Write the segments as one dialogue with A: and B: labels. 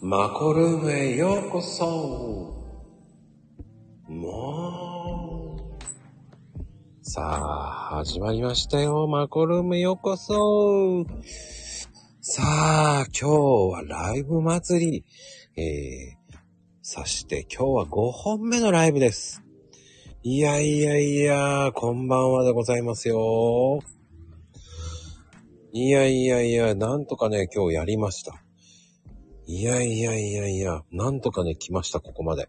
A: マコルームへようこそもう、さあ、始まりましたよ。マコルームへようこそさあ、今日はライブ祭り。えー、そして今日は5本目のライブです。いやいやいや、こんばんはでございますよ。いやいやいや、なんとかね、今日やりました。いやいやいやいや、なんとかね、来ました、ここまで。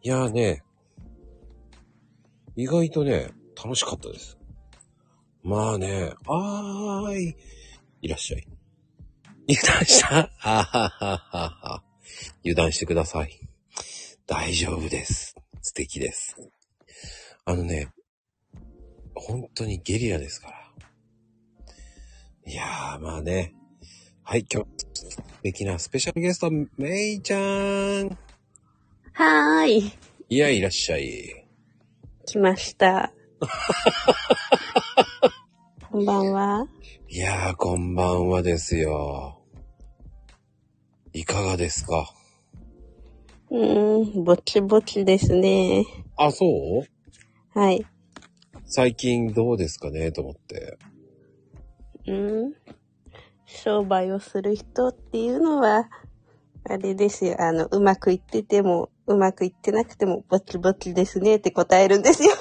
A: いやーね、意外とね、楽しかったです。まあね、あーい、いらっしゃい。油断したあはははは。油断してください。大丈夫です。素敵です。あのね、本当にゲリラですから。いやー、まあね。はい、今日、素敵なスペシャルゲスト、メイちゃん。
B: はーい。
A: いや、いらっしゃい。
B: 来ました。 こんばんは。
A: いやー、こんばんはですよ。いかがですか
B: うーん、ぼちぼちですね。
A: あ、そう
B: はい。
A: 最近どうですかねと思って。
B: うん。商売をする人っていうのは、あれですよ。あの、うまくいってても、うまくいってなくても、ぼちぼちですねって答えるんです よ。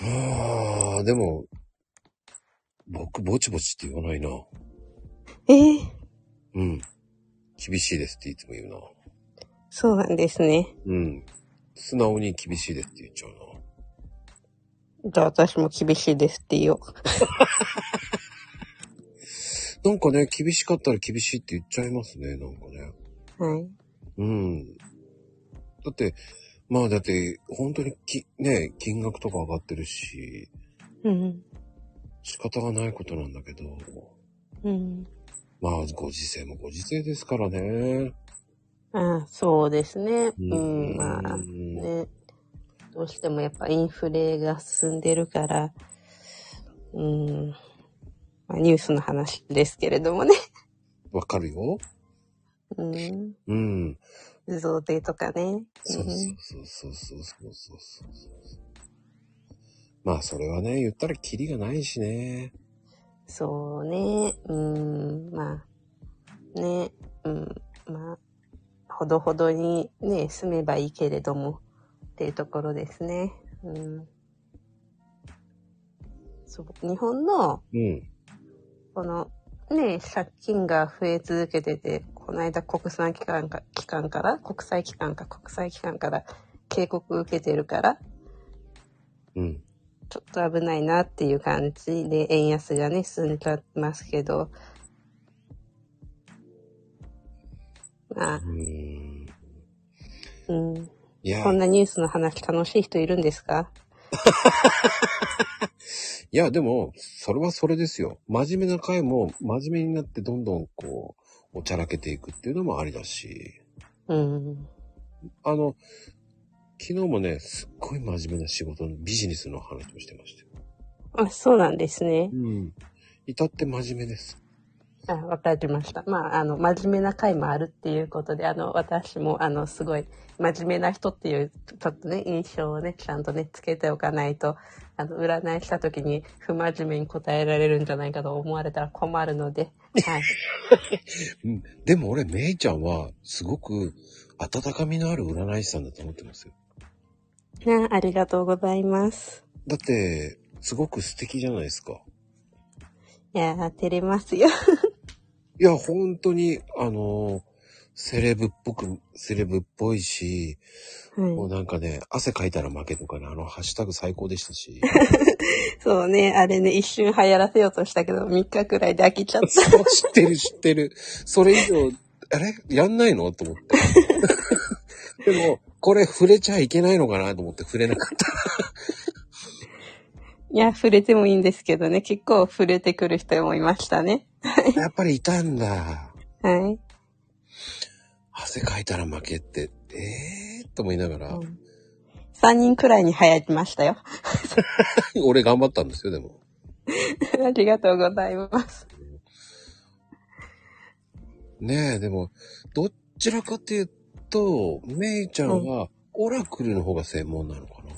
A: はー、でも、僕、ぼちぼちって言わないな。
B: えー、
A: うん。厳しいですっていつも言うな。
B: そうなんですね。
A: うん。素直に厳しいですって言っちゃうな。
B: じゃあ私も厳しいですって言おう。
A: なんかね、厳しかったら厳しいって言っちゃいますね、なんかね。
B: はい。
A: うん。だって、まあだって、本当にき、ね、金額とか上がってるし、
B: うん。
A: 仕方がないことなんだけど、
B: うん。
A: まあ、ご時世もご時世ですからね。
B: ああ、そうですね。うん、まあ
A: う。ん
B: ね、どうしてもやっぱインフレが進んでるから、うん、まあ、ニュースの話ですけれどもね、
A: わかるよ。
B: うん、
A: うん。
B: 増税とかね、
A: そうそうそうそうそうそうそうそうそう。まあ、それはね、言ったらキリがないしね。
B: そうね、うん、まあ、ね、うん、まあ、ほどほどにね、住めばいいけれども、っていうところですね。うん、そう日本の
A: うん。
B: この、ね、借金が増え続けてて、この間国産機関か、機関から、国際機関か、国際機関から警告受けてるから、
A: うん。
B: ちょっと危ないなっていう感じで、円安がね、進んでますけど、まあ
A: う、ん。
B: うん。
A: いや
B: こ、んなニュースの話楽しい人いるんですか
A: いや、でも、それはそれですよ。真面目な回も、真面目になってどんどんこう、おちゃらけていくっていうのもありだし、
B: うん。
A: あの、昨日もね、すっごい真面目な仕事のビジネスの話をしてましたよ。
B: あ、そうなんですね。
A: うん。至って真面目です。
B: あ、わかりました。まあ、あの、真面目な回もあるっていうことで、あの、私も、あの、すごい、真面目な人っていう、ちょっとね、印象をね、ちゃんとね、つけておかないと、あの、占いした時に、不真面目に答えられるんじゃないかと思われたら困るので、はい。
A: うん。でも俺、めいちゃんは、すごく、温かみのある占い師さんだと思ってますよ。
B: あありがとうございます。
A: だって、すごく素敵じゃないですか。
B: いやー、照れますよ。
A: いや、本当に、あの、セレブっぽく、セレブっぽいし、もう
B: は
A: なんかね、汗かいたら負けとかね、あのハッシュタグ最高でしたし。
B: い。そうね、あれね、一瞬流行らせようとしたけど、3日くらいで飽きちゃった。
A: そう知ってる知ってる。それ以上、あれやんないのと思って。 でも、これ触れちゃいけないのかなと思って触れなかった。
B: いや、触れてもいいんですけどね、結構触れてくる人もいましたね。
A: やっぱりいたんだ。
B: はい。
A: 汗かいたら負けって、えーと思いながら、
B: 3人くらいに流行りましたよ。
A: 俺頑張ったんですよ、でも。
B: ありがとうございます。
A: ねえ、でも、どちらかというと、メイちゃんは、オラクルの方が専門なのかな、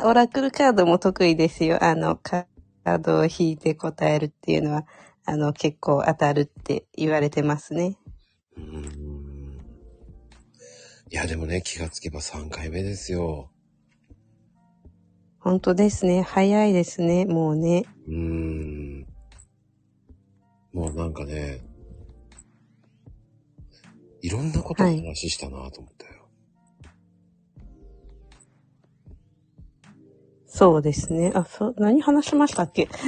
B: あ、オラクルカードも得意ですよ。あの、カカードを引いて答えるっていうのは、あの、結構当たるって言われてますね。
A: うーん。いや、でもね、気がつけば3回目ですよ。
B: 本当ですね。早いですね。もうね。
A: うーん。もうなんかね、いろんなことを
B: はい
A: 話したなと思ったよ。
B: そうですね。あ、そう、何話しましたっけ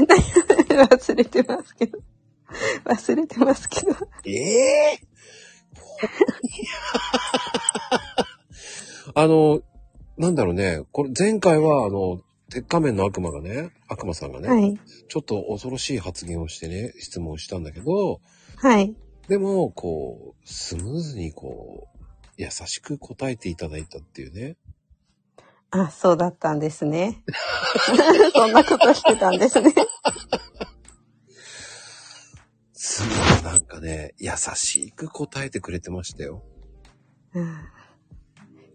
B: 忘れてますけど。忘れてますけど。
A: ええ あの、なんだろうね、これ前回はあの、鉄仮面の悪魔がね、悪魔さんがね、
B: はい。
A: ちょっと恐ろしい発言をしてね、質問したんだけど、
B: はい。
A: でも、こう、スムーズにこう、優しく答えていただいたっていうね。
B: あ、そうだったんですね。 そんなことしてたんですね。
A: すごいなんかね、優しく答えてくれてましたよ。
B: うん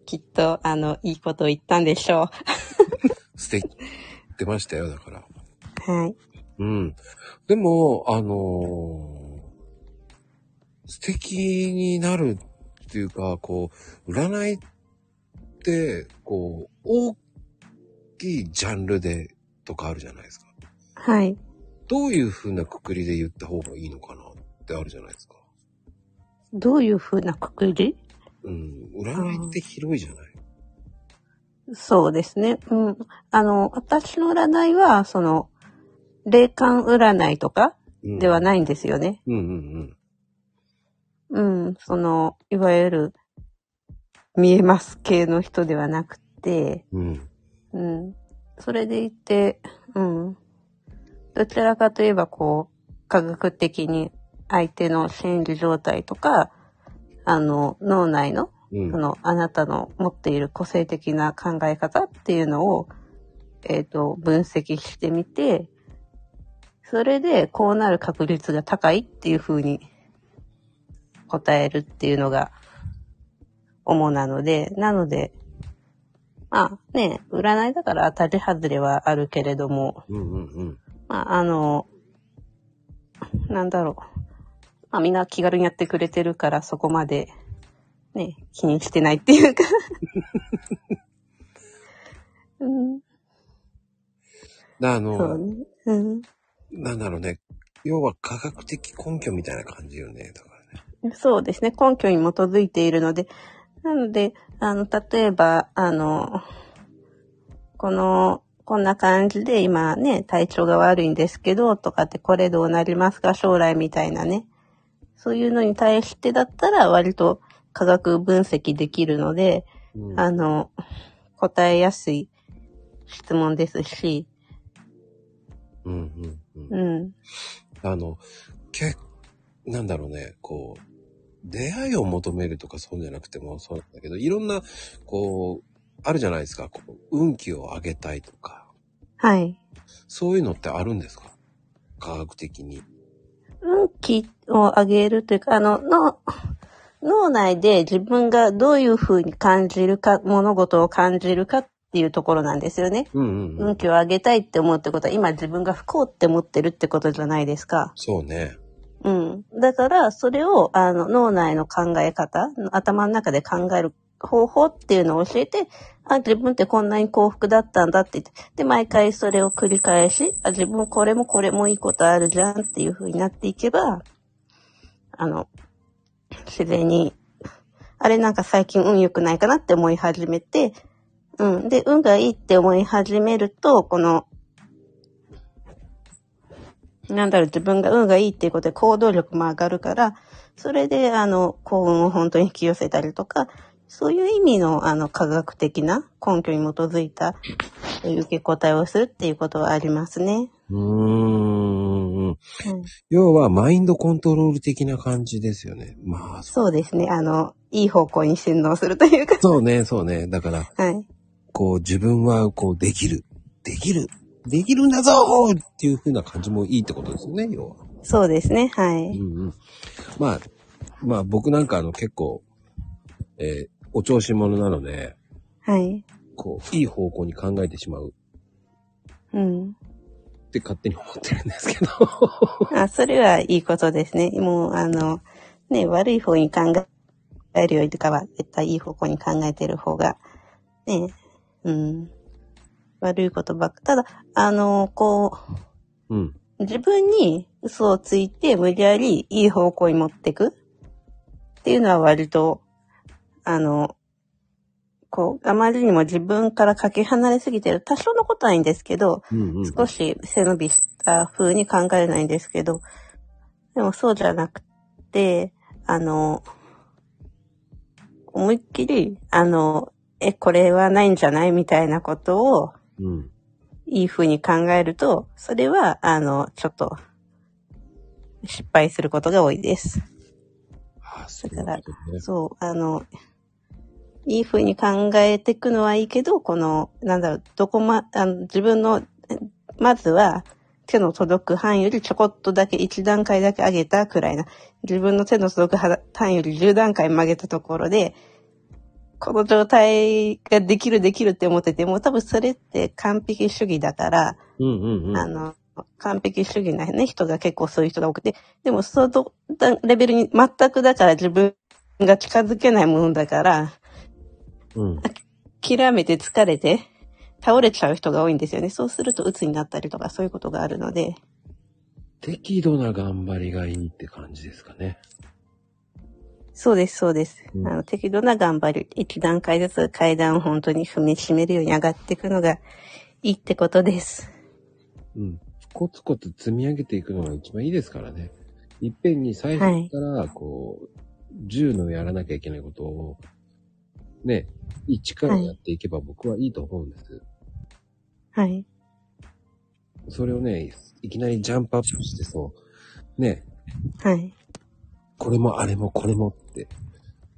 B: きっと、あの、いいことを言ったんでしょ
A: 素敵ってましたよ、だから。
B: う。はい。
A: うん。でも、あのー素敵になるっていうか、こう、占いって、こう、大きいジャンルでとかあるじゃないですか。
B: はい。
A: どういう風なくくりで言った方がいいのかなってあるじゃないですか。
B: どういう風なくくり
A: うん。占いって広いじゃない。
B: そうですね。うん。あの、私の占いは、その、霊感占いとか
A: うん、。
B: ではいないんですよね。
A: うんうん
B: うん。その、いわゆる、見えます系の人ではなくて、
A: うん。うん。
B: うん。それでいて、うん。どちらかといえば、こう、科学的に相手の心理状態とか、あの、脳内の
A: うん
B: そ。のあなたの持っている個性的な考え方っていうのを、えっと分析してみてそれでこうなる確率が高いっていうふうに答えるっていうのが主なのでなのでまあね占いだから当たり外れはあるけれども
A: うんうんうん。
B: まああのなんだろうまあみんな気軽にやってくれてるからそこまでね気にしてないっていうかうん、
A: だあの、
B: そうね。うん。
A: なんだろうね。要は科学的根拠みたいな感じよね。だからね。
B: そうですね。根拠に基づいているので、なので、あの、例えば、あの、この、こんな感じで今ね、体調が悪いんですけど、とかってこれどうなりますか将来みたいなね。そういうのに対してだったら割と科学分析できるので、
A: うん
B: あの、答えやすい質問ですし、
A: うんうんうん。
B: うん。
A: あの、け、なんだろうね。こう、出会いを求めるとかそうじゃなくてもそうなんだけど、いろんな、こう、あるじゃないですか。こう運気を上げたいとか。
B: はい。
A: そういうのってあるんですか科学的に。
B: 運気を上げるというか、あの、脳、脳内で自分がどういうふうに感じるか、物事を感じるかっていうところなんですよね。
A: うんうんうん。
B: 運気を上げたいって思うってことは、今自分が不幸って思ってるってことじゃないですか。
A: そうね。
B: うん。だから、それを、あの、脳内の考え方、頭の中で考える方法っていうのを教えて、あ、自分ってこんなに幸福だったんだって言って、で、毎回それを繰り返し、あ、自分これもこれもいいことあるじゃんっていう風になっていけば、あの、自然に、あれなんか最近運良くないかなって思い始めて、うん。で、運がいいって思い始めると、この、なんだろう、自分が運がいいっていうことで行動力も上がるから、それで、あの、幸運を本当に引き寄せたりとか、そういう意味の、あの、科学的な根拠に基づいたえー受け答えをするっていうことはありますね。
A: うーん。
B: うん、
A: 要は、マインドコントロール的な感じですよね。まあ、そ
B: そうですね。あの、いい方向に振動するというか、
A: そうね、そうね。だから、
B: はい。
A: こう自分はこうできる。できる。できるんだぞーっていう風な感じもいいってことですよね、要は。
B: そうですね。は
A: う
B: い。
A: んうん。まあ、まあ僕なんかあの結構、えーお調子者なので、
B: はい。
A: こう、いい方向に考えてしまう
B: うん。
A: って勝手に思ってるんです けど。
B: あ、それはいいことですね。もう、あの、ね、悪い方に考えるよりとかは、絶対いい方向に考えてる方が、ね、うん。悪いことばっか。ただ、あの、こ
A: うん。
B: う、自分に嘘をついて、無理やりいい方向に持ってくっていうのは割と、あの、こう、あまりにも自分からかけ離れすぎてる。多少のことはいいんですけど、
A: うんうん。
B: 少し背伸びした風に考えないんですけど、でもそうじゃなくて、あの、思いっきり、あの、え、これはないんじゃないみたいなことを
A: うん。
B: いい風に考えると、それは、あの、ちょっと、失敗することが多いです。
A: ああ、そう
B: だ
A: なん
B: から
A: ですね。
B: そう、あの、いい風に考えていくのはいいけど、この、なんだろう、どこま、あの自分の、えまずは、手の届く範囲よりちょこっとだけ、一段階だけ上げたくらいな、自分の手の届くは範囲より10段階曲げたところで、この状態ができるできるって思ってて、もう多分それって完璧主義だから、
A: うんうんうん。
B: あの、完璧主義なね、人が結構そういう人が多くて、でもそのだレベルに全くだから自分が近づけないものだから、
A: うん。
B: 諦めて疲れて倒れちゃう人が多いんですよね。そうすると鬱になったりとかそういうことがあるので、
A: 適度な頑張りがいいって感じですかね。
B: そうです、そうです。
A: うん
B: あの、適度な頑張り、一段階ずつ階段を本当に踏みしめるように上がっていくのがいいってことです。
A: うん。コツコツ積み上げていくのが一番いいですからね。いっぺんに最初から、こう、10のやらなきゃいけないことを、ね、1からやっていけば僕はいいと思うんです。
B: はい。
A: それをね、いきなりジャンプアップしてそう、ね、
B: はい。
A: これもあれもこれもって、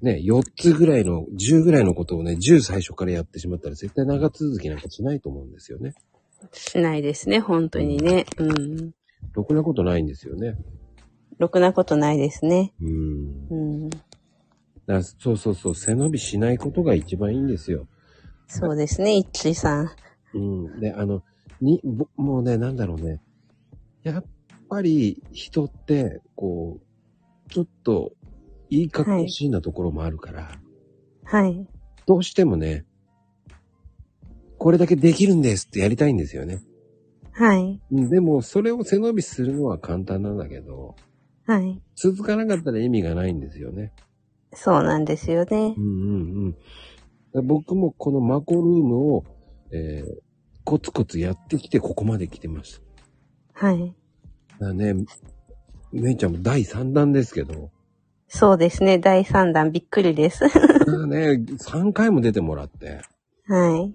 A: ね、4つぐらいの、10ぐらいのことをね、10最初からやってしまったら絶対長続きなんかしないと思うんですよね。
B: しないですね、本当にね。うん。
A: ろくなことないんですよね。
B: ろくなことないですね。
A: うん。
B: うん。
A: だからそうそうそう、背伸びしないことが一番いいんですよ。
B: そうですね、いっちーさん。
A: うん。で、あの、に、ぼもうね、なんだろうね。やっぱり人って、こう、ちょっと、いい格好しいなところもあるから、
B: はい。
A: どうしてもね、これだけできるんですってやりたいんですよね。
B: はい。
A: うんでも、それを背伸びするのは簡単なんだけど、
B: はい。
A: 続かなかったら意味がないんですよね。
B: そうなんですよね
A: う。んうんうんだから。僕もこのマコルームを、えーコツコツやってきてここまで来てました。
B: はい。
A: だからね、めいちゃんも第3弾ですけど、
B: そうですね。第3弾びっくりです。
A: だからね、3回も出てもらって、
B: はい。
A: い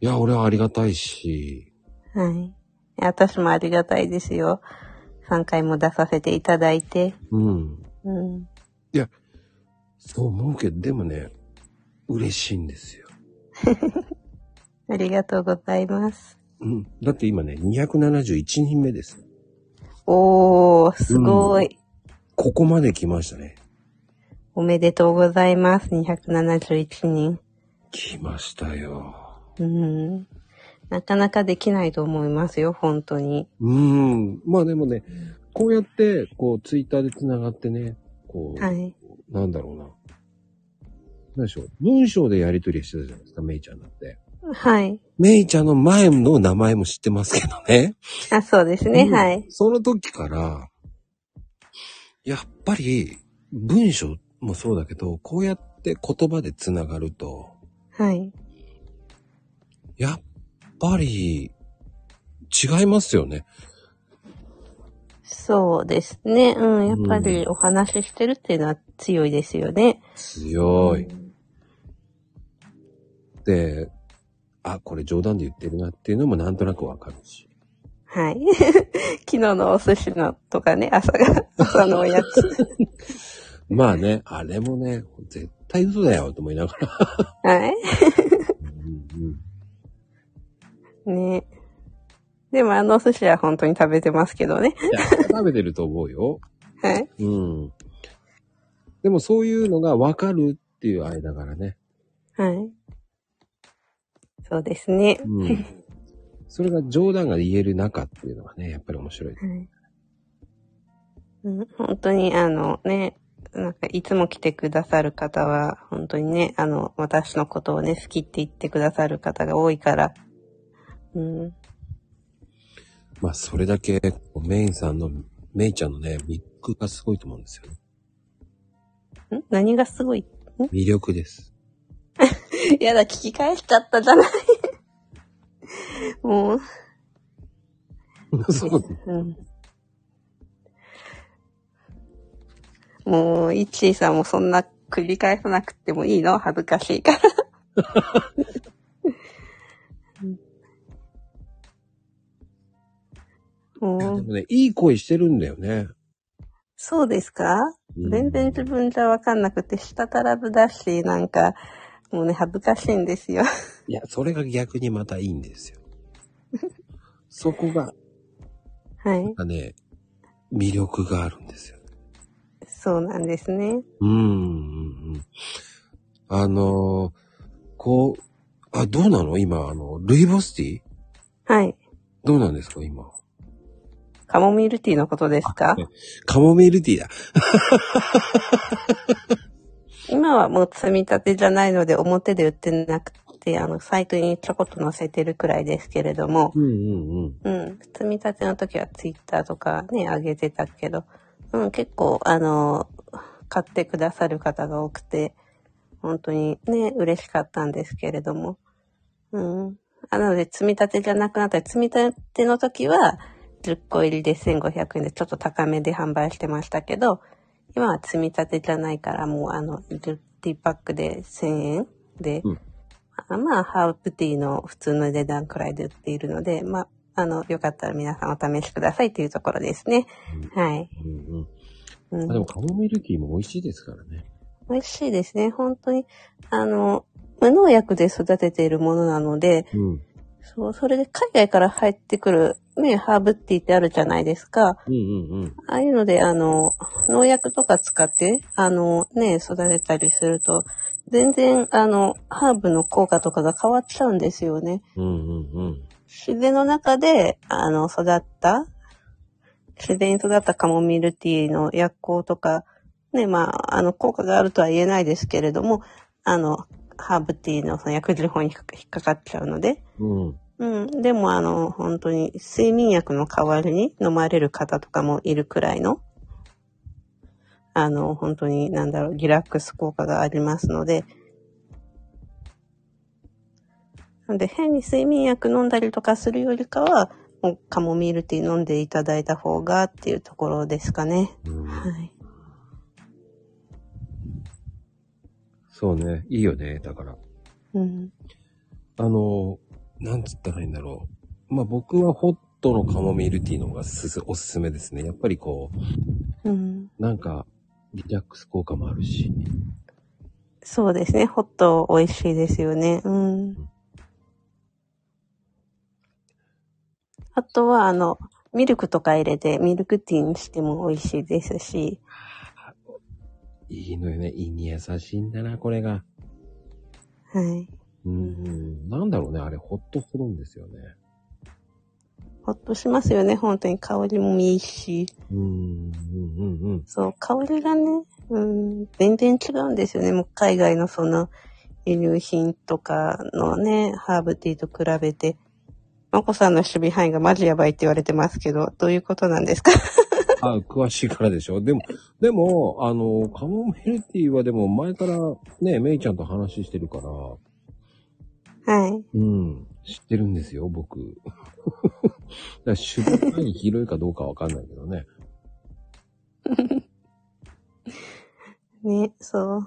A: や、俺はありがたいし、
B: はい。私もありがたいですよ。3回も出させていただいて。
A: うん。
B: うん。
A: そう思うけど、でもね、嬉しいんですよ。
B: ありがとうございます。
A: うん。だって今ね、271人目です。
B: おー、すごい。
A: ここまで来ましたね。
B: おめでとうございます。271人。
A: 来ましたよ。
B: うん。なかなかできないと思いますよ、本当に。
A: うーん。まあでもね、こうやって、こう、ツイッターで繋がってね、こう、
B: はい。
A: なんだろうな。何でしょう。文章でやり取りしてたじゃないですか、メイちゃんだって。
B: はい。
A: メイちゃんの前の名前も知ってますけどね。
B: あ、そうですね。
A: うん
B: はい。
A: その時から、やっぱり、文章もそうだけど、こうやって言葉で繋がると、
B: はい。
A: やっぱり、違いますよね。
B: そうですね。うん。やっぱ
A: う
B: りお話ししてるっていうのは強いですよね。
A: 強い。で、あ、これ冗談で言ってるなっていうのもなんとなくわかるし。
B: はい。 昨日のお寿司のとかね、朝が、 朝のおやつ。
A: まあね、あれもね、絶対嘘だよと思いながら。
B: はい。
A: うんうん
B: ね。でもあのお寿司は本当に食べてますけど
A: い
B: ね。
A: や食べてると思うよ。
B: はい。
A: うん。でもそういうのがわかるっていう間柄ね。
B: はい。そうですね。
A: うん。 それが冗談が言える中っていうのがね、やっぱり面白い。
B: はい。うん、本当にあのね、なんかいつも来てくださる方は、本当にね、あの、私のことをね、好きって言ってくださる方が多いから、うん、
A: まあそれだけ、こうメインさんの、メイちゃんのね、ミックがすごいと思うんですよ。
B: ん何がすごい
A: 魅力 です。
B: やだ、聞き返しちゃったじゃ ない。もう、
A: そう。
B: うん。もう、イッチーさんもそんな繰り返さなくてもいいの恥ずかし いから。うん
A: いや
B: も
A: で
B: う、
A: もね、いい声してるんだよね。
B: そうですか
A: うん
B: 全然自分じゃわかんなくて、舌足らずだし、なんか、もうね、恥ずかしいんですよ。
A: いや、それが逆にまたいいんです よ。そこが、
B: はい。
A: ね、魅力があるんですよ。
B: そうなんですね。
A: うんうんうん。あのーこう、あ、どうなの今、あの、ルイボスティー
B: はい。
A: どうなんですか今。
B: カモミールティーのことですか
A: カモミールティーだ。
B: 今はもう積み立てじゃないので表で売ってなくて、あの、サイトにちょこっと載せてるくらいですけれども、
A: うんうんうん。
B: うん、積み立ての時はツイッターとかね、上げてたけど、うん、結構、あの、買ってくださる方が多くて、本当にね、嬉しかったんですけれども、うん。あなので、積み立てじゃなくなったり、積み立ての時は、10個入りで1500円でちょっと高めで販売してましたけど、今は積み立てじゃないから、もうあの、10ティーパックで1000円で、
A: うん
B: あまあ、ハーブティーの普通の値段くらいで売っているので、まあ、あの、よかったら皆さんお試しくださいというところですね。はい。
A: うんうん。
B: う
A: あで
B: ん、
A: もカモミールティーも美味しいですからね。
B: 美味しいですね。本当に、あの、無農薬で育てているものなので、
A: うん。
B: そう、それで海外から入ってくる、ね、ハーブティーってあるじゃないですか。
A: うんうんうん。
B: ああいうので、あの、農薬とか使って、あの、ね、育てたりすると、全然、あの、ハーブの効果とかが変わっちゃうんですよね。
A: うんうんうん。
B: 自然の中で、あの、育った、自然に育ったカモミールティーの薬効とか、ね、まあ、あの、効果があるとは言えないですけれども、あの、ハーブティーのその薬事法に引っか引っかかっちゃうので、
A: うん。
B: うん。でもあの、本当に睡眠薬の代わりに飲まれる方とかもいるくらいの、あの、本当になんだろう、リラックス効果がありますので、なので変に睡眠薬飲んだりとかするよりかは、もうカモミールティー飲んでいただいた方がっていうところですかね。
A: うん、
B: はい。
A: そうね。いいよね。だから。
B: うん。
A: あの、なんつったらいいんだろう。まあ僕はホットのカモミールティーの方がすすおすすめですね。やっぱりこ
B: うん。
A: う、なんか、リラックス効果もあるし。
B: そうですね。ホット美味しいですよね。うん。あとは、あの、ミルクとか入れて、ミルクティーにしても美味しいですし、
A: いいのよね。胃に優しいんだな、これが。
B: はい。
A: うん。なんだろうね。あれ、ホッとするんですよね。
B: ほっとしますよね。本当に香りもいいし。
A: うん、うん、うん、うん。
B: そう、香りがね、うん、全然違うんですよね。もう海外のその輸入品とかのね、ハーブティーと比べて。まこさんの守備範囲がマジやばいって言われてますけど、どういうことなんですか
A: あ、詳しいからでしょ。でも、でも、あの、カモミールティーはでも前からね、メイちゃんと話してるから、
B: はい。
A: うん、知ってるんですよ、僕。 だから、主語範囲広いかどうかわかんないけどね。
B: ね、そう。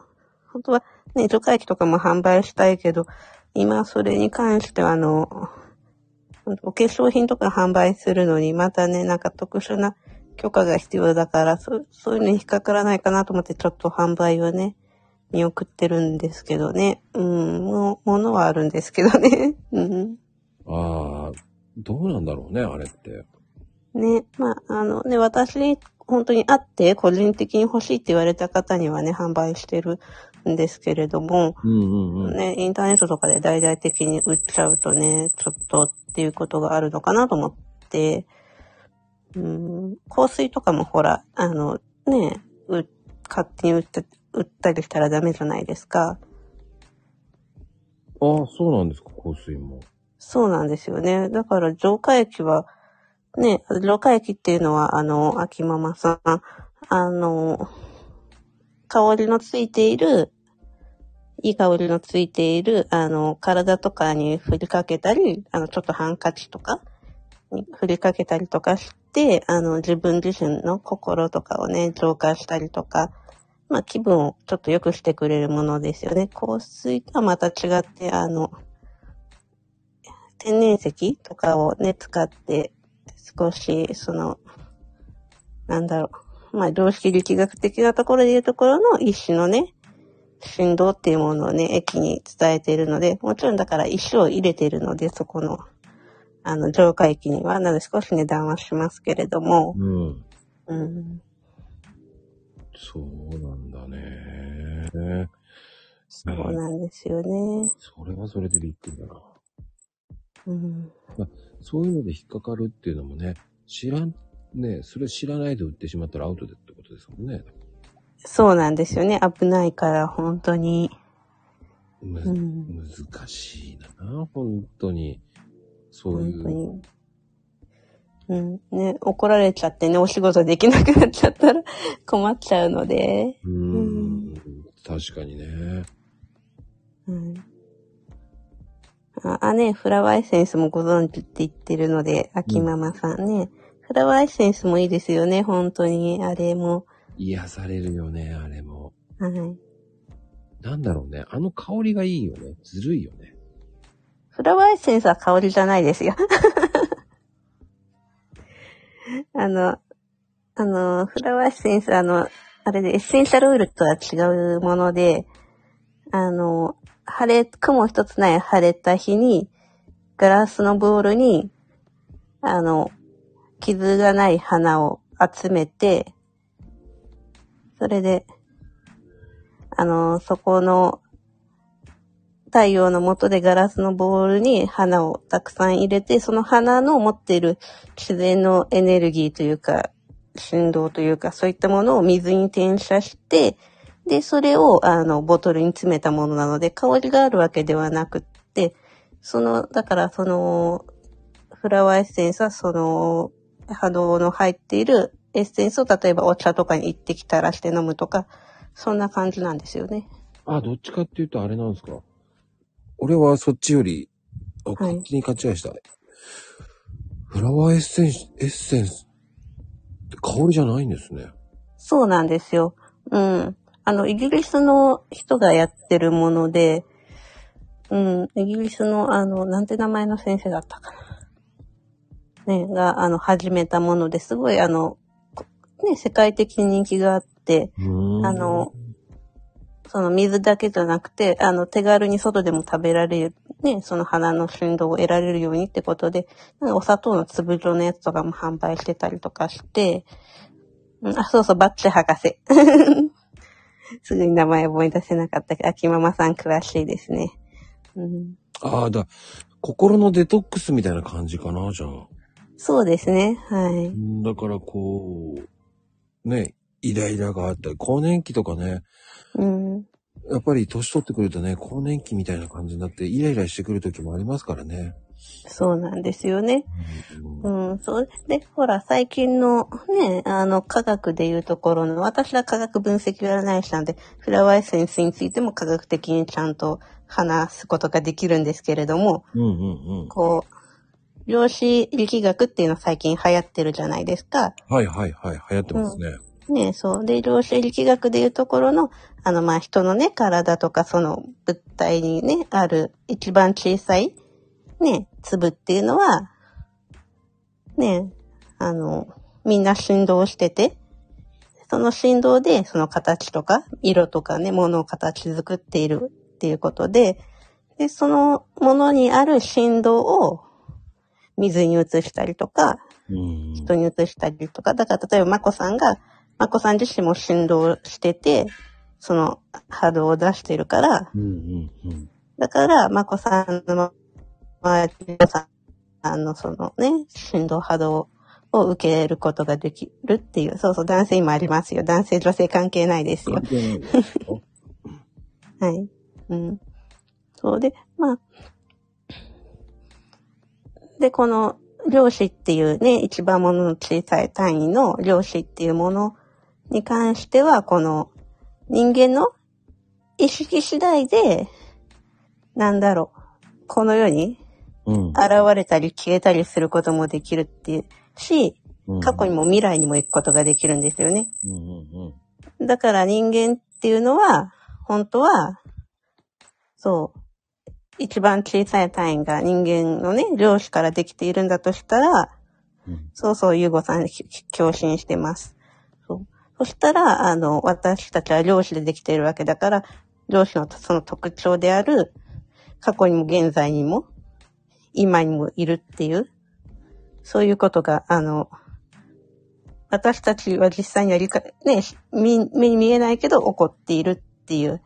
B: 本当はね、除火器とかも販売したいけど、今それに関してはあの、お化粧品とか販売するのに、またね、なんか特殊な許可が必要だから、そうそういうのに引っかからないかなと思って、ちょっと販売をね、見送ってるんですけ どね。うん、もう、ものはあるんですけどね。うん。
A: ああ、どうなんだろうね、あれって。
B: ね、まあ、あのね、私に本当にあって、個人的に欲しいって言われた方にはね、販売してるんですけれども、
A: うんうんうん。
B: ね、インターネットとかで大々的に売っちゃうとね、ちょっとっていうことがあるのかなと思って、うん、香水とかもほら、あの、ね、う勝手に売って、売ったりしたらダメじゃないですか。
A: ああ、そうなんですか、香水も。
B: そうなんですよね。だから浄化液は、ね、浄化液っていうのは、あの、秋ママさん、あの、香りのついている、いい香りのついている、あの、体とかに振りかけたり、あの、ちょっとハンカチとかに振りかけたりとかして、あの、自分自身の心とかをね、浄化したりとか、まあ、気分をちょっと良くしてくれるものですよね。香水とはまた違って、あの、天然石とかをね、使って、少し、その、なんだろう、まあ、常識力学的なところでいうところの一種のね、振動っていうものをね、液に伝えているので、もちろんだから石を入れているので、そこの、あの、浄化液には、なので少し値段はしますけれども、
A: うん。
B: うん、
A: そうなんだね。
B: そうなんですよね。
A: それはそれでびっくりだな。
B: うん、
A: そういうので引っかかるっていうのもね、知らん、ね、それ知らないで売ってしまったらアウトでってことですもんね。
B: そうなんですよね。危ないから、本当に。
A: むず
B: うん
A: 難しいな、本当に。そうい
B: 本当
A: う。
B: に。うん。ね、怒られちゃってね、お仕事できなくなっちゃったら 困っちゃうので。
A: うーん、確かにね。
B: うん。あ、あね、フラワーエッセンスもご存知って言ってるので、秋ママさんね。フラワーエッセンスもいいですよね、本当に。あれも。
A: 癒されるよね、あれも。
B: はい。
A: なんだろうね。あの香りがいいよね。ずるいよね。
B: フラワーエッセンスは香りじゃないですよ。 あの、あの、フラワーエッセンス、あの、あれでエッセンシャルオイルとは違うもので、あの、晴れ、雲一つない晴れた日に、ガラスのボールに、あの、傷がない花を集めて、それで、あの、そこの太陽の下でガラスのボールに花をたくさん入れて、その花の持っている自然のエネルギーというか、振動というか、そういったものを水に転写して、で、それを、あの、ボトルに詰めたものなので、香りがあるわけではなくって、その、だから、その、フラワーエッセンスは、その、波動の入っているエッセンスを、例えばお茶とかに一滴垂らして飲むとか、そんな感じなんですよね。
A: あ、どっちかっていうとあれなんですか。俺はそっちより、あ、
B: い
A: 勝手に勝ち合いした。フラワーエッセンス、エッセンスって香りじゃないんですね。
B: そうなんですよ。うん。あの、イギリスの人がやってるもので、うん、イギリスの、あの、なんて名前の先生だったかな。ね、が、あの、始めたものですごい、あの、こね、世界的に人気があって、
A: うーん
B: あの、その水だけじゃなくて、あの、手軽に外でも食べられる、ね、その花の振動を得られるようにってことで、なんかお砂糖の粒状のやつとかも販売してたりとかして、うんあ、そうそう、バッチェ博士。 すぐに名前思い出せなかったけど、秋ママさん詳しいですね。うん、
A: ああ、だ、心のデトックスみたいな感じかな、じゃあ。
B: そうですね、はい。
A: だからこう、ね、イライラがあったり、更年期とかね、
B: うん、
A: やっぱり年取ってくるとね、更年期みたいな感じになって、イライラしてくる時もありますからね。
B: そうなんですよね。
A: うん
B: うん、そう。で、ほら、最近のね、あの、科学でいうところの、私は科学分析占い師なんで、フラワーエッセンスについても科学的にちゃんと話すことができるんですけれども、
A: うんうんうん。
B: こう、量子力学っていうのは最近流行ってるじゃないですか。
A: はいはいはい、流行ってますね。
B: ねそう。で、量子力学でいうところの、あの、まあ、人のね、体とか、その物体にね、ある一番小さい、ね、粒っていうのは、ね、あの、みんな振動してて、その振動で、その形とか、色とかね、ものを形作っているっていうことで、で、そのものにある振動を、水に移したりとか、
A: うん。
B: 人に移したりとか、だから例えばマコさんが、マコさん自身も振動してて、その波動を出してるから、
A: うんうんうん。
B: だからマコさんの周りのさあのそのね、振動波動を受けることができるっていう、そうそう、男性今ありますよ。男性女性関係ないですよ。
A: 関係ない。
B: はい。うん。そうで、まあ。で、この、量子っていうね、一番ものの小さい単位の量子っていうものに関しては、この人間の意識次第で、なんだろう、この世に
A: うん。
B: 現れたり消えたりすることもできるっていうし、過去にも未来にも行くことができるんですよね。
A: うんうん
B: だから人間っていうのは、本当は、そう、一番小さい単位が人間のね、量子からできているんだとしたら、
A: うん。
B: そうそう、ゆうごさん、きき共振してます。そう。そしたら、あの、私たちは量子でできているわけだから、量子のその特徴である、過去にも現在にも、今にもいるっていう、そういうことが、あの、私たちは実際には理解、ね、し見目に見えないけど起こっているっていう、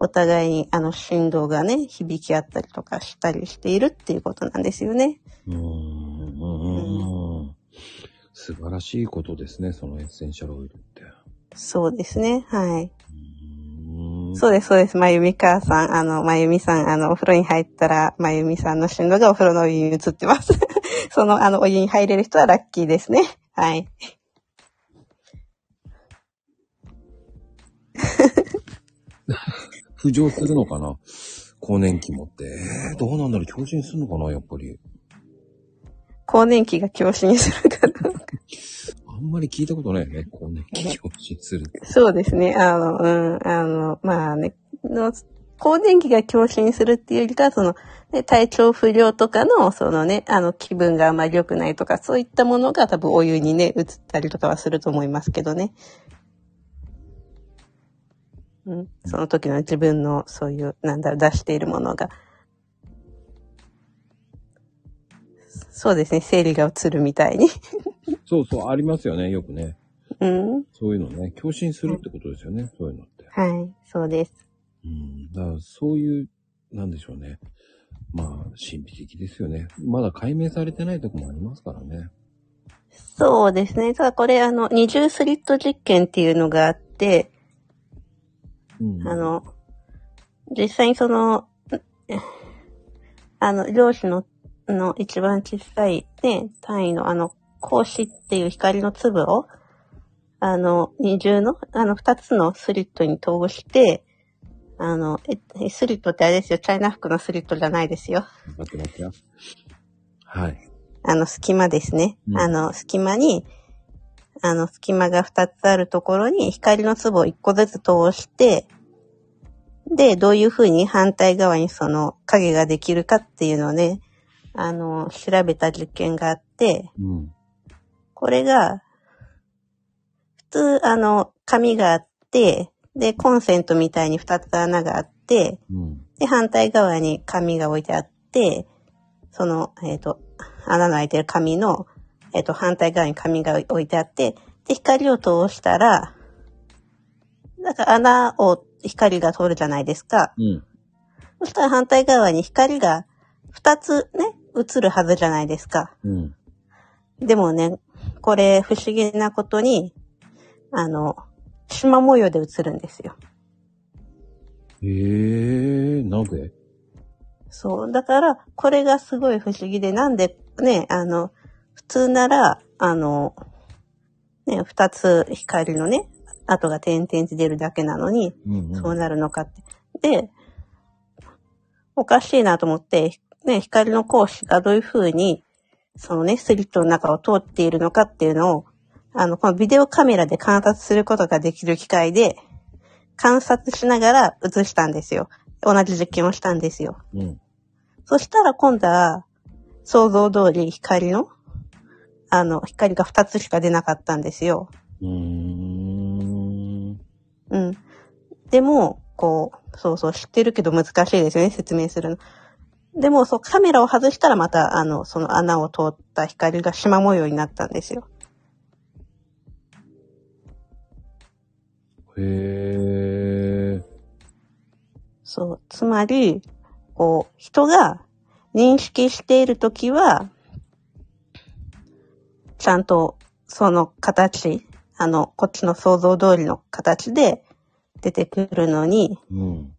B: お互いにあの振動がね、響き合ったりとかしたりしているっていうことなんですよね。
A: うんうんうんうん。素晴らしいことですね、そのエッセンシャルオイルって。
B: そうですね。はい。
A: うん
B: そうです、そうです。まゆみ母さん、あの、まゆみさん、あの、お風呂に入ったら、まゆみさんの振動がお風呂のお湯に移ってます。 その、あの、お湯に入れる人はラッキーですね。はい。
A: 浮上するのかな更年期もって。えー、どうなんだろう強振するのかなやっぱり。
B: 更年期が強振するから。
A: あんまり聞いたことないよね。更年期強振するって。
B: そうですね。あの、うん、あの、まあね、の更年期が強振するっていうよりかは、その、ね、体調不良とかの、そのね、あの、気分があまり良くないとか、そういったものが多分お湯にね、移ったりとかはすると思いますけどね。うん、その時の自分のそういう、なんだろう、出しているものが。そうですね、生理が移るみたいに。
A: そうそう、ありますよね、よくね。
B: うん。
A: そういうのね。強振するってことですよね、そういうのって。
B: はい、そうです。
A: うん。だから、そういう、なんでしょうね。まあ、神秘的ですよね。まだ解明されてないとこもありますからね。
B: そうですね。ただこれ、あの、二重スリット実験っていうのがあって、
A: うん。
B: あ、の、実際にその、んあの、量子の、の一番小さいね、単位のあの、光子っていう光の粒を、あの、二重の、あの、二つのスリットに通して、あの、え、スリットってあれですよ、チャイナ服のスリットじゃないですよ。
A: 待って待ってよ。はい。
B: あの、隙間ですね。
A: うん
B: あの、隙間に、あの、隙間が2つあるところに光の粒を1個ずつ通して、で、どういう風に反対側にその影ができるかっていうのをね、あの、調べた実験があって、
A: うん。
B: これが、普通、あの、紙があって、で、コンセントみたいに2つ穴があって、
A: うん。
B: で、反対側に紙が置いてあって、その、えっ、と、穴の開いてる紙の、えっ、と、反対側に紙が置いてあって、で、光を通したら、なんか穴を光が通るじゃないですか。
A: うん。
B: そしたら反対側に光が2つね、映るはずじゃないですか。
A: うん。
B: でもね、これ不思議なことに、あの、縞模様で映るんですよ。
A: ええー、なぜ
B: そう。だから、これがすごい不思議で、なんでね、あの、普通なら、あの、ね、二つ光のね、跡が点々と出るだけなのに、
A: うん、
B: そうなるのかって。で、おかしいなと思って、ね、光の光子がどういう風に、そのね、スリットの中を通っているのかっていうのを、あの、このビデオカメラで観察することができる機械で、観察しながら映したんですよ。同じ実験をしたんですよ。
A: うん。
B: そしたら今度は、想像通り光の、あの、光が2つしか出なかったんですよ。
A: うーん。
B: うん。でも、こう、そうそう、知ってるけど難しいですよね、説明するの。でも、そう、カメラを外したらまた、あの、その穴を通った光が縞模様になったんですよ。
A: へえ。
B: そう。つまり、こう、人が認識しているときは、ちゃんとその形、あの、こっちの想像通りの形で出てくるのに、
A: うん。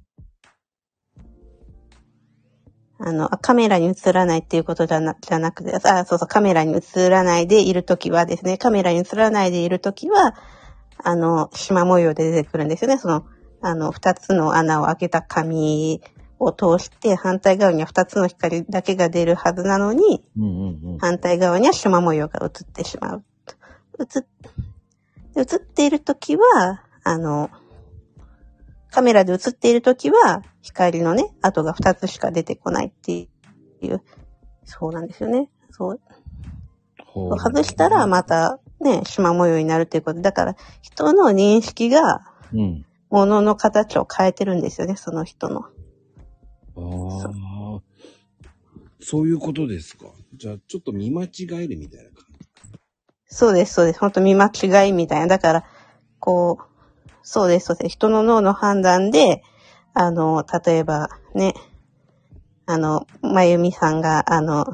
B: あの、あカメラに映らないっていうことじゃな、じゃなくて、あ、そうそう、カメラに映らないでいるときはですね、カメラに映らないでいるときは、あの、縞模様で出てくるんですよね。その、あの、二つの穴を開けた紙を通して、反対側には二つの光だけが出るはずなのに、
A: うんうんうん。
B: 反対側には縞模様が映ってしまう。映っ、映っているときは、あの、カメラで映っているときは、光のね、跡が2つしか出てこないっていう、そうなんですよね。そう。
A: ほう
B: 外したら、また、ね、縞模様になるということ。だから、人の認識が、
A: うん。
B: 物の形を変えてるんですよね、その人の。
A: ああ。そういうことですか。じゃあ、ちょっと見間違えるみたいな感じ。
B: そうです、そうです。本当見間違いみたいな。だから、こう、そうです、そうです。人の脳の判断で、あの、例えばね、あの、まゆみさんが、あの、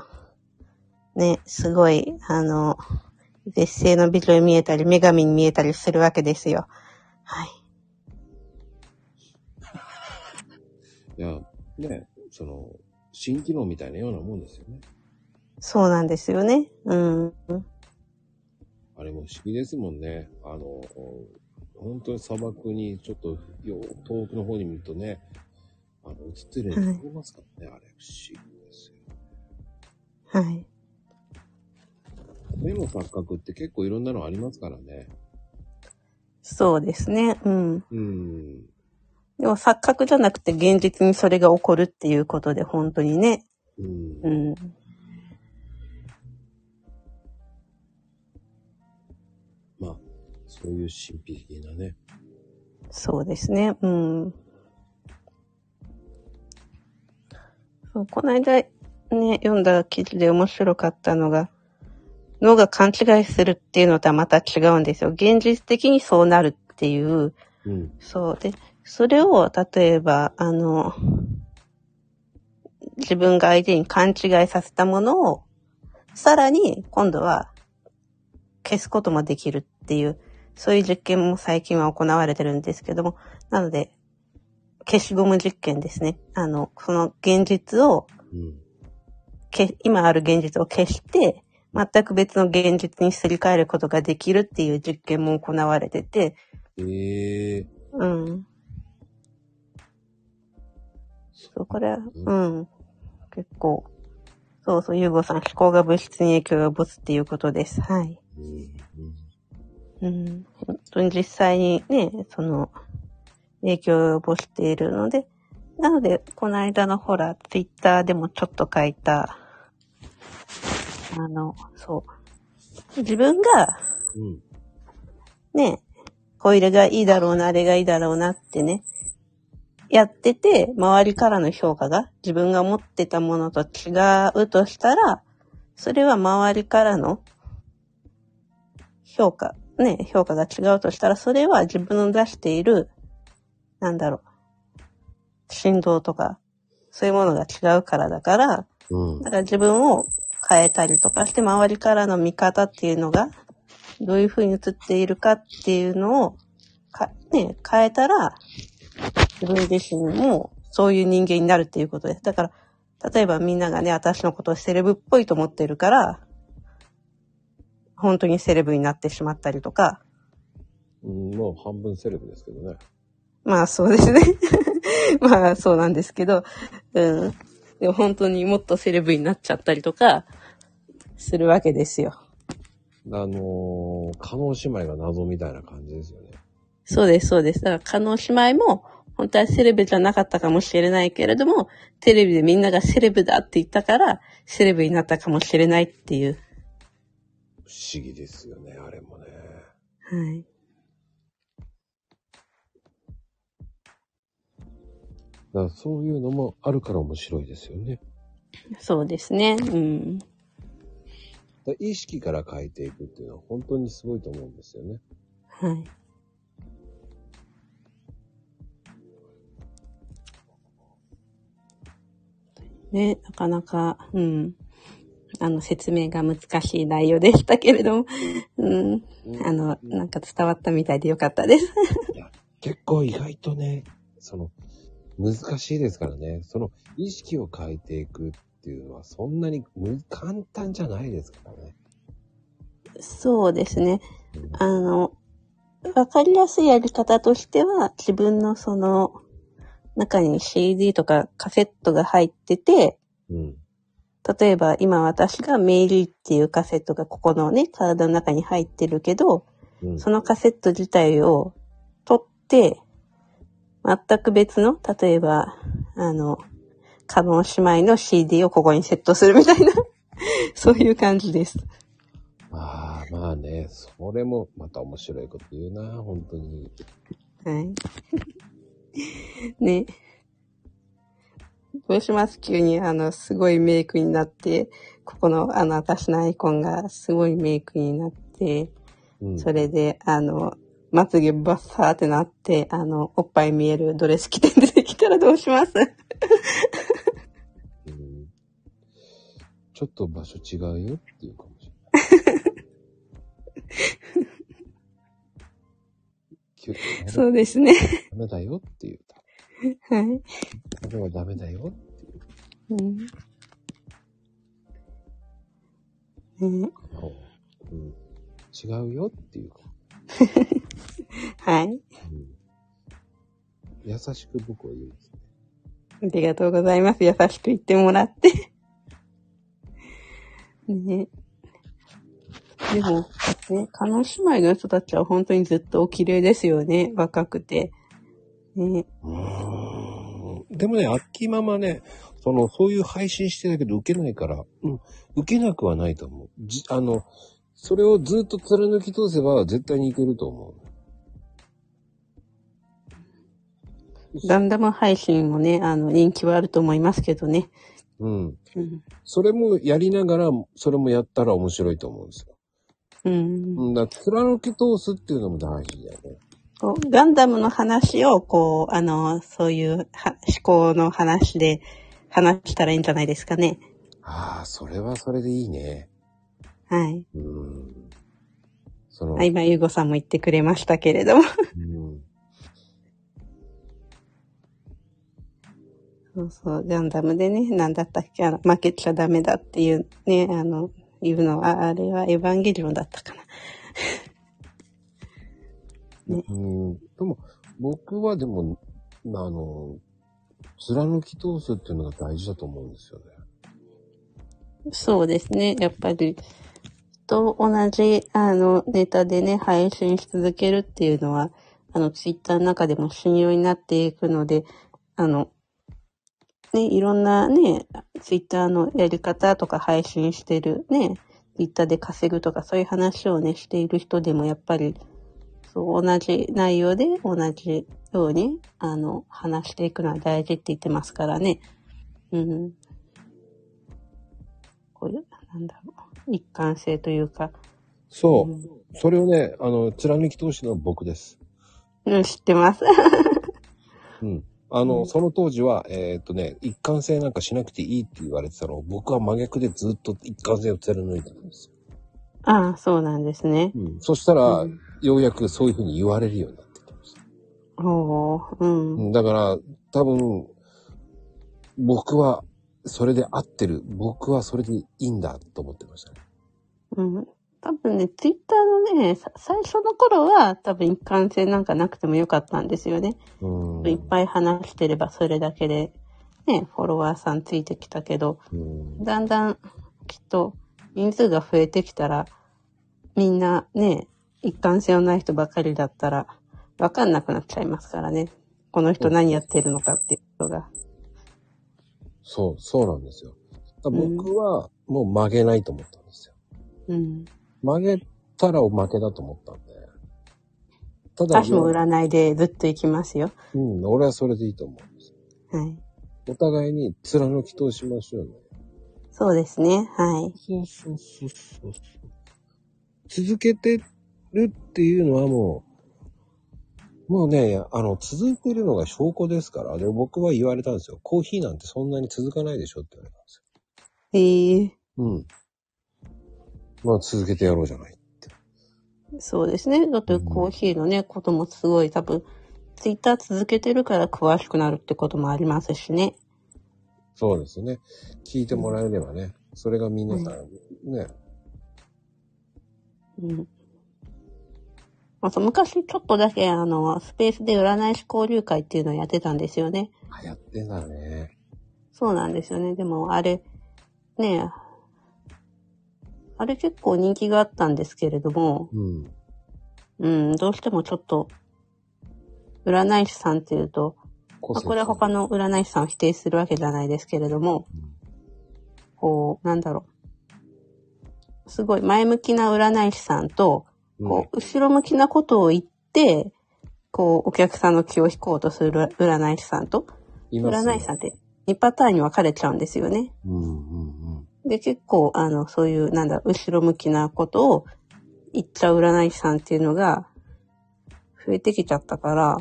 B: ね、すごい、あの、絶世の美女に見えたり、女神に見えたりするわけですよ。はい。
A: いや、ね、その、新機能みたいなようなもんですよね。
B: そうなんですよね。うん。
A: あれも不思議ですもんね。あの、本当に砂漠にちょっとよ遠くの方に見るとね、あの、映ってるように
B: はい
A: 見えますからね、あれ不思議ですよ。
B: はい。
A: 目の錯覚って結構いろんなのありますからね。
B: そうですね。うん。
A: うん。
B: でも錯覚じゃなくて現実にそれが起こるっていうことで、本当にね。
A: うん。
B: うん。
A: まあ、そういう神秘的なね。
B: そうですね。うん。そうこの間ね、読んだ記事で面白かったのが、脳が勘違いするっていうのとはまた違うんですよ。現実的にそうなるっていう。
A: うん。
B: そう。で、それを、例えば、あの、自分が相手に勘違いさせたものを、さらに、今度は、消すこともできるっていう、そういう実験も最近は行われてるんですけども、なので、消しゴム実験ですね。あの、その現実を、
A: うん。
B: け今ある現実を消して、全く別の現実にすり替えることができるっていう実験も行われてて、
A: ええ
B: うん。そう、これは、うん。結構。そうそう、ゆうごさん、思考が物質に影響を及ぼすっていうことです。はい。
A: うん。
B: うん。本当に実際にね、その、影響を及ぼしているので、なので、この間のほら、ツイッターでもちょっと書いた、あの、そう。自分が、
A: うん。
B: ね、これがいいだろうな、あれがいいだろうなってね、やってて、周りからの評価が自分が持ってたものと違うとしたら、それは周りからの評価、ね、評価が違うとしたら、それは自分の出している、なんだろう、振動とか、そういうものが違うからだから、
A: うん。
B: だから自分を変えたりとかして、周りからの見方っていうのが、どういう風に映っているかっていうのを、か、ね、変えたら、自分自身もそういう人間になるっていうことです。だから、例えばみんながね、私のことをセレブっぽいと思ってるから、本当にセレブになってしまったりとか、
A: うん。もう半分セレブですけどね。
B: まあそうですね。 まあそうなんですけど、うん。でも本当にもっとセレブになっちゃったりとか、するわけですよ。
A: あのー、加納姉妹が謎みたいな感じですよね。
B: そうです、そうです。だから、加納姉妹も、本当はセレブじゃなかったかもしれないけれども、テレビでみんながセレブだって言ったから、セレブになったかもしれないっていう。
A: 不思議ですよね、あれもね。
B: はい。
A: だからそういうのもあるから面白いですよね。
B: そうですね。うん。
A: だから意識から変えていくっていうのは本当にすごいと思うんですよね。
B: はい。ね、なかなか、うん。あの、説明が難しい内容でしたけれども、うん。あの、なんか伝わったみたいでよかったです。
A: 結構意外とね、その、難しいですからね。その、意識を変えていくっていうのはそんなにむ簡単じゃないですからね。
B: そうですね。
A: うん
B: あの、わかりやすいやり方としては、自分のその、中に CD とかカセットが入ってて、
A: うん。
B: 例えば今私がメイリーっていうカセットがここのね、体の中に入ってるけど、
A: うん。
B: そのカセット自体を取って、全く別の、例えば、あの、カノ姉妹の CD をここにセットするみたいな、そういう感じです。
A: ああ、まあね、それもまた面白いこと言うな、本当に。
B: はい。 ね。どうします急に、あの、すごいメイクになって、ここの、あの、私のアイコンがすごいメイクになって、
A: うん。
B: それで、あの、まつげバッサーってなって、あの、おっぱい見えるドレス着て出てきたらどうします
A: うんちょっと場所違うよっていうかもしれ ない。急に
B: そうですね。
A: ダメだよっていう。
B: はい。
A: これはダメだよ。
B: うんね
A: うん、違うよっていうか、
B: はい。
A: うん優しく僕は言うんですね。
B: ありがとうございます。優しく言ってもらって。 ね。でも、ね、カノ姉妹の人たちは本当にずっとお綺麗ですよね。若くて。ね。
A: でもね、アッキーママね、その、そういう配信してたけど受けないから、うん、受けなくはないと思う。じあの、それをずっと貫き通せば絶対にいけると思う。
B: ガンダム配信もね、あの、人気はあると思いますけどね。
A: うん。
B: うん。
A: それもやりながら、それもやったら面白いと思うんですよ。
B: うん
A: うん、だから貫き通すっていうのも大事だよね。
B: こうガンダムの話を、こう、あの、そういうは思考の話で話したらいいんじゃないですかね。
A: ああ、それはそれでいいね。
B: はい。
A: うん。その、
B: あ今、ゆうごさんも言ってくれましたけれども。
A: うん。
B: そうそう、ガンダムでね、なんだったっけ、あの、負けちゃダメだっていうね、あの、いうのは、ああれはエヴァンゲリオンだったかな。
A: うん。でも、僕はでも、まああの、貫き通すっていうのが大事だと思うんですよね。
B: そうですね、やっぱり、と同じ、あの、ネタでね、配信し続けるっていうのは、あの、ツイッターの中でも信用になっていくので、あの、ね、いろんなね、ツイッターのやり方とか配信してるね、ツイッターで稼ぐとかそういう話をね、している人でもやっぱり、そう、同じ内容で同じように、あの、話していくのは大事って言ってますからね。うん。こういう、なんだろう、一貫性というか、
A: そうう。
B: ん
A: それをね、あの、貫き通したのは僕です。
B: うん、知ってます。
A: うん。あの、
B: うん
A: その当時は、えーっとね、一貫性なんかしなくていいって言われてたのを、僕は真逆でずっと一貫性を貫いてたんですよ。
B: ああ、そうなんですね。
A: うん。そしたら、
B: うん
A: ようやくそういうふうに言われるようになってきました。
B: おー、うん。
A: うんだから、多分、僕は、それで合ってる。僕はそれでいいんだと思ってましたね。
B: うん。多分ね、ツイッターのね、さ最初の頃は多分一貫性なんかなくてもよかったんですよね。
A: うん。
B: いっぱい話してればそれだけで、ね、フォロワーさんついてきたけど、
A: うん
B: だんだんきっと人数が増えてきたら、みんなね、一貫性のない人ばかりだったら、わかんなくなっちゃいますからね。この人何やってるのかっていうのが。
A: そう、そうなんですよ。だから
B: うん
A: 僕は、もう曲げないと思ったんですよ。
B: うん。
A: 曲げたらお負けだと思ったんで。ただ、
B: 私も占いでずっと行きますよ。
A: うん、俺はそれでいいと思うんですよ。
B: はい。
A: お互いに貫き通しましょうね。
B: そうですね。はい。
A: そうそうそうそうそう。続けてるっていうのはもう、もうね、あの、続いてるのが証拠ですから、で、僕は言われたんですよ。コーヒーなんてそんなに続かないでしょって言われたんです
B: へえ
A: よ。うん。まあ、続けてやろうじゃない。
B: そうですね。だってコーヒーのね、こともすごい多分、ツイッター続けてるから詳しくなるってこともありますしね。
A: そうですね。聞いてもらえればね、それが皆さん、ね、
B: うん。あと昔ちょっとだけあの、スペースで占い師交流会っていうのをやってたんですよね。
A: 流行ってんだね。
B: そうなんですよね。でも、あれ、ねえ、あれ結構人気があったんですけれども、
A: うん。
B: うん、どうしてもちょっと、占い師さんっていうと、まあ、これは他
A: の。
B: の占い師さんを否定するわけじゃないですけれども、こう、なんだろう。すごい前向きな占い師さんと、
A: うん
B: こう、後ろ向きなことを言って、こう、お客さんの気を引こうとする占い師さんと、
A: いますね
B: 占い師さんって2パターンに分かれちゃうんですよね。
A: うんうんうん。
B: で、結構、あの、そういう、なんだ、後ろ向きなことを言っちゃう占い師さんっていうのが増えてきちゃったから、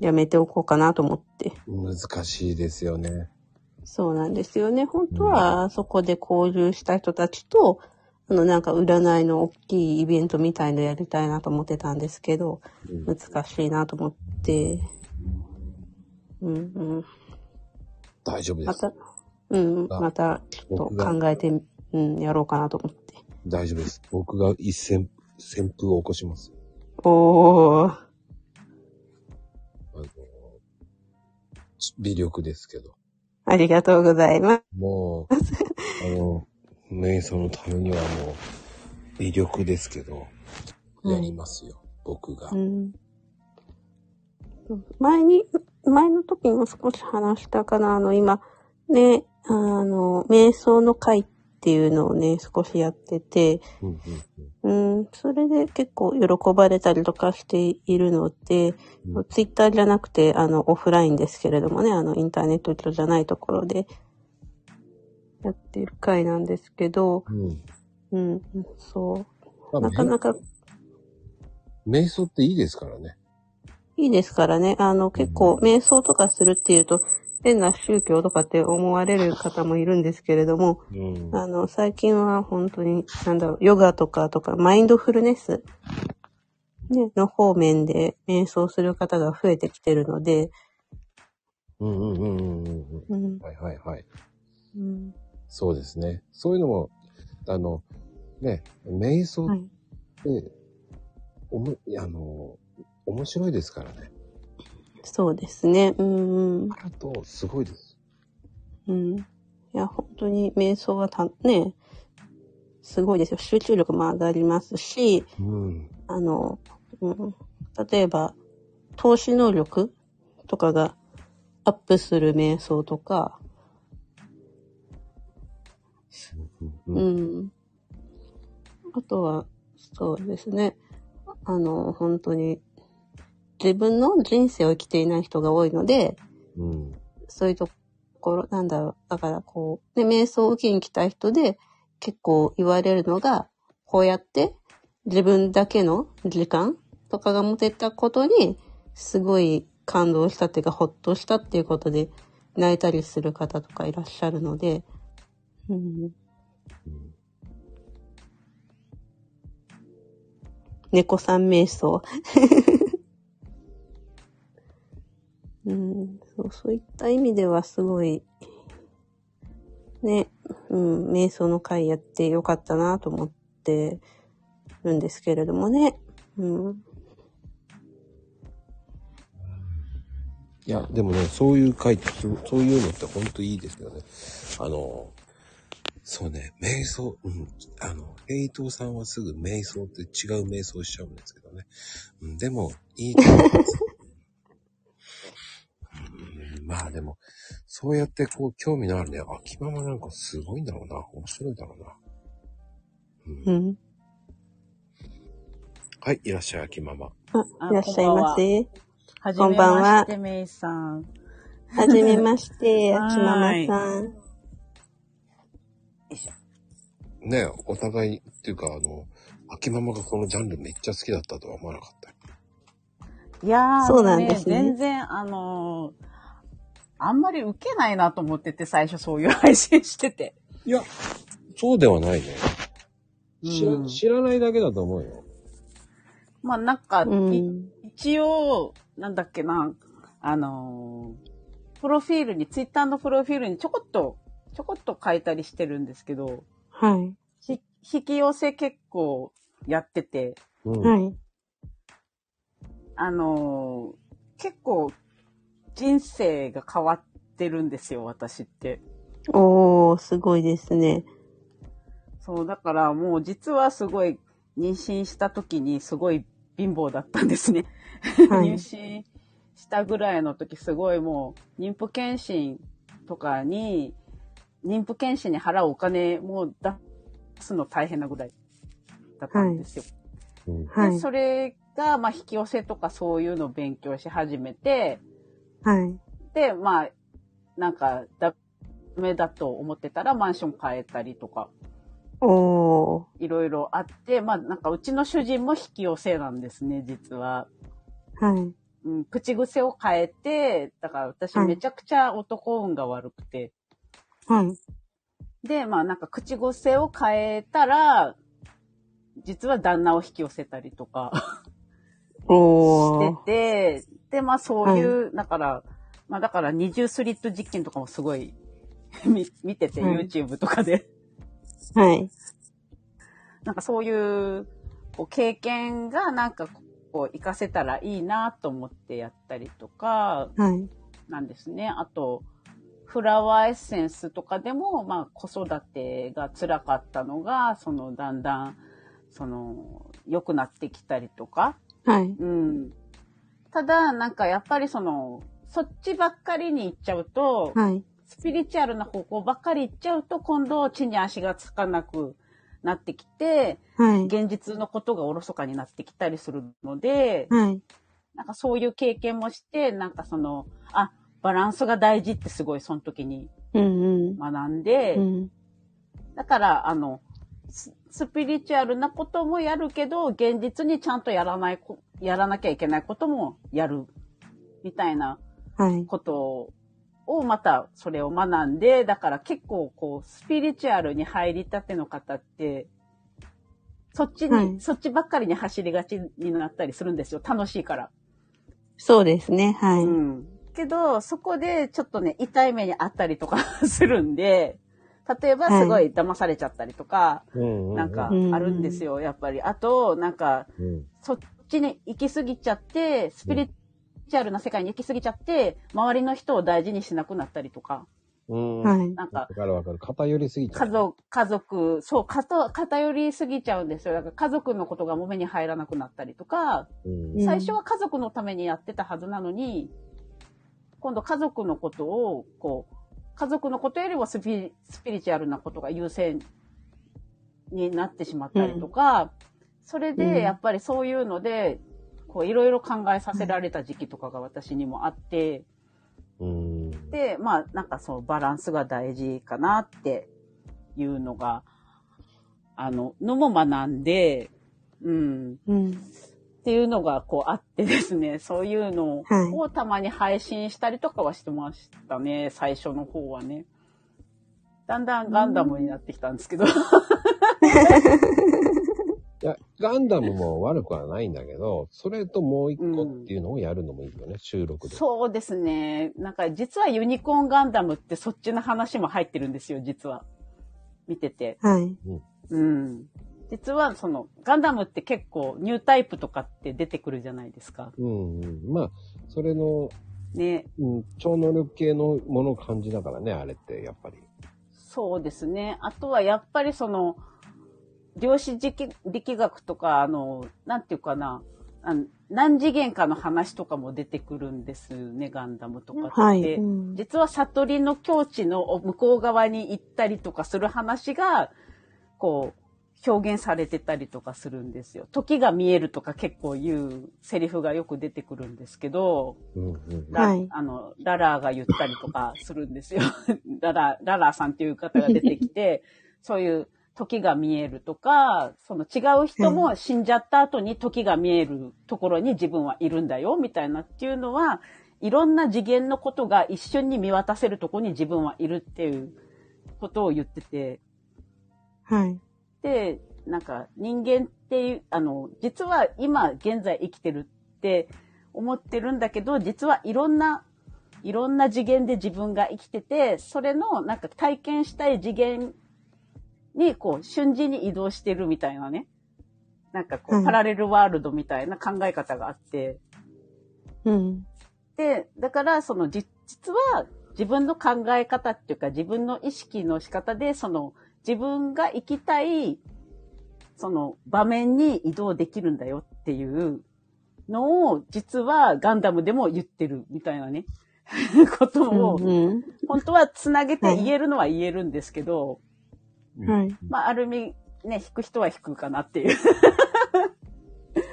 B: やめておこうかなと思って。
A: 難しいですよね。
B: そうなんですよね。本当は、そこで交流した人たちと、あの、なんか占いの大きいイベントみたいのやりたいなと思ってたんですけど、
A: うん
B: 難しいなと思って、うんうん。
A: 大丈夫で。
B: ますた、うん、またちょっ
A: 僕
B: と
A: が
B: 考えて、うん、やろうかなと思って。
A: 大丈夫です。僕が一旋、旋風を起こします。
B: おー、
A: あの、微力ですけど。
B: ありがとうございます。
A: も う、あの、メイさんのためにはもう、微力ですけど、
B: うん
A: やりますよ。僕が
B: う。ん、前に、前の時も少し話したかな、あの、今、ね、あの、瞑想の会っていうのをね、少しやってて、
A: うんうん
B: うん、それで結構喜ばれたりとかしているので、
A: うん
B: ツイッターじゃなくて、あの、オフラインですけれどもね、あの、インターネット上じゃないところで、やってる会なんですけど、
A: うん。うん。
B: うん、そ
A: ま
B: う。
A: あ
B: なかなか
A: 瞑想っていいですからね。
B: いいですからね。あの、結構、瞑想とかするっていうと、変な宗教とかって思われる方もいるんですけれども、
A: うん
B: あの、最近は本当に、なんだろう、ヨガとかとか、マインドフルネス、ね、の方面で瞑想する方が増えてきてるので、
A: うんうんうんうんうんうん。
B: うん、
A: はいはいはい。
B: うん、
A: そうですね。そういうのも、あの、ね、瞑想
B: はい。
A: って、おも、いやあの、面白いですからね。
B: そうですね。うん、うん
A: あると、すごいです。
B: うん。いや、本当に瞑想はた、ね、すごいですよ。集中力も上がりますし、
A: うん。
B: あの、うん、例えば、投資能力とかがアップする瞑想とか、
A: うん
B: う
A: うん
B: ん。あとは、そうですね。あの、本当に、自分の人生を生きていない人が多いので、
A: うん。
B: そういうところ、なんだろう。だから、こう、ね、瞑想を受けに来た人で、結構言われるのが、こうやって、自分だけの時間とかが持てたことに、すごい感動したっていうか、ほっとしたっていうことで、泣いたりする方とかいらっしゃるので、うん、
A: うん
B: 猫さん瞑想。うん、そう、そういった意味ではすごい、ね、うん、瞑想の会やってよかったなと思ってるんですけれどもね。うん、
A: いや、でもね、そういう回って、そうそういうのって本当いいですよね。あの、そうね、瞑想、うん、あの、ヘイトさんはすぐ瞑想って違う瞑想しちゃうんですけどね。うん、でも、いいと思います。うんまあでも、そうやってこう、興味のあるね、秋ママなんかすごいんだろうな、面白いだろうな。うん
B: うん。
A: はい、いらっしゃい、秋ママ。
B: あ、いらっしゃいませ。
C: はじ
B: こん
C: め
B: ばんは
C: まして、メイさん。
B: はじめまして、
C: は
B: あ
C: ーい
B: きままさん。
C: いしょ。
A: ねお互い、っていうか、あの、秋ママがこのジャンルめっちゃ好きだったとは思わなかったよ。
C: いやー、
B: そうなんですね
C: あの全然、あのーあんまり受けないなと思ってて、最初そういう配信してて。
A: いや、そうではないね。知ら
C: うん
A: 知らないだけだと思うよ。
C: まあなんか、
B: うん。
C: 一応、なんだっけな、あのープロフィールに、ツイッターのプロフィールにちょこっと、ちょこっと書いたりしてるんですけど、
B: はい。
C: ひ引き寄せ結構やってて、
A: うん。
B: はい。
C: あのー結構人生が変わってるんですよ、私って。
B: おー、すごいですね。
C: そう、だからもう実はすごい妊娠した時にすごい貧乏だったんですね。
B: は
C: 妊
B: い。
C: 娠したぐらいの時すごいもう妊婦検診とかに、妊婦検診に払うお金もう出すの大変なぐらいだったんですよ。
A: うん
B: は
C: で
B: い。
C: それが、まあ、引き寄せとかそういうのを勉強し始めて、
B: はい。
C: で、まあ、なんか、ダメだと思ってたらマンション変えたりとか、
B: おー。
C: いろいろあって、まあ、なんか、うちの主人も引き寄せなんですね、実は。
B: はい。
C: うん、口癖を変えて、だから私
B: はい
C: めちゃくちゃ男運が悪くて。
B: はい。
C: で、まあなんか口癖を変えたら、実は旦那を引き寄せたりとか
B: おー。
C: してて、で、まあそういう、だから、まあだから二重スリット実験とかもすごい 見見てて、
B: はい
C: YouTube とかで。
B: はい。
C: なんかそういうこう経験がなんかこう活かせたらいいなと思ってやったりとか、
B: はい。
C: なんですね。あと、フラワーエッセンスとかでも、まあ、子育てが辛かったのが、その、だんだん、その、良くなってきたりとか。
B: はい。
C: うん。ただ、なんか、やっぱりその、そっちばっかりに行っちゃうと、
B: はい。
C: スピリチュアルな方向ばっかり行っちゃうと、今度、地に足がつかなくなってきて、
B: はい。
C: 現実のことがおろそかになってきたりするので、
B: はい。
C: なんかそういう経験もして、なんかその、あ、バランスが大事ってすごいその時に
B: うん
C: 学んで、
B: うん。うん。
C: だから、あの、ススピリチュアルなこともやるけど、現実にちゃんとやらないこ、やらなきゃいけないこともやる、みたいな
B: はい。
C: ことをまたそれを学んで、だから結構こう、スピリチュアルに入りたての方って、そっちに、
B: はい
C: そっちばっかりに走りがちになったりするんですよ。楽しいから。
B: そうですね。はい。
C: うん。けど、そこでちょっとね、痛い目にあったりとかするんで、例えば
B: はい
C: すごい騙されちゃったりとか、
A: うん。
C: なんか
B: うん
C: あるんですよ、やっぱり。あと、なんか、
A: うん。
C: そっちに行き過ぎちゃって、スピリチュアルな世界に行き過ぎちゃって、周りの人を大事にしなくなったりとか、
A: うん。
B: は
A: わ
B: い。
C: なんか、
A: かるわかる。偏りすぎちゃ
C: 家
A: う。
C: 族、家族、そう、かと偏りすぎちゃうんですよ。だから家族のことがもう目に入らなくなったりとか、
A: うん。
B: うん
C: 最初は家族のためにやってたはずなのに、今度家族のことを、こう、家族のことよりもスピスピリチュアルなことが優先になってしまったりとか、それ
B: うん
C: でやっぱりそういうので、こういろいろ考えさせられた時期とかが私にもあって、
A: うん。
C: で、まあなんかそのバランスが大事かなっていうのが、あの、のも学んで、うん、
B: うん。
C: っていうのがこうあってですね、 そういうの
B: はい
C: をたまに配信したりとかはしてましたね、最初の方はね。だんだんガンダムになってきたんですけど。
A: いや、ガンダムも悪くはないんだけど、それともう一個っていうのをやるのもいいよね、収録で。
C: そうですね。なんか実はユニコーンガンダムってそっちの話も入ってるんですよ、実は。見てて。
B: はい。
C: うん。実はその、ガンダムって結構ニュータイプとかって出てくるじゃないですか。
A: うんうん。まあ、それの、
C: ね。
A: うん、超能力系のものを感じだからね、あれって、やっぱり。
C: そうですね。あとはやっぱりその、量子力力学とか、あの、なんていうかな、あの何次元かの話とかも出てくるんですね、ガンダムとかって。
B: はい。うん
C: 実は悟りの境地の向こう側に行ったりとかする話が、こう、表現されてたりとかするんですよ。時が見えるとか結構言うセリフがよく出てくるんですけど、
A: うんうん
C: ラ
B: はい
C: あの、ララーが言ったりとかするんですよ。 ララ、ララーさんっていう方が出てきて、そういう時が見えるとか、その違う人も死んじゃった後に時が見えるところに自分はいるんだよ、みたいなっていうのは、いろんな次元のことが一瞬に見渡せるところに自分はいるっていうことを言ってて、
B: はい。
C: で、なんか人間っていう、あの、実は今現在生きてるって思ってるんだけど、実はいろんな、いろんな次元で自分が生きてて、それのなんか体験したい次元にこう瞬時に移動してるみたいなね。なんかこ
B: は
C: う
B: い
C: パラレルワールドみたいな考え方があって。
B: うん。
C: で、だからそのじ実は自分の考え方っていうか自分の意識の仕方でその自分が行きたいその場面に移動できるんだよっていうのを実はガンダムでも言ってるみたいなね、 こと
B: うん
C: を
B: うん
C: 本当はつなげ
B: は
C: て
B: い
C: 言えるのは言えるんですけど、
B: はい。
C: まあある意味ね、引く人は引くかなっていう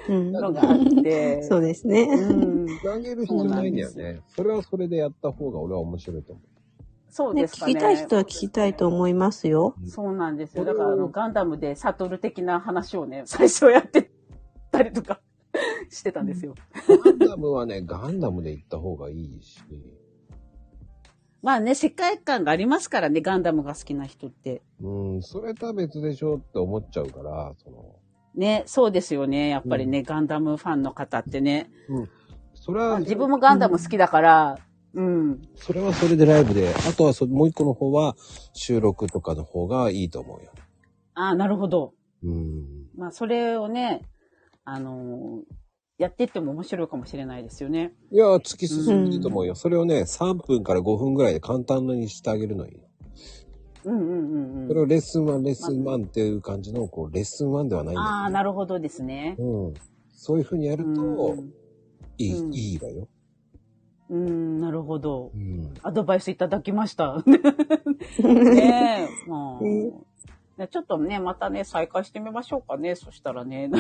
B: うん。
C: のがあっ て。
B: そうですね。
C: うん
A: つなげる必要ないんだよね。それはそれでやった方が俺は面白いと思う。
C: そう
B: ね、
C: ですか
B: 聞
C: ね。
B: きたい人は聞きたいと思いますよ。
C: そうなんですよ。
A: これ
C: だ
A: を
C: から、あの、ガンダムでサトル的な話をね、 最初やってたりとか してたんですよ。
A: ガンダムはね、ガンダムで行った方がいいし。
C: まあね、世界観がありますからね、ガンダムが好きな人って。
A: うん、それとは別でしょって思っちゃうから、その、
C: ね、そうですよね。やっぱりね、ガンダムファンの方ってね。
A: それ
C: まあ
A: は、
C: 自分もガンダム好きだから、うん。
A: それはそれでライブで、あとはそもう一個の方は収録とかの方がいいと思うよ。
C: ああ、なるほど。
A: うん。
C: まあ、それをね、あのーやっていっても面白いかもしれないですよね。
A: いや、突き進んでいいと思うよ。それをね、3分から5分ぐらいで簡単にしてあげるのに。
C: うんうんうん
A: そうれ
C: ん。
A: をレッスン1、レッスン1っていう感じの、こう、レッスン1ではないんだ
C: ああ、なるほどですね
A: け。ど。うん。そういう風にやる
C: う
A: と、
C: ん
A: いい、
C: うん
A: いいわよ。
C: うん、なるほど。
A: うん。
C: アドバイスいただきました。 ねえ、まあ
B: ね
C: ね。ちょっとね、またね、再開してみましょうかね。そしたらね、 な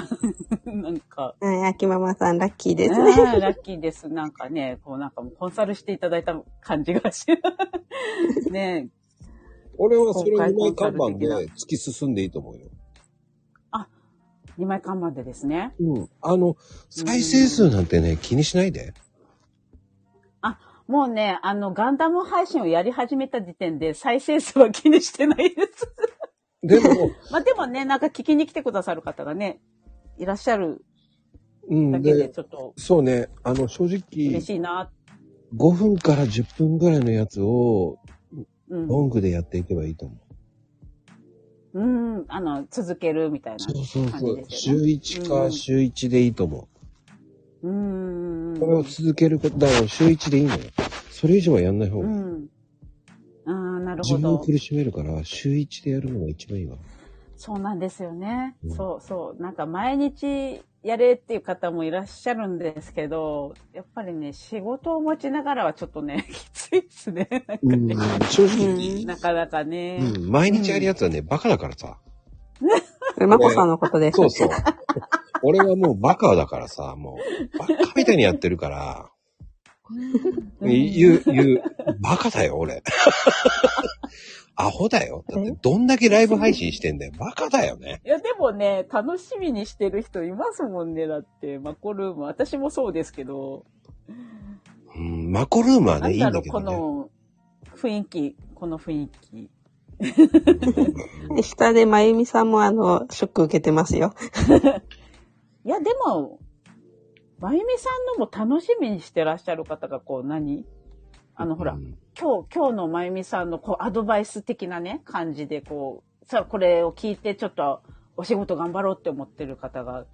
C: なんか、
B: はい、秋ママさんラッキー
C: ね
B: ですね。
C: えラッキーです。なんかね、こうなんかもうコンサルしていただいた感じがし、 ねえ、
A: 俺はそれを
C: 公開
A: 2枚看
C: コ
A: 板
C: ンサル的な
A: で突き進んでいいと思うよ。
C: 2枚看板でですね。
A: うん。あの、再生数なんてね、気にしないで。
C: もうね、あの、ガンダム配信をやり始めた時点で再生数は気にしてないです。
A: でも、
C: まあでもね、なんか聞きに来てくださる方がね、いらっしゃる
A: うん
C: だけで
A: で、
C: ちょっと
A: そうね、あの、正直
C: 嬉、しいな。
A: 5分から10分ぐらいのやつを、
C: うん。
A: ロングでやっていけばいいと思う。
C: うん、あの、続けるみたいな。
A: そうそう
C: 感
A: そ
C: じ
A: う。
C: ですよ
A: 週1
C: ねう
A: か
C: ん
A: 週1でいいと思
C: うーん
A: う。これを続けること、だから週1でいいのよ。それ以上はやんない方
C: う
A: がいい。
C: ん。ああ、なる
A: 自
C: ほ
A: 分を
C: ど。
A: 苦しめるから、週1でやるのが一番いいわ。
C: そうなんですよね。
A: うん
C: そうそう。なんか毎日やれっていう方もいらっしゃるんですけど、やっぱりね、仕事を持ちながらはちょっとね、 きついですね。なんか
A: うん
C: ね、
A: 正
B: う
A: 直、
C: なかなかね。
A: うん、毎日やるやつはね、バカだからさ。
B: これマコさんのことです。
A: そうそう。俺はもうバカだからさ、もう、バカみたいにやってるから、
C: うん
A: 言う、言う、バカだよ、 俺。アホだよ。だって、どんだけライブ配信してんだよ。バカだよね。
C: いや、でもね、楽しみにしてる人いますもんね。だって、マコルーム。私もそうですけど。
A: うん、マコルームは
C: な
A: ね、
C: ん
A: いい
C: だ
A: ん
C: ろ
A: だ
C: う、
A: け
C: こ
A: どね。
C: の雰囲気。この雰囲気。
B: で下でまゆみさんもあの、ショック受けてますよ。
C: いや、でも、まゆみさんのも楽しみにしてらっしゃる方が、こう何、あの、ほら、
A: うん
C: 今日、今日のまゆみさんの、こう、アドバイス的なね、感じで、こう、さあ、これを聞いて、ちょっと、お仕事頑張ろうって思ってる方が、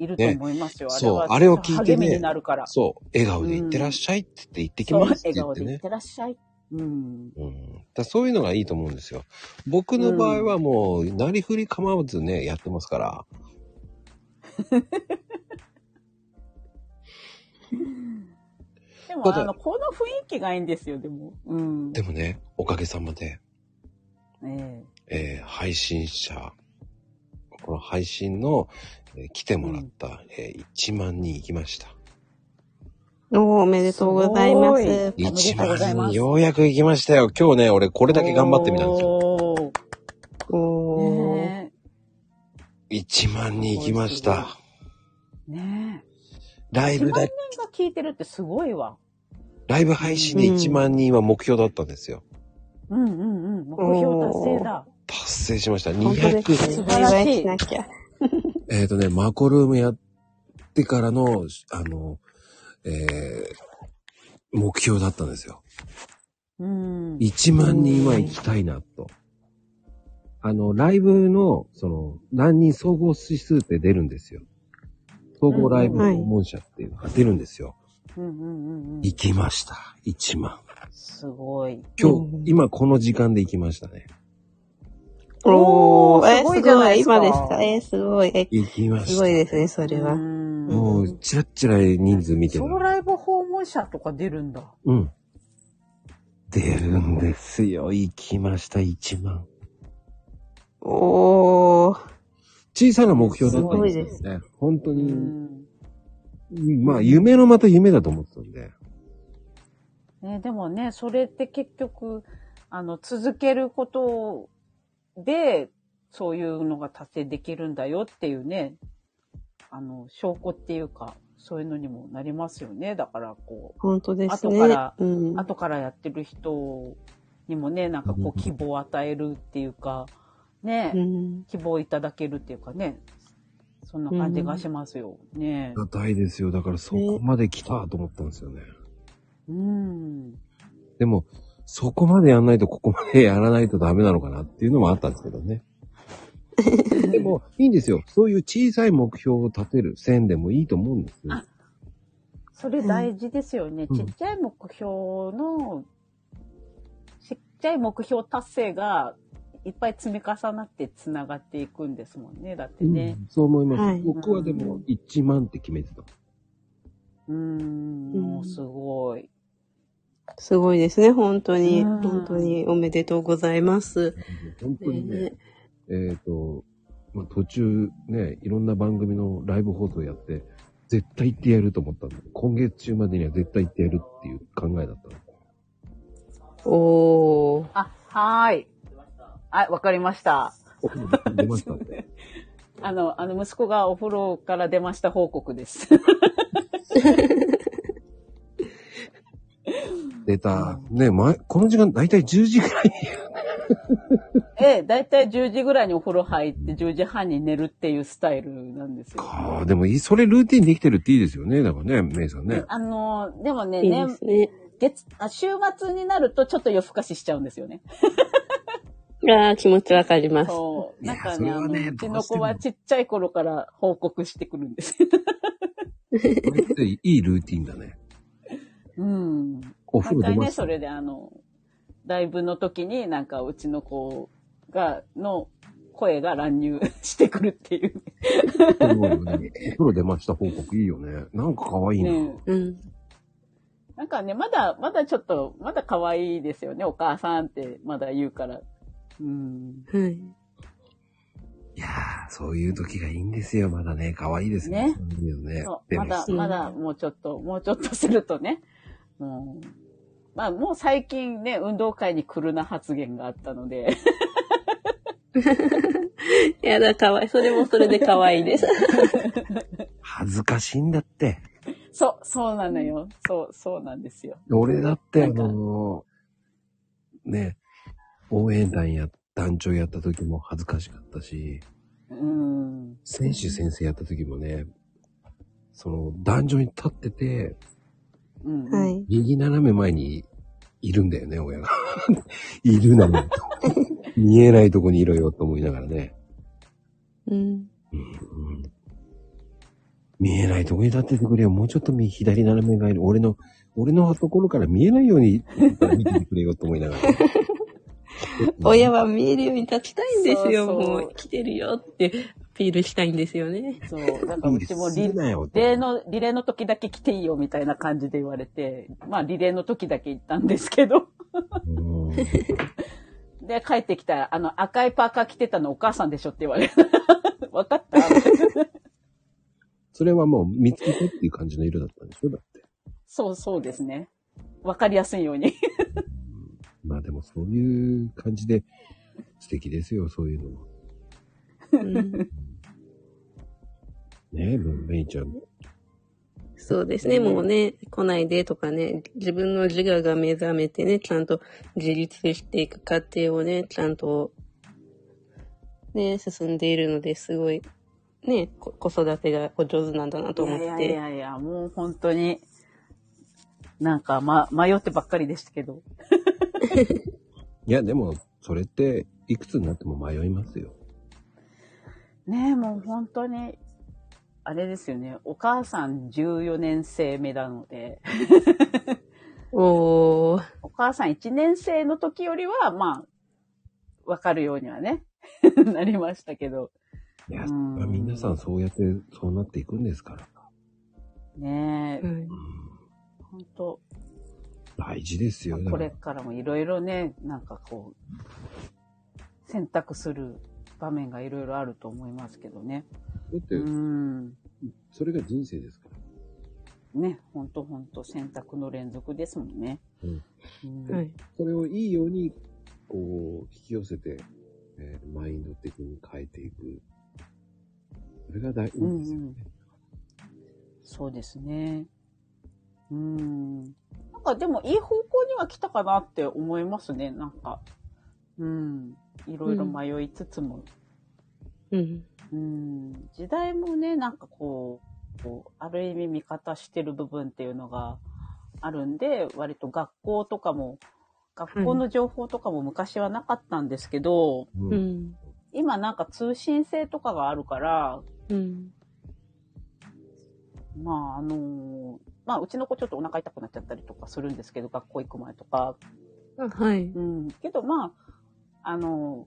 C: いると思いますよ。
A: ね
C: あれは、
A: そうあれを聞いてね
C: 励みになるから。
A: そう、笑顔で行ってらっしゃいって言って、行ってきますって
C: 笑
A: 言っ
C: 顔
A: て
C: でいっ
A: ね。
C: てらっしゃい。うん。
A: うん、だからそういうのがいいと思うんですよ。僕の場合はもう、なりふり構わずね、やってますから。
C: でも、
A: ただ
C: あの、この雰囲気がいいんですよ、でも。うん。
A: でもね、おかげさまで、
C: ね
A: えー配信者、配信の、えー来てもらった、えー1万人行きました。
B: おーおめでとうございます
C: すごい
B: す
C: おめで
A: 1
C: とうござい
A: 万
C: ま
A: 人
C: す
A: ようやく行きましたよ。今日ね、俺これだけ頑張ってみたんですよ。
C: よ。
B: おー、
C: ね
A: 1万人行きまし
C: すごい
A: た。
C: え。ね
A: ラ
C: え。
A: イ
C: 1
A: ブ
C: 万
A: だ
C: 人、が聞いてるってすごいわ。
A: ライブ配信で
B: うん
A: 1万人は目標だったんですよ。
C: うんうんうん。目標達成だ。
A: 達成しました。
B: 本当
A: 200
B: で、す
C: 素
B: ね
C: 晴らしい
B: お祝いしなきゃ
A: えっ、とね、マコルームやってからの、あの、えー目標だったんですよ。
C: うん。
A: 1万人は行きたいなと。あの、ライブの、その、何人総合指数って出るんですよ。総合ライブ
B: うんうんはい
A: 訪問者っていうのが出るんですよ。
C: うんうんうんうん。
A: 行きました。1万。
C: すごい。
A: 今日、
B: うん
A: 今この時間で行きましたね。
B: お
C: おー
B: ー、えー、
C: すごい
B: す
C: じゃな
B: ご
C: い
B: い。
C: ですか
B: 今ですかえー、すごい。え
A: 行きました。
B: すごいですね、それ
C: う
B: は。
C: ん
A: もう、チラッチラ人数見て
C: 将
A: る。
C: 来部訪問者とか出るんだ。
A: うん。出るんですよ。行きました、1万。
B: おー、
A: 小さな目標だったんですよね。本当
C: う
A: に、
C: ん。
A: まあ、夢のまた夢だと思ってたんで。
C: ね、でもね、それって結局、あの、続けることで、そういうのが達成できるんだよっていうね、あの、証拠っていうか、そういうのにもなりますよね。だから、こ
B: 本当ですね。
C: 後から
B: うん
C: う、。後からやってる人にもね、なんか
A: うんうん
C: こう、希望を与えるっていうか、ね、
B: うん。
C: 希望いただけるっていうかね、そんな感じがしますよ。
A: あ
C: ね
A: りがたいですよ。だからそこまで来たと思ったんですよね。
C: うん。
A: でも、そこまでやんないとここまでやらないとダメなのかなっていうのもあったんですけどね。でも、いいんですよ。そういう小さい目標を立てる線でもいいと思うんですよ。
C: それ大事ですよね。
A: うん
C: ちっちゃい目標の、ちっちゃい目標達成が、いっぱい積み重なって繋がっていくんですもんね。だってね。
A: うんそう思います。
B: はい
A: 僕はでも1万って決めてた。
C: うーん、
B: うん
C: もうすごい。
B: すごいですね、本当に。
C: うん
B: 本当におめでとうございます。
A: 本当にね
B: ね、
A: えっ、と、まあ、途中ね、いろんな番組のライブ放送やって、絶対行ってやると思ったんで、今月中までには絶対行ってやるっていう考えだったんです。
B: おー。
C: あ、はーい。あ、わかりました。
A: お出ました ね。
C: あの、あの、息子がお風呂から出ました報告 です。
A: 出た。ね、前、この時間、だいたい10時ぐ らいに。
C: ええ、だいたい10時ぐらいにお風呂入って10時半に寝るっていうスタイルなんですよ。
A: ああ、でもいい、それルーティンできてるっていいですよね。だからね、メイさんね。
C: あの、でもね、
B: いい
C: ね
B: ですね。
C: 月、あ週末になるとちょっと夜更かししちゃうんですよね。
B: あー気持ちわかります。
C: そう。
A: いや
C: なんか
A: それ
C: ね、
A: は
C: あ
A: ね
C: の、うち
A: どう
C: の
A: しても
C: 子はちっちゃい頃から報告してくるん です。
A: これっていいルーティンだ ね。
C: うん。
A: お風呂
C: 毎
A: 出
C: 回
A: ま
C: ね、
A: した
C: そ。 れであの、ライブの時になんかうちの子が、の声が乱入 してくるっていう
A: すごいよねお風呂出ました報告いいよね。なんか可愛いな。
C: ね。
B: うん。
C: なんかね、まだ、まだちょっと、まだ可愛いですよね。お母さんってまだ言うから。うん。
B: はい。
A: いやー、そういう時がいいんですよ。まだね、可愛いですね
C: ね。
A: いいよね
C: そう
A: でも
C: まだ、
B: うん
C: まだもうちょっと、もうちょっとするとね。うん、まあ、もう最近ね、運動会に来るな発言があったので、
B: いやだ、かわいい。それもそれでかわいいです。
A: 恥ずかしいんだって。
C: そう、そうなのよ。そう、そうなんですよ。
A: 俺だって、あ
C: なんか
A: のーね、応援団や、団長やった時も恥ずかしかったし、
C: うん。
A: 選手先生やった時もね、その、壇上に立ってて、
C: う ん。
B: は。い。
A: 右斜め前にいるんだよね、親が。 いるな よ、と。見えないとこにいろよ、と思いながらね。
B: うん。
A: うんうん見えないとこに立っててくれよ。もうちょっと右左斜めがいる。俺の、俺のところから見えないように見ててくれよ、と思い ながら。
B: 親は見えるように立ちたいんですよ。
C: そうそう
B: もう、来てるよってアピールしたいんですよ ね。
C: そう。なんか
A: いういです
C: ちも
A: い
C: リ
A: いなよと
C: レーの、リレーの時だけ来ていいよみたいな感じで言われて、まあ、リレーの時だけ行ったんですけど、
A: うん
C: で、帰ってきたら、あの、赤いパーカー着てたのお母さんでしょって言われて わかった。
A: それはもう見つけてっていう感じの色だったんでしょだって。
C: そうそうですね。わかりやすいように。
A: まあでもそういう感じで素敵ですよ、そういうのは。
B: うん
A: ねえ、メイちゃん。
B: そうですね、もうね、来ないでとかね、自分の自我が目覚めてね、ちゃんと自立していく過程をね、ちゃんと、ね、進んでいるのですごい、ね、こ子育てがお上手なんだなと思って。
C: いやいやいや、もう本当に、なんか、ま、迷ってばっかりでしたけど。
A: いや、でも、それって、いくつになっても迷いますよ。
C: ねえ、もう本当に、あれですよね。お母さん14年生目なので、
B: おー、
C: お母さん1年生の時よりは、まあ、わかるようにはね、 なりましたけど。
A: いや、
C: うん
A: まあ皆さんそうやって、そうなっていくんですから。
C: ね
B: う
C: え、
B: ん
A: うん
C: 本当
A: 大事ですよ。
C: こ
A: だか
C: れ
A: ら
C: からもいろいろね、なんかこう、選択する場面がいろいろあると思いますけどね。
A: だって
C: う、ん。
A: それが人生ですから。
C: ね、ほんとほんと選択の連続ですもんね。
A: うん
C: うん
B: はい。
A: それをいいように、こう、引き寄せて、えーマインド的に変えていく。それが大事
C: うん
A: です
C: う
A: よ。
C: ん。そうですね。うん。なんかでもいい方向には来たかなって思いますね、なんか。うん。いろいろ迷いつつも。
B: うん。
C: うん。時代もね、なんかこう、こうある意味味方してる部分っていうのがあるんで、割と学校とかも、学校の情報とかも昔はなかったんですけど、
A: うん
B: うん。
C: 今なんか通信制とかがあるから、
B: うん。
C: まああのまあうちの子ちょっとお腹痛くなっちゃったりとかするんですけど、学校行く前とか。
B: はい。
C: うん。けどまあ、あの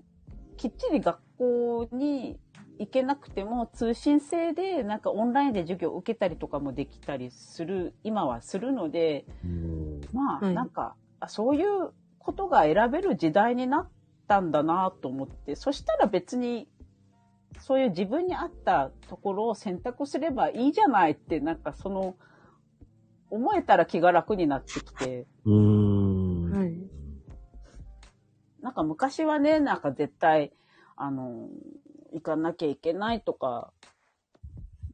C: きっちり学校に行けなくても通信制でなんかオンラインで授業を受けたりとかもできたりする、今はするので、
A: うん
C: まあ
B: はい
C: なんか、あそういうことが選べる時代になったんだなと思って、そしたら別にそういう自分に合ったところを選択すればいいじゃないって、なんかその、思えたら気が楽になってきて、
A: うん。
B: はい。
C: なんか昔はね、なんか絶対、あの、行かなきゃいけないとか、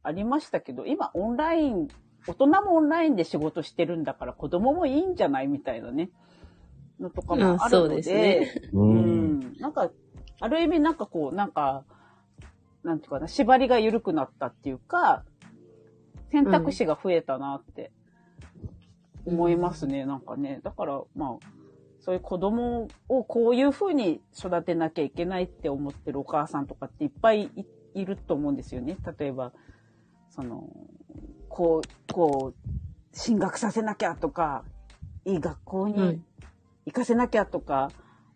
C: ありましたけど、今オンライン、大人もオンラインで仕事してるんだから子供もいいんじゃないみたいなね、のとかもあ
B: あ
C: る
B: そ
C: の
B: う
C: で、
B: ですね
A: う。
C: うんんなんか、ある意味なんかこう、なんか、なんていうかな、縛りが緩くなったっていうか、選択肢が増えたなって思いますね、なんかね。だから、まあ、そういう子供をこういう風に育てなきゃいけないって思ってるお母さんとかっていっぱいいいると思うんですよね。例えば、その、こう、こう、進学させなきゃとか、いい学校
B: は
C: に
B: い
C: 行かせなきゃとか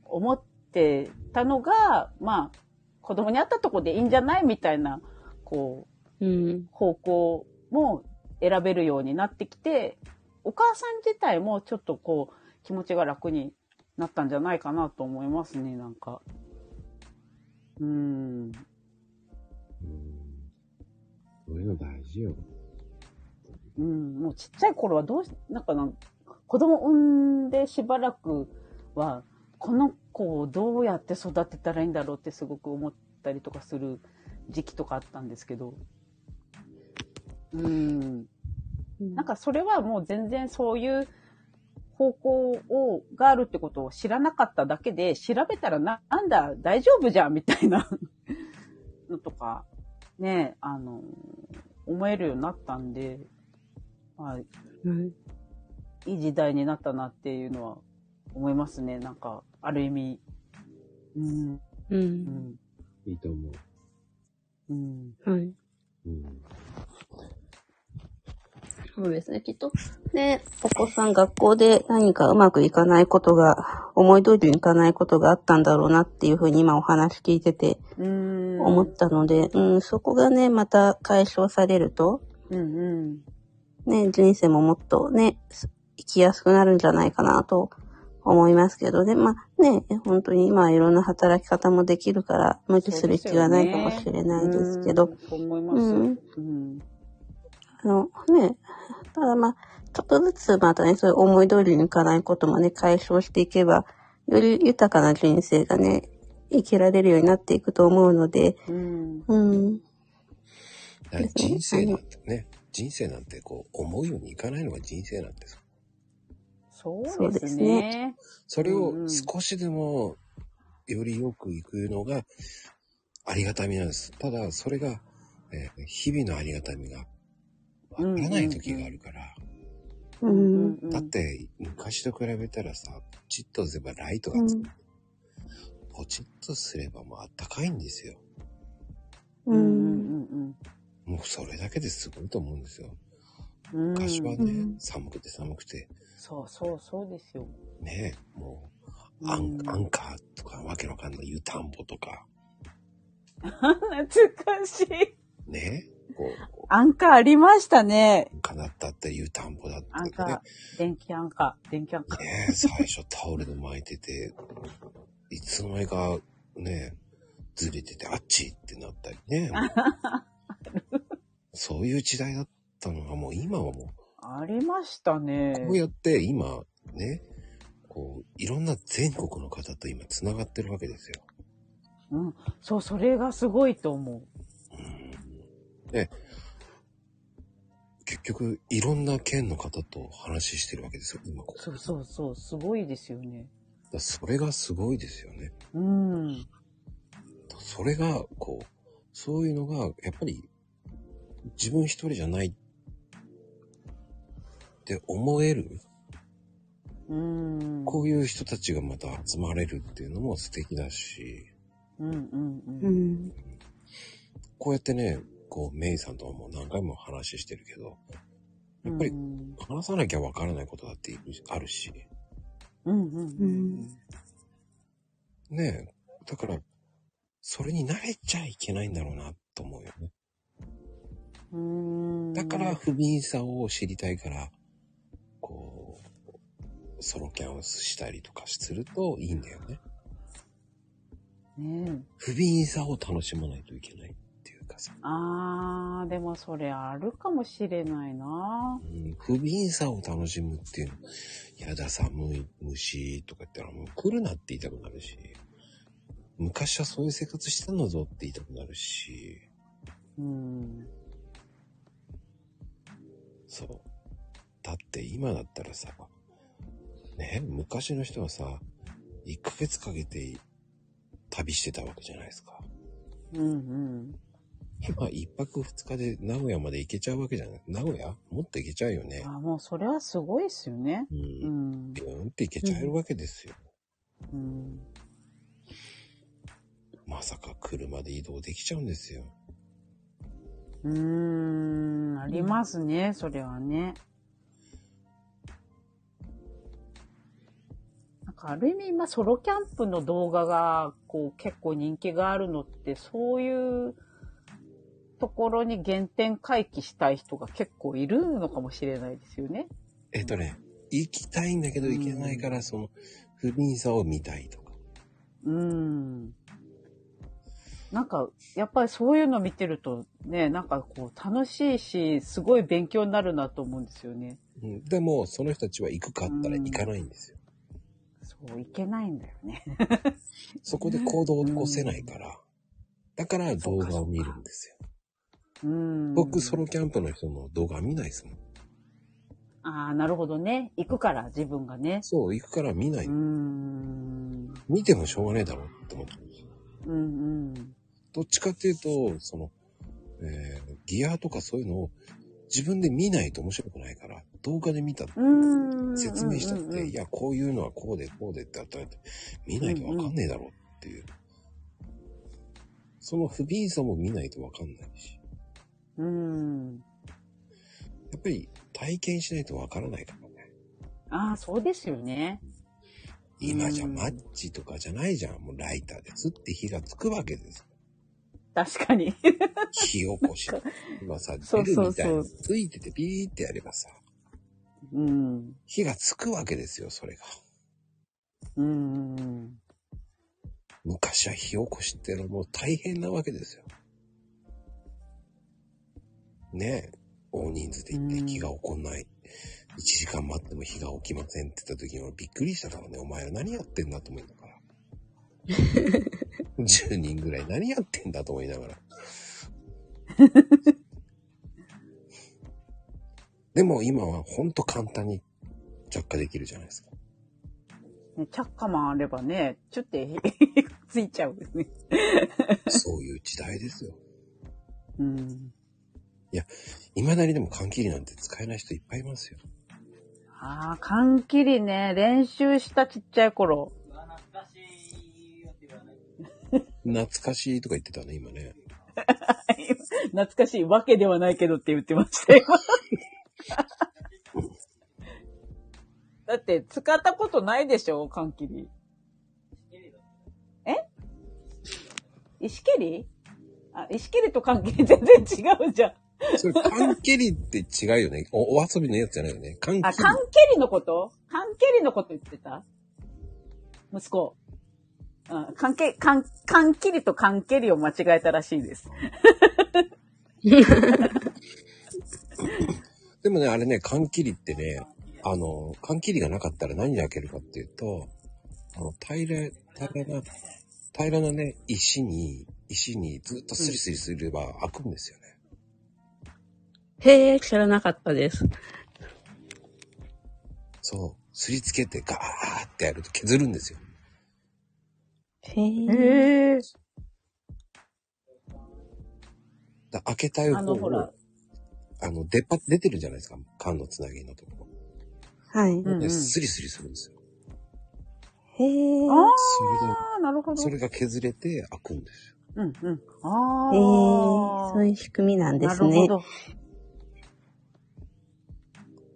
C: 思ってたのが、まあ、子供に合ったとこでいいんじゃないみたいな、こう、
B: うん。
C: 方向も選べるようになってきて、お母さん自体もちょっとこう、気持ちが楽になったんじゃないかなと思いますね、なんか。うん。
A: うんそういうの大事よ。
C: うん、もうちっちゃい頃はどうし、なんかなん子供産んでしばらくは、この子をどうやって育てたらいいんだろうってすごく思ったりとかする時期とかあったんですけど。うん。なんかそれはもう全然そういう方向を、があるってことを知らなかっただけで、調べたらな、なんだ、大丈夫じゃんみたいなのとか、ね、あの、思えるようになったんで、まあ、
B: はい。
C: いい時代になったなっていうのは思いますね。なんか、ある意味。うん。
B: う。
C: うんん。
A: いいと思う。
C: うん。
B: はい。
A: うん。
B: そうですね。きっと、ね、お子さん学校で何かうまくいかないことが、思い通りにいかないことがあったんだろうなっていうふうに今お話聞いてて
C: うん。
B: 思ったので、うん、そこがね、また解消されると、
C: うんうん。
B: ね、人生ももっとね、す生きやすくなるんじゃないかなと思いますけどね。まあね、本当に今いろんな働き方もできるから、無理する気がないかもしれないですけど、
C: うんそう思います。
B: うん
C: うん
B: あのね、ただまあ、ちょっとずつまたね、そういう思い通りにいかないこともね、解消していけば、より豊かな人生がね、生きられるようになっていくと思うので、
C: うん
B: うん、
A: だから人生なんてね、人生なんてこう、思うようにいかないのが人生なんです。
C: そうで
B: そうですす
C: ね
B: ね。
A: それ
C: う
A: を
C: んうん
A: 少しでも、よりよくいくのが、ありがたみなんです。ただ、それが、えー日々のありがたみが、わからない時があるから、
B: う、
C: うんんうん
A: だって、昔と比べたらさ、ポチッと押せばライトがつく。ポチッとすればもうあったかいんですよ。
B: う
C: う
B: んん、
C: うん
A: もうそれだけですごいと思うんですよ。
C: うんうん
A: 昔はね、
B: うん
A: 寒くて寒くて、
C: そうそうそうですよ。
A: ね、も
C: う
A: う、アン
C: ん
A: アンカーとか、わけのわかんない湯たんぼとか、
C: 懐かしい。
A: ね、こう、
C: アンカーありましたね。
A: アンカーだったって湯たんぼだっ
C: アン
A: た
C: カー、電気アンカー、電気アンカー。
A: ね、ね、最初タオルで巻いてて、いつの間にか、ね、ずれてて、あっちってなったりね。そういう時代だったのが、もう今はも
C: ありましたね
A: う、。こうやって今、ね、こう、いろんな全国の方と今繋がってるわけですよ。
C: うん。そう、それがすごいと思う。
A: で、結局、いろんな県の方と話してるわけですよ、今ここ。だか
C: そうそうそう、すごいですよね。
A: らそれがすごいですよね。
C: うん。
A: それが、こう、そういうのが、やっぱり、自分一人じゃないって思える、
C: うん。
A: こういう人たちがまた集まれるっていうのも素敵だし、
C: うんうん
B: う
C: うん。
B: ん、
A: こうやってね、こう、メイさんとはもう何回も話してるけど、やっぱり
C: うん
A: 話さなきゃわからないことだってあるし、
C: うんうんうん。
A: ねえ、だから、それに慣れちゃいけないんだろうなと思うよね。
C: うん
A: だから、、不憫さを知りたいから、こう、ソロキャンをしたりとかするといいんだよね。
C: ねえ
A: 不憫さを楽しまないといけないっていうかさ、
C: あー、でもそれあるかもしれないな
A: うん、不憫さを楽しむっていうの、やだ寒い虫とか言ったらもう来るなって言いたくなるし、昔はそういう生活してんのぞって言いたくなるし、
C: うん。
A: そう。だって今だったらさ、ね、昔の人はさ、1ヶ月かけて旅してたわけじゃないですか。
C: うんうん。
A: 今、1泊2日で名古屋まで行けちゃうわけじゃない。名古屋もっと行けちゃうよね
C: あ。もうそれはすごいっすよね。
A: う。
C: うんん。
A: ビューンって行けちゃえるわけですよ。
C: うん。
A: まさか車で移動できちゃうんですよ。
C: うーん、ありますね、それはね。なんかある意味今ソロキャンプの動画がこう結構人気があるのってそういうところに原点回帰したい人が結構いるのかもしれないですよね。
A: えっとね、行きたいんだけど行けないから、その、不憫さを見たいとか。
C: うん。なんかやっぱりそういうの見てるとね、なんかこう楽しいし、すごい勉強になるなと思うんですよね。
A: うん、でも、その人たちは行くかったら行かないんですよ。
C: そう、いけないんだよね。
A: そこで行動を起こせないから。だから動画を見るんですよ。
C: うん
A: 僕、ソロキャンプの人の動画見ないですもん。
C: ああ、なるほどね。行くから、自分がね。
A: そう、行くから見な
C: う
A: い
C: ー。ん。
A: 見てもしょうがねえだろって思ってるんですよ。
C: うんうん。
A: どっちかっていうと、その、えーギアとかそういうのを自分で見ないと面白くないから、動画で見た、
C: うーん。
A: 説明したって、
C: うんうんうん
A: いや、こういうのはこうで、こうでってあったら、見ないとわかんねえだろっていう。その不憫さも見ないとわかんないし。
C: うん。
A: やっぱり体験しないとわからないからね。
C: ああ、そうですよね。
A: 今じゃ
C: うん
A: マッチとかじゃないじゃん。もうライターですって火がつくわけ です。
C: 確かに。
A: 火起こし。今さ、
C: そ
A: 出
C: う
A: る
C: そうそう
A: みたいについててピーってやればさ、
C: うん。
A: 火がつくわけですよ、それが。
C: うん。
A: 昔は火起こしっていうのはもう大変なわけですよ。ねえ、大人数で行って火が起こんない。1時間待っても火が起きませんって言った時に俺びっくりしたからね、お前ら何やってんだと思いながら。10人ぐらい何やってんだと思いながら。でも今はほんと簡単に着火できるじゃないですか。
C: ね、着火もあればね、ちょっとついちゃうよね。
A: そういう時代ですよ。
C: うん。
A: 未だにでも缶切りなんて使えない人いっぱいいますよ。
C: ああ、缶切りね、練習したちっちゃい頃。
A: 懐かしいとか言ってたね、今ね。
C: 懐かしいわけではないけどって言ってましたよ。だって、使ったことないでしょ缶切り。え石切りあ、石切りと缶切り全然違うじゃん。
A: それ、缶蹴りって違うよね。お、お遊びのやつじゃないよね。缶蹴
C: あ、
A: り。
C: 缶蹴りのこと缶蹴りのこと言ってた息子。うん、缶蹴、缶、缶蹴りと缶蹴りを間違えたらしいです。
A: でもね、あれね、缶切りってね、あの、缶切りがなかったら何で開けるかっていうと、あの、平ら、平らな、平らなね、石に、石にずっとスリスリすれば開くんですよね。
B: へえ、知らなかったです。
A: そう。すりつけてガーってやると削るんですよ。
B: へえ。
C: へえ。
A: だ開けたい
C: あ
A: 方
C: のほら
A: を、あの、出っ張っ出てるじゃないですか。缶のつなぎのところ。
B: はい。
C: うんうん
A: で、スリスリするんですよ。
B: へ
A: そ
B: え。
C: あ
A: れで、
C: あ、なるほど
A: そ。れが削れて開くんですよ。
C: うんうん。
B: へえ、
C: ああ。
B: そういう仕組みなんで
C: な
B: す
C: るほ
B: ね。
C: ど。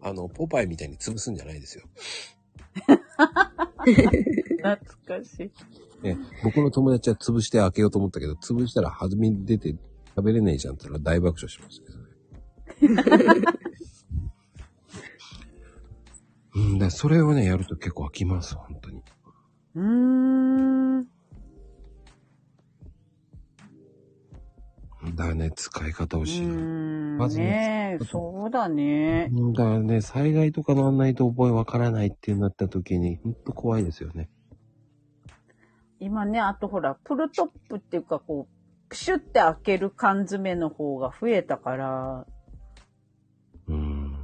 A: あの、ポパイみたいに潰すんじゃないですよ。
C: 懐かしい。
A: ね、僕の友達は潰して開けようと思ったけど、潰したら弾み出て食べれねえじゃんって言ったら大爆笑しましたけどね。 うん、で、それをね、やると結構飽きます、本当に。
C: うーん。
A: だからね、使い方を
C: う
A: 知
C: ー
A: る。
C: ん
A: まず
C: ねえ、そうだね。
A: うんだからね、災害とかなんないと覚えわからないってなった時に、ほんと怖いですよね。
C: 今ね、あとほら、プルトップっていうか、こう、プシュって開ける缶詰の方が増えたから、
A: うん、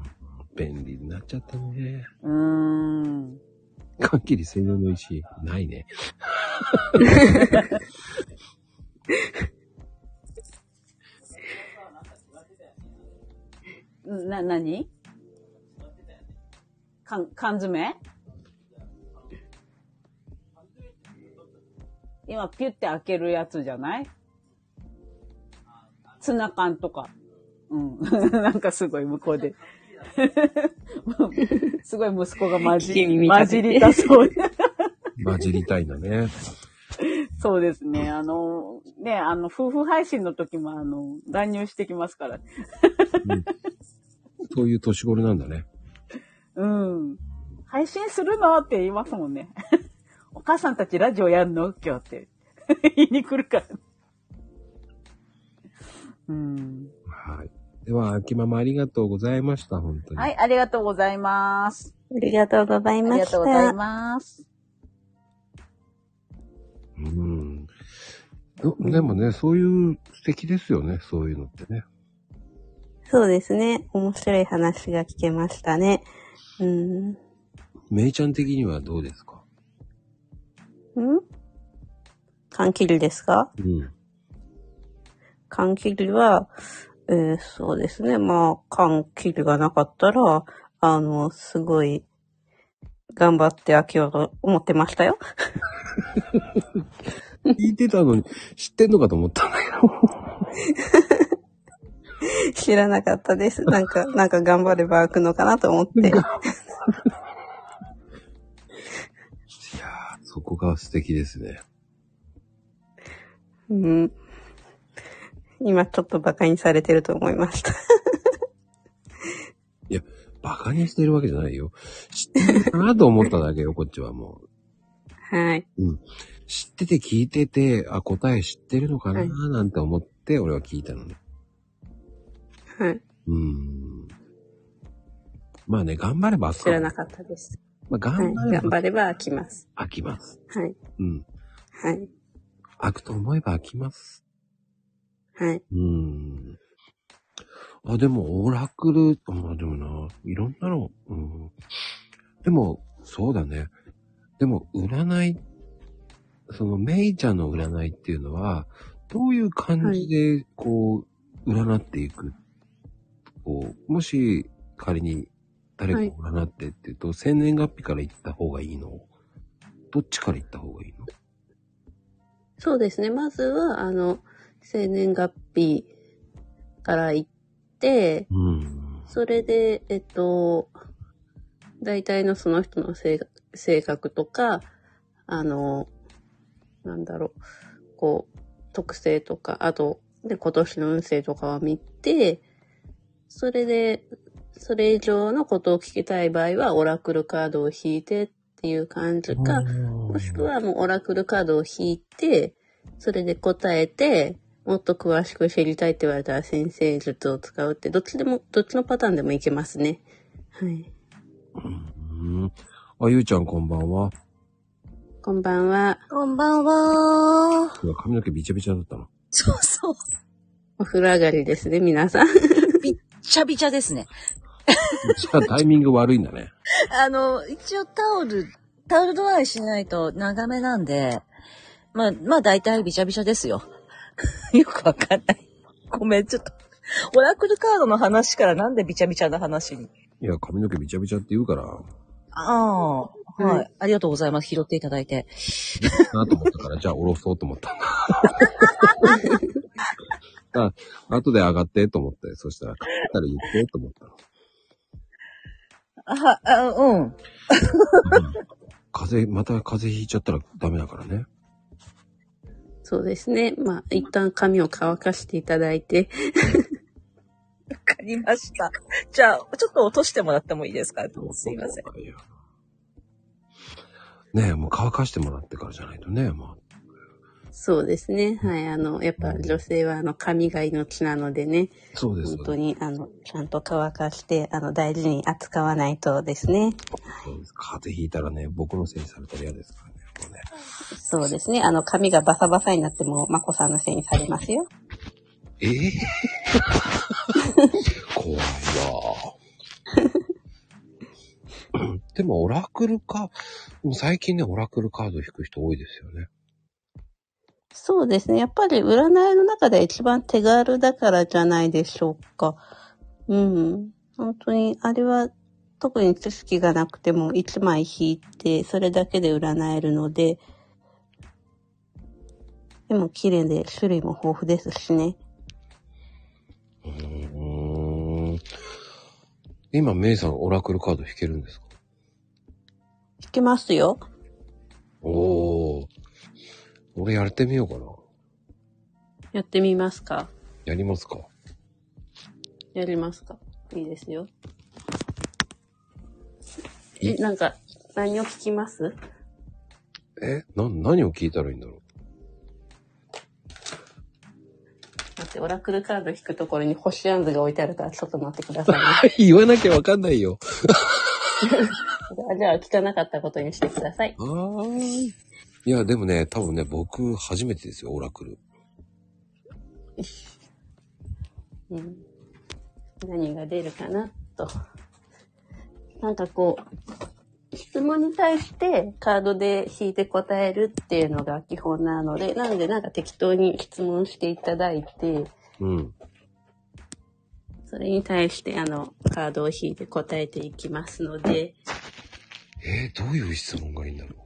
A: 便利になっちゃったね。
C: うーん。
A: 缶切り専用の石、ないね。
C: な、なに缶、缶詰今、ピュって開けるやつじゃないツナ缶とか。うん。 なんかすごい向こうで。 すごい息子が混じ
B: 聞き
C: り、
B: 耳
C: 混
B: 立
C: じ
B: てて
C: りたそう。
A: 混じりたいんだね。
C: そうですね。あの、ね、あの、夫婦配信の時も、あの、乱入してきますから。
A: そういう年頃なんだね。
C: うん。配信するのって言いますもんね。 お母さんたちラジオやんの今日って。 言いに来るから。うん。
A: はい。では、秋ママありがとうございました、本当に。
C: はい、ありがとうございます。
B: ありがとうござい
C: あ
B: ま
C: りが
B: し
C: とうござい
B: た。
C: ます。
A: うん。どでもね、そういう素敵ですよね、そういうのってね。
B: そうですね。面白い話が聞けましたね。うん。ん
A: めいちゃん的にはどうですか
B: 缶切りですか
A: うん。
B: 缶切りは、えーそうですね。まあ、缶切りがなかったら、あの、すごい、頑張って開けようと思ってましたよ。
A: 聞いてたのに、知ってんのかと思ったんだけど。
B: 知らなかったです。な んか、なんか頑張れば開くのかなと思って。
A: いやー、そこが素敵ですね。
B: うん。今ちょっと馬鹿にされてると思いま した。
A: バカにしてるわけじゃないよ。知ってるかなと思っただけよ、こっちはもう。
B: はい。
A: 知ってて聞いてて、あ、答え知ってるのかな
B: はい
A: なんて思って、俺は聞いたのね。
B: はい。
A: うん。まあね、頑張れば明日
B: 知らなかったです。
A: まあ、
B: は
A: 頑
B: い。
A: 張れ
B: 頑
A: ば
B: 張れば飽きます。
A: 飽きます。
B: はい。
A: うん。
B: はい。
A: 飽くと思えば飽きます。
B: はい。
A: うん。あ、でも、オラクル、あまあでもな、いろんなの、うん。でも、そうだね。でも、占い、その、メイちゃんの占いっていうのは、どういう感じで、こう、占っていく、こう、もし、仮に、誰かを占ってっていうと、生年月日から行った方がいいのどっちから行った方がいいの
B: そうですね。まずは、あの、生年月日から行って、
A: うん。
B: それで、えっと、大体のその人の性格性格とか、あの、なんだろう、こう、特性とか、あと、で、今年の運勢とかを見て、それで、それ以上のことを聞きたい場合は、オラクルカードを引いてっていう感じか、も
A: も
B: しくはもうオラクルカードを引いて、それで答えて、もっと詳しく知りたいって言われたら先生術を使うって、どっちでも、どっちのパターンでもいけますね。はい。
A: うん。あ、ゆうちゃんこんばんは。
B: こんばんは。
D: こんばんは。
A: 今髪の毛びちゃびちゃだったの。
D: そうそう。
B: お風呂上がりですね、皆さん。
D: びちゃびちゃですね。
A: じゃあタイミング悪いんだね。
D: あの、一応タオル、タオルドライしないと長めなんで、まあ、まあ大体びちゃびちゃですよ。 よくわかんない。ごめん、ちょっと。オラクルカードの話からなんでびちゃびちゃな話に。
A: いや、髪の毛びちゃびちゃって言うから、な
D: ああ、
B: は
D: はい。ありがとうございます。拾っていただいて。
A: と思ったから、じゃあ下ろそうと思ったん だ。あ、後で上がってと思って、そしたら、帰ったら言ってと思った
D: あ
A: の。
D: は、あうん。
A: 風邪、また風邪ひいちゃったらダメだからね。
B: そうですね。まあ、一旦髪を乾かしていただいて。
D: わかりました。じゃあ、ちょっと落としてもらってもいいですかすいません。
A: ん。ねえ、もう乾かしてもらってからじゃないとね、まあ。
B: そうですね。はい。あの、やっぱ女性はあの、髪が命なのでね。
A: そうです。
B: 本当に、あの、ちゃんと乾かして、あの、大事に扱わないとですね。
A: そうです風邪ひいたらね、僕のせいにされたら嫌ですからね。もうね
B: そうですね。あの、髪がバサバサになっても、まこさんのせいにされますよ。
A: ええ 怖いわ。でも、オラクルか、でも最近ね、オラクルカード引く人多いですよね。
B: そうですね。やっぱり占いの中で一番手軽だからじゃないでしょうか。うん。本当に、あれは特に知識がなくても一枚引いて、それだけで占えるので、でも綺麗で種類も豊富ですしね。
A: うーん。今、メイさん、オラクルカード引けるんですか
B: 引けますよ。
A: おー。俺やってみようかな。
B: やってみますか
A: やりますか。
B: やりますかいいですよ。
A: い
B: え、なんか、何を聞きます
A: えな、何を聞いたらいいんだろ
B: 待って、オラクルカード引くところに星暗図が置いてあるから、ちょっと待ってくださいね。
A: う。 言わなきゃわかんないよ。
B: じゃあ、聞かなかったことにしてください。
A: はーい。いや、でもね、多分ね、僕、初めてですよ、オラクル。
B: うん、何が出るかな、と。なんかこう、質問に対してカードで引いて答えるっていうのが基本なので、なのでなんか適当に質問していただいて、
A: うん。
B: それに対してあの、カードを引いて答えていきますので、
A: えー、どういう質問がいいんだろ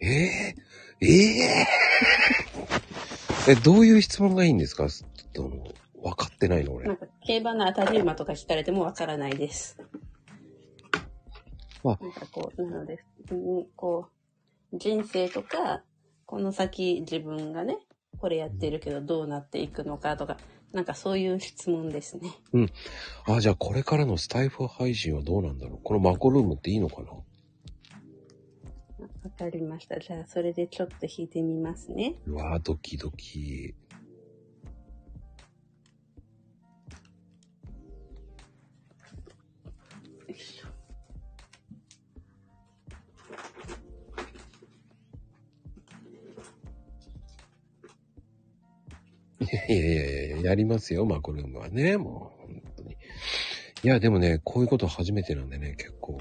A: うえー、えー、 え、どういう質問がいいんですかちょっと、分かってないの、
B: なん
A: 俺。
B: か競馬の当たり馬とか引かれてもわからないです。
A: あ
B: なんかこう、なので、うんこう、人生とか、この先自分がね、これやってるけどどうなっていくのかとか、なんかそういう質問ですね。
A: あ、じゃあこれからのスタイフ配信はどうなんだろうこのマコルームっていいのかな
B: かりました。じゃあ、それでちょっと弾いてみますね。
A: うわー、ドキドキ。
B: よいしょ
A: いやいやいやいや、やりますよ、マコルームはね、もう、本当に。いや、でもね、こういうこと初めてなんでね、結構。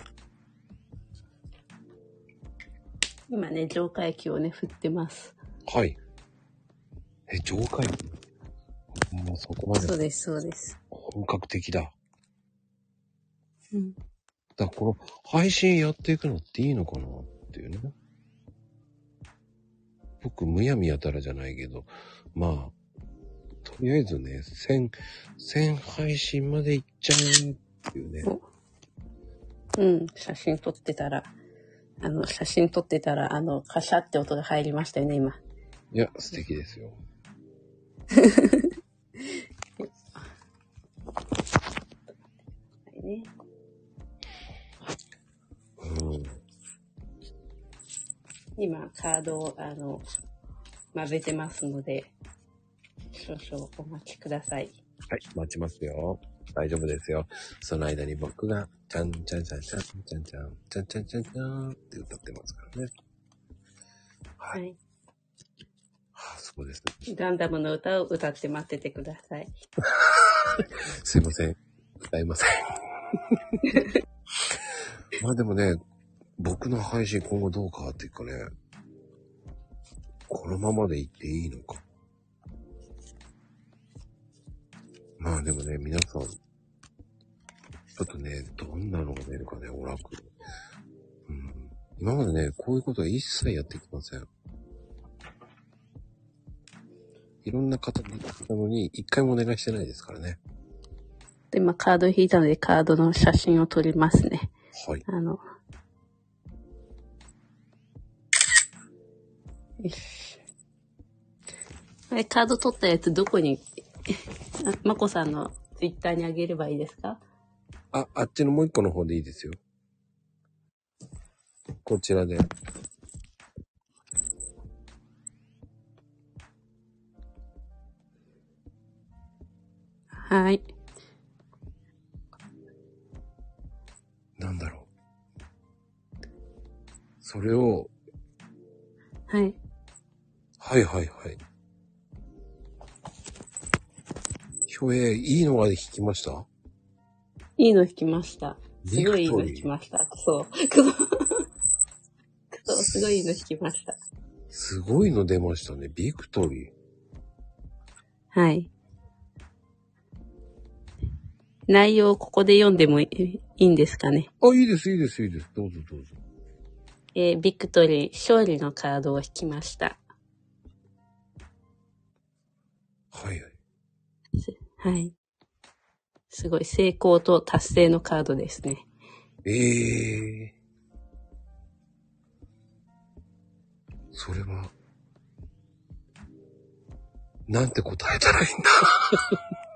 B: 今ね、浄化液をね、振ってます。
A: はい。え、上海もうそこまで
B: そうです、そうです。
A: 本格的だ。
B: うん。
A: だからこの配信やっていくのっていいのかなっていうね。僕、むやみやたらじゃないけど、まあ、とりあえずね、1000、1000配信までいっちゃうっていうね。
B: うん、写真撮ってたら、あの、写真撮ってたら、あの、カシャって音が入りましたよね、今。
A: いや、素敵ですよ。
B: ね、
A: うん。
B: 今、カードを、あの、混ぜてますので、少々お待ちください。
A: はい、待ちますよ。大丈夫ですよ。その間に僕が、ちゃんちゃんちゃんちゃんちゃんちゃんちゃんちゃんちゃんちゃんって歌ってますからね。は、
B: はいい。
A: はあ、そうです。
B: ガンダムの歌を歌って待っててください。
A: すいません。歌いません。まあでもね、僕の配信今後どう変わっていくかね。このままでいっていいのか。まあでもね、皆さん、ちょっとね、どんなのが出るかね、オラクル。うん、今までね、こういうことは一切やってきません。いろんな方にったのに、一回もお願いしてないですからね。
B: で、今カード引いたので、カードの写真を撮りますね。
A: はい。
B: あの、よし。あれ、カード取ったやつどこに、 あまこさんのツイッターにあげればいいですか
A: あ、あっちのもう一個の方でいいですよ。こちらで。
B: はい。
A: なんだろう。それを、
B: はい。
A: はいはいはい。ひょえ、いいのが弾きました
B: いいの引きました。すごいいい
A: ビクト
B: の
A: リー
B: 引きました。そう。くそ。くそ、すごいいいの引きました。
A: すごいの出ましたね。ビクトリー。
B: はい。内容をここで読んでもいいいいんですかね。
A: あ、いいです、いいです、いいです。どうぞどうぞ。
B: えービクトリー、勝利のカードを引きました。
A: はいはい。
B: はい。すごい、成功と達成のカードですね。
A: ええそれは、なんて答えたらいいんだ。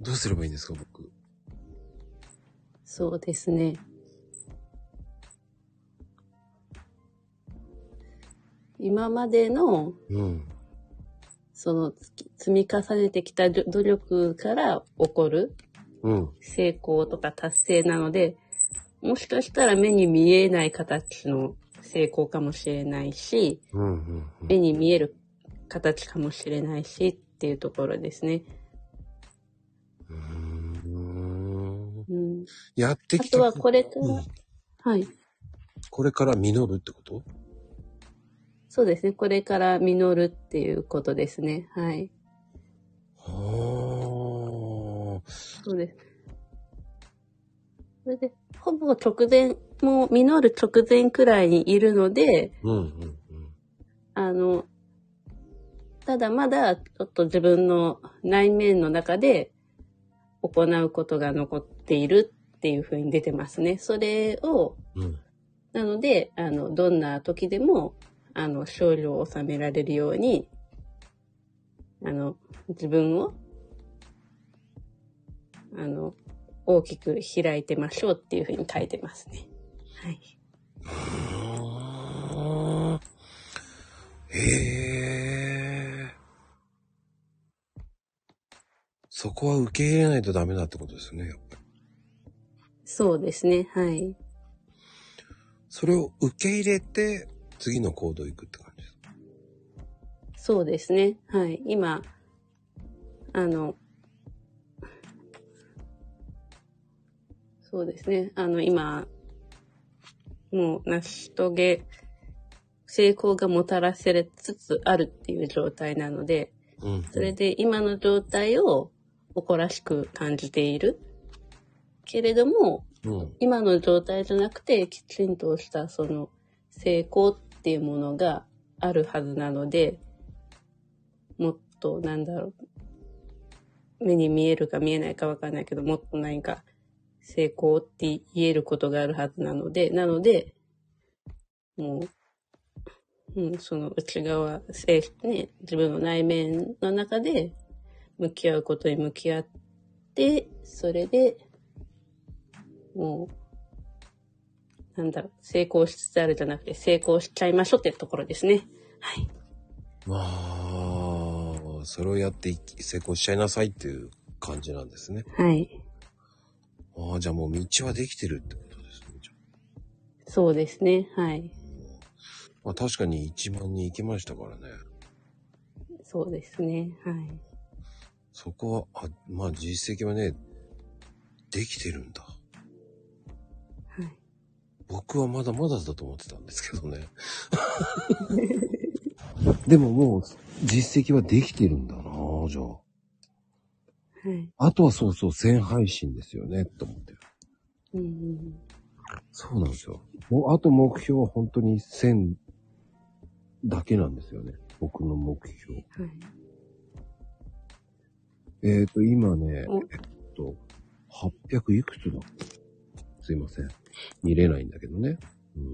A: どうすればいいんですか、僕。
B: そうですね。今までの、
A: うん。
B: その、つき積み重ねてきた努努力から起こる
A: うん。
B: 成功とか達成なので、もしかしたら目に見えない形の成功かもしれないし、
A: うん、うん、うん。
B: 目に見える形かもしれないしっていうところですね。
A: うーん
B: うん、
A: やって
B: あ
A: き
B: と
A: た
B: は
A: こ、
B: これから、
A: うん、
B: はい。
A: これから実るってこと
B: そうですね。これから実るっていうことですね。はい。
A: はあ。
B: そうです。それで、ほぼ直前、もう実る直前くらいにいるので、
A: うん、うん、うん。
B: あの、ただまだちょっと自分の内面の中で行うことが残っているっていうふうに出てますね。それを、
A: うん。
B: なので、あの、どんな時でも、あの、勝利を収められるように、あの、自分を、あの、大きく開いてましょうっていうふうに書いてますね。はい。
A: うーんへえ。そこは受け入れないとダメだってことですね、やっぱり。
B: そうですね。はい。
A: それを受け入れて、次の行動行くって感じです。
B: そうですね。はい。今、あの、そうですね。あの、今、もう成し遂げ、成功がもたらせれつつあるっていう状態なので、
A: うん。
B: それで今の状態を誇らしく感じている。けれども、
A: うん。
B: 今の状態じゃなくて、きちんとしたその成功っていうものがあるはずなので、もっとなんだろう、目に見えるか見えないかわかんないけど、もっと何か成功って言えることがあるはずなので、なので、もう、うん、その内側、せいね、自分の内面の中で向き合うことに向き合って、それで、もう、なんだろう、成功しつつあるじゃなくて、成功しちゃいましょうってところですね。はい。
A: まあ、それをやっていき成功しちゃいなさいっていう感じなんですね。
B: はい。
A: ああ、じゃあもう道はできてるってことですね。じゃ
B: そうですね。はい。
A: あまあ確かに1万人行きましたからね。
B: そうですね。はい。
A: そこは、あまあ実績はね、できてるんだ。
B: はい。
A: 僕はまだまだだと思ってたんですけどね。 でももう、実績はできてるんだなぁ、じゃ
B: はい。
A: あ。あとはそうそう、全配信ですよね、と思ってる。
B: うんうん
A: そうなんですよ。もう、あと目標は本当に1000だけなんですよね。僕の目標。
B: うん。はい。
A: えっ、ー、と、今ね、
B: お
A: えっと、800いくつだすいません。見れないんだけどね。うん。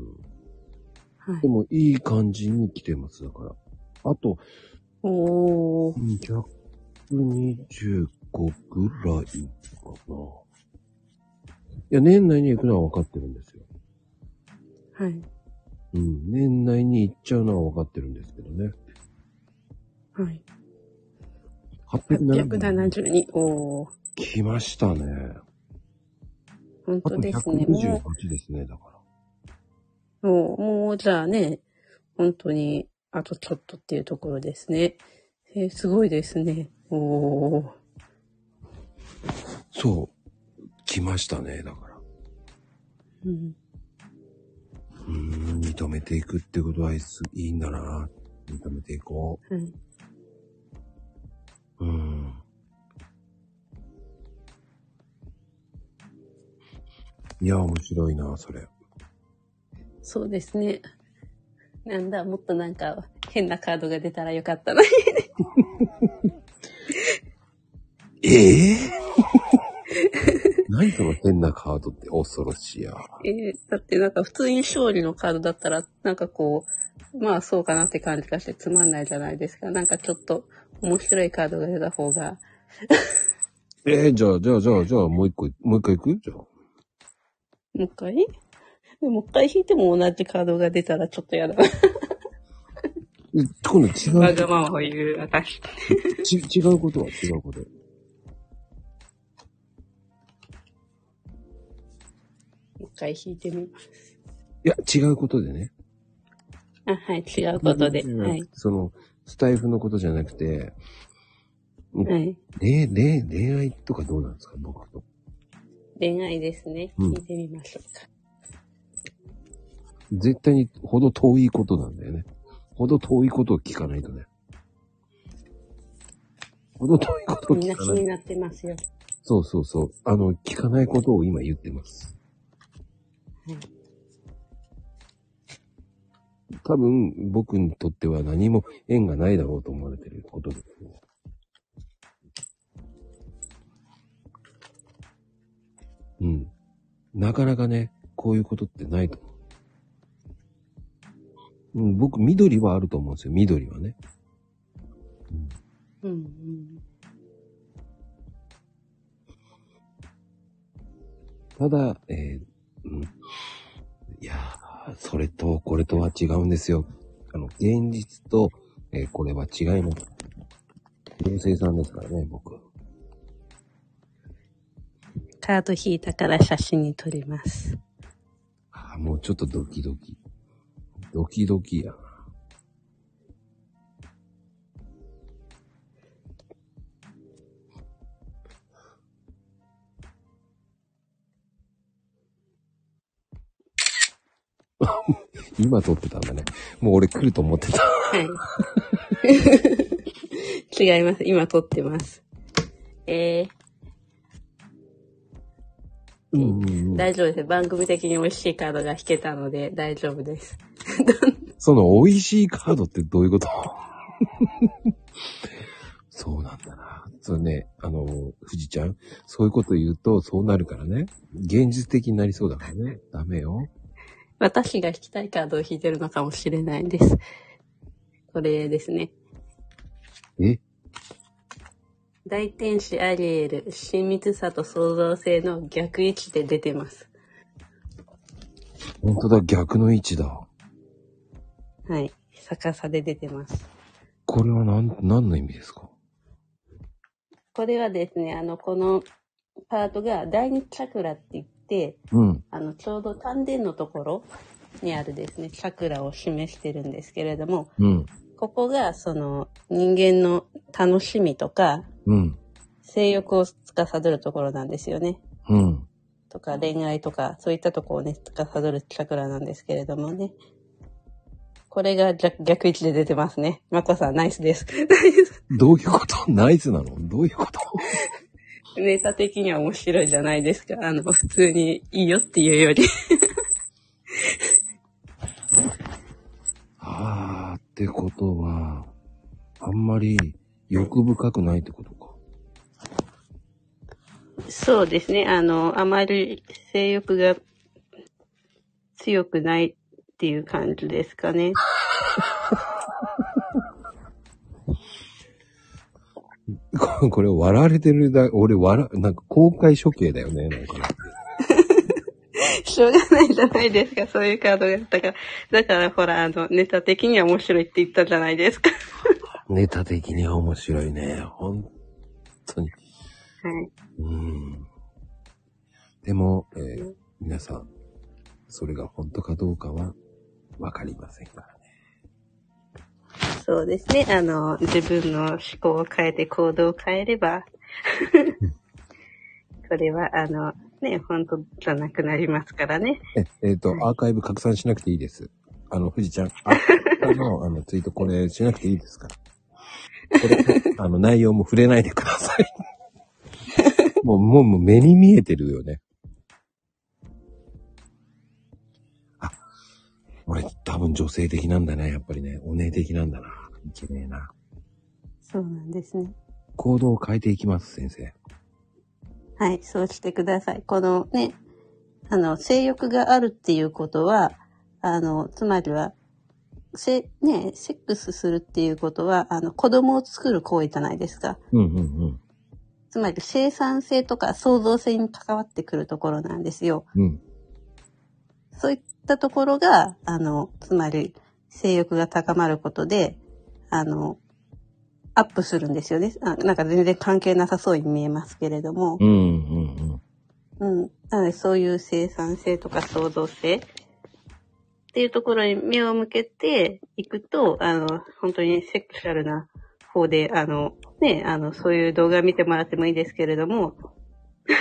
B: はい
A: で。も、いい感じに来てます、だから。あと、
B: おー。
A: 125ぐらいかな。いや、年内に行くのは分かってるんですよ。
B: はい。
A: うん。年内に行っちゃうのは分かってるんですけどね。
B: はい。
A: 870。
B: 872。おー。
A: 来ましたね。
B: 本
A: あ
B: 当
A: と
B: ですね。も
A: 128ですね、だから。
B: う、もう、もうじゃあね、本当に、あとちょっとっていうところですね。えーすごいですね。おー。
A: そう。来ましたね、だから。
B: うん。
A: うーん、認めていくってことはいすいいんだな。認めていこ
B: はい。
A: う。うん。いや、面白いな、それ。
B: そうですね。なんだ、もっとなんか変なカードが出たらよかった な。
A: ええ 何その変なカードって恐ろしいや。
B: えーだってなんか普通に勝利のカードだったら、なんかこう、まあそうかなって感じがしてつまんないじゃないですか。なんかちょっと面白いカードが出た方が。
A: ええじゃあ、じゃあ、じゃあ、じゃあ、もう一個、もう一回行くじゃあ。
B: もう一回でもう一回引いても同じカードが出たらちょっとやだな。
A: え今度違
B: わ
A: う、
B: がままを言う私。
A: ち違うことは違うこと。
B: もう一回引いてみます。
A: いや、違うことでね。
B: あ、はい、違うことで。
A: うん
B: はい。
A: その、スタイフのことじゃなくて、
B: はい。
A: 恋恋恋愛とかどうなんですか僕と。
B: 恋愛ですね。
A: うん
B: 引いてみましょうか。
A: 絶対にほど遠いことなんだよね。ほど遠いことを聞かないとね。ほど遠いことを
B: みん
A: 聞
B: な
A: か
B: 気
A: ない
B: になってますよ。
A: そうそうそう。あの、聞かないことを今言ってます。
B: はい
A: 多分、僕にとっては何も縁がないだろうと思われてることですね。うん。なかなかね、こういうことってないと思う。うん、僕、緑はあると思うんですよ。緑はね。
B: うんうん。
A: ただ、えーうん、いやー、それとこれとは違うんですよ。あの、現実と、えーこれは違います。妖精さんですからね、僕。
B: カード引いたから写真に撮ります。
A: あーもうちょっとドキドキ。ドキドキや。 今撮ってたんだね。もう俺来ると思ってた。
B: はい。 違います。今撮ってます。え
A: うんうんう
B: ー、
A: ん。
B: 大丈夫です。番組的に美味しいカードが引けたので大丈夫です。
A: その美味しいカードってどういうこと そうなんだな。そうね、あの、富士ちゃん、そういうこと言うとそうなるからね。現実的になりそうだからね。ダメよ。
B: 私が引きたいカードを引いてるのかもしれないです。これですね。
A: え
B: 大天使アリエル、親密さと創造性の逆位置で出てます。
A: 本当だ、逆の位置だ。
B: はい。逆さで出てます。
A: これは何、何の意味ですか
B: これはですね、あの、このパートが第二チャクラって言って、
A: うん。
B: あの、ちょうど丹田のところにあるですね、チャクラを示してるんですけれども、
A: うん。
B: ここがその人間の楽しみとか、
A: うん。
B: 性欲を司るところなんですよね。
A: うん。
B: とか恋愛とか、そういったところをね、司るチャクラなんですけれどもね。これが逆逆位置で出てますね。マコさん、ナイスです。
A: どういうことナイスなのどういうこと
B: ネタ的には面白いじゃないですか。あの、普通にいいよっていうより。
A: あーってことは、あんまり欲深くないってことか。
B: そうですね。あの、あまり性欲が強くないっていう感じですかね。
A: ここれ笑われてるだ、俺笑、なんか公開処刑だよね、なんかね。
B: しょうがないじゃないですか。そういうカードがあったから。だからほら、あの、ネタ的には面白いって言ったじゃないですか。
A: ネタ的には面白いね、本当に。
B: はい。
A: うん。でも、えー皆さん、それが本当かどうかは、わかりませんからね。
B: そうですね。あの、自分の思考を変えて行動を変えれ ば、これは、あの、ね、本当じゃなくなりますからね。
A: え、えっ、と、アーカイブ拡散しなくていいです。あの、富士ちゃ ん、ああの、あの、ツイートこれしなくていいですから。これ、あの、内容も触れないでくださ い。もう、もう、もう目に見えてるよね。あ、俺、多分女性的なんだね、やっぱりね。お姉的なんだな。いけねえな。
B: そうなんですね。
A: 行動を変えていきます、先生。
B: はい、そうしてください。このね、あの、性欲があるっていうことは、あの、つまりは、せ、ね、セックスするっていうことは、あの、子供を作る行為じゃないですか。
A: うんうん
B: つまり、生産性とか創造性に関わってくるところなんですよ。
A: うん。うん。
B: そういったところが、あの、つまり、性欲が高まることで、あの、アップするんですよね。あなんか全然関係なさそうに見えますけれども。
A: うんうんうん。
B: うん。なので、そういう生産性とか創造性っていうところに目を向けていくと、あの、本当にセクシャルな方で、あの、ね、あの、そういう動画見てもらってもいいですけれども、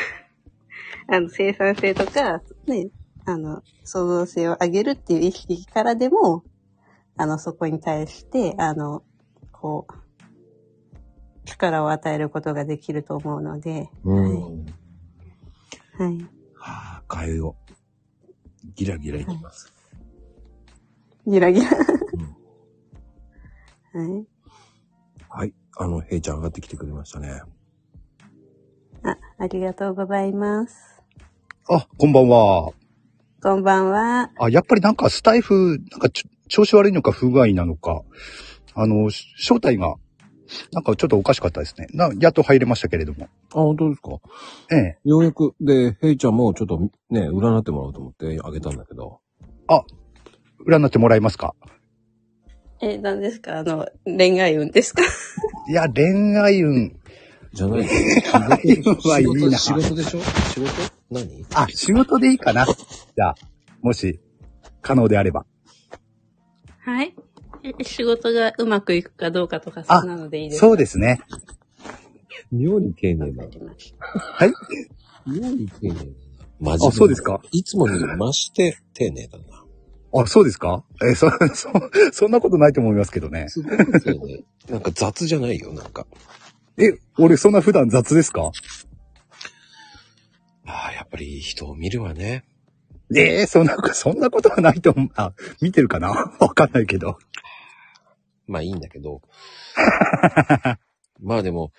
B: あの、生産性とか、ね、あの、創造性を上げるっていう意識からでも、あの、そこに対して、あの、こう、力を与えることができると思うので、
A: うん。
B: はい。
A: はあ、変えよう。ギラギラいきます。
B: ギラギラ。
A: うん
B: はい。
A: はい。あの、ヘイちゃん上がってきてくれましたね。
B: あ、ありがとうございます。
E: あ、こんばんは。
B: こんばんは。
E: あ、やっぱりなんかスタイフ、なんかちょ調子悪いのか不具合なのか、あの、し正体がなんかちょっとおかしかったですね。な、やっと入れましたけれども。
A: あ、本当ですか。
E: ええ。
A: ようやく、で、ヘイちゃんもちょっとね、占ってもらおうと思ってあげたんだけど。
E: 占ってもらえますか
B: え、何ですかあの、恋愛運ですか
E: いや、恋愛運。
A: じゃない
E: 愛運はいいな
A: 仕事仕事でしょ仕事何
E: あ、仕事でいいかなじゃあ、もし、可能であれば。
B: はい。え仕事がうまくいくかどうかとか、
E: あ
B: そんなのでいいですか
E: そうですね。
A: 妙に丁寧だ
B: わか。りました
E: はい
A: 妙に丁寧だな。マ
E: あ、そうですか
A: いつもに増して丁寧だな。
E: あ、そうですかえ、そ、そ、そんなことないと思いますけどね。
A: すごく丁寧。 なんか雑じゃないよ、なんか。
E: え、俺そんな普段雑ですか
A: ああ、やっぱり人を見るわね。
E: ええそんな、そんなことはないと思う。あ、見てるかな わかんないけど。
A: まあいいんだけ ど。まあでも、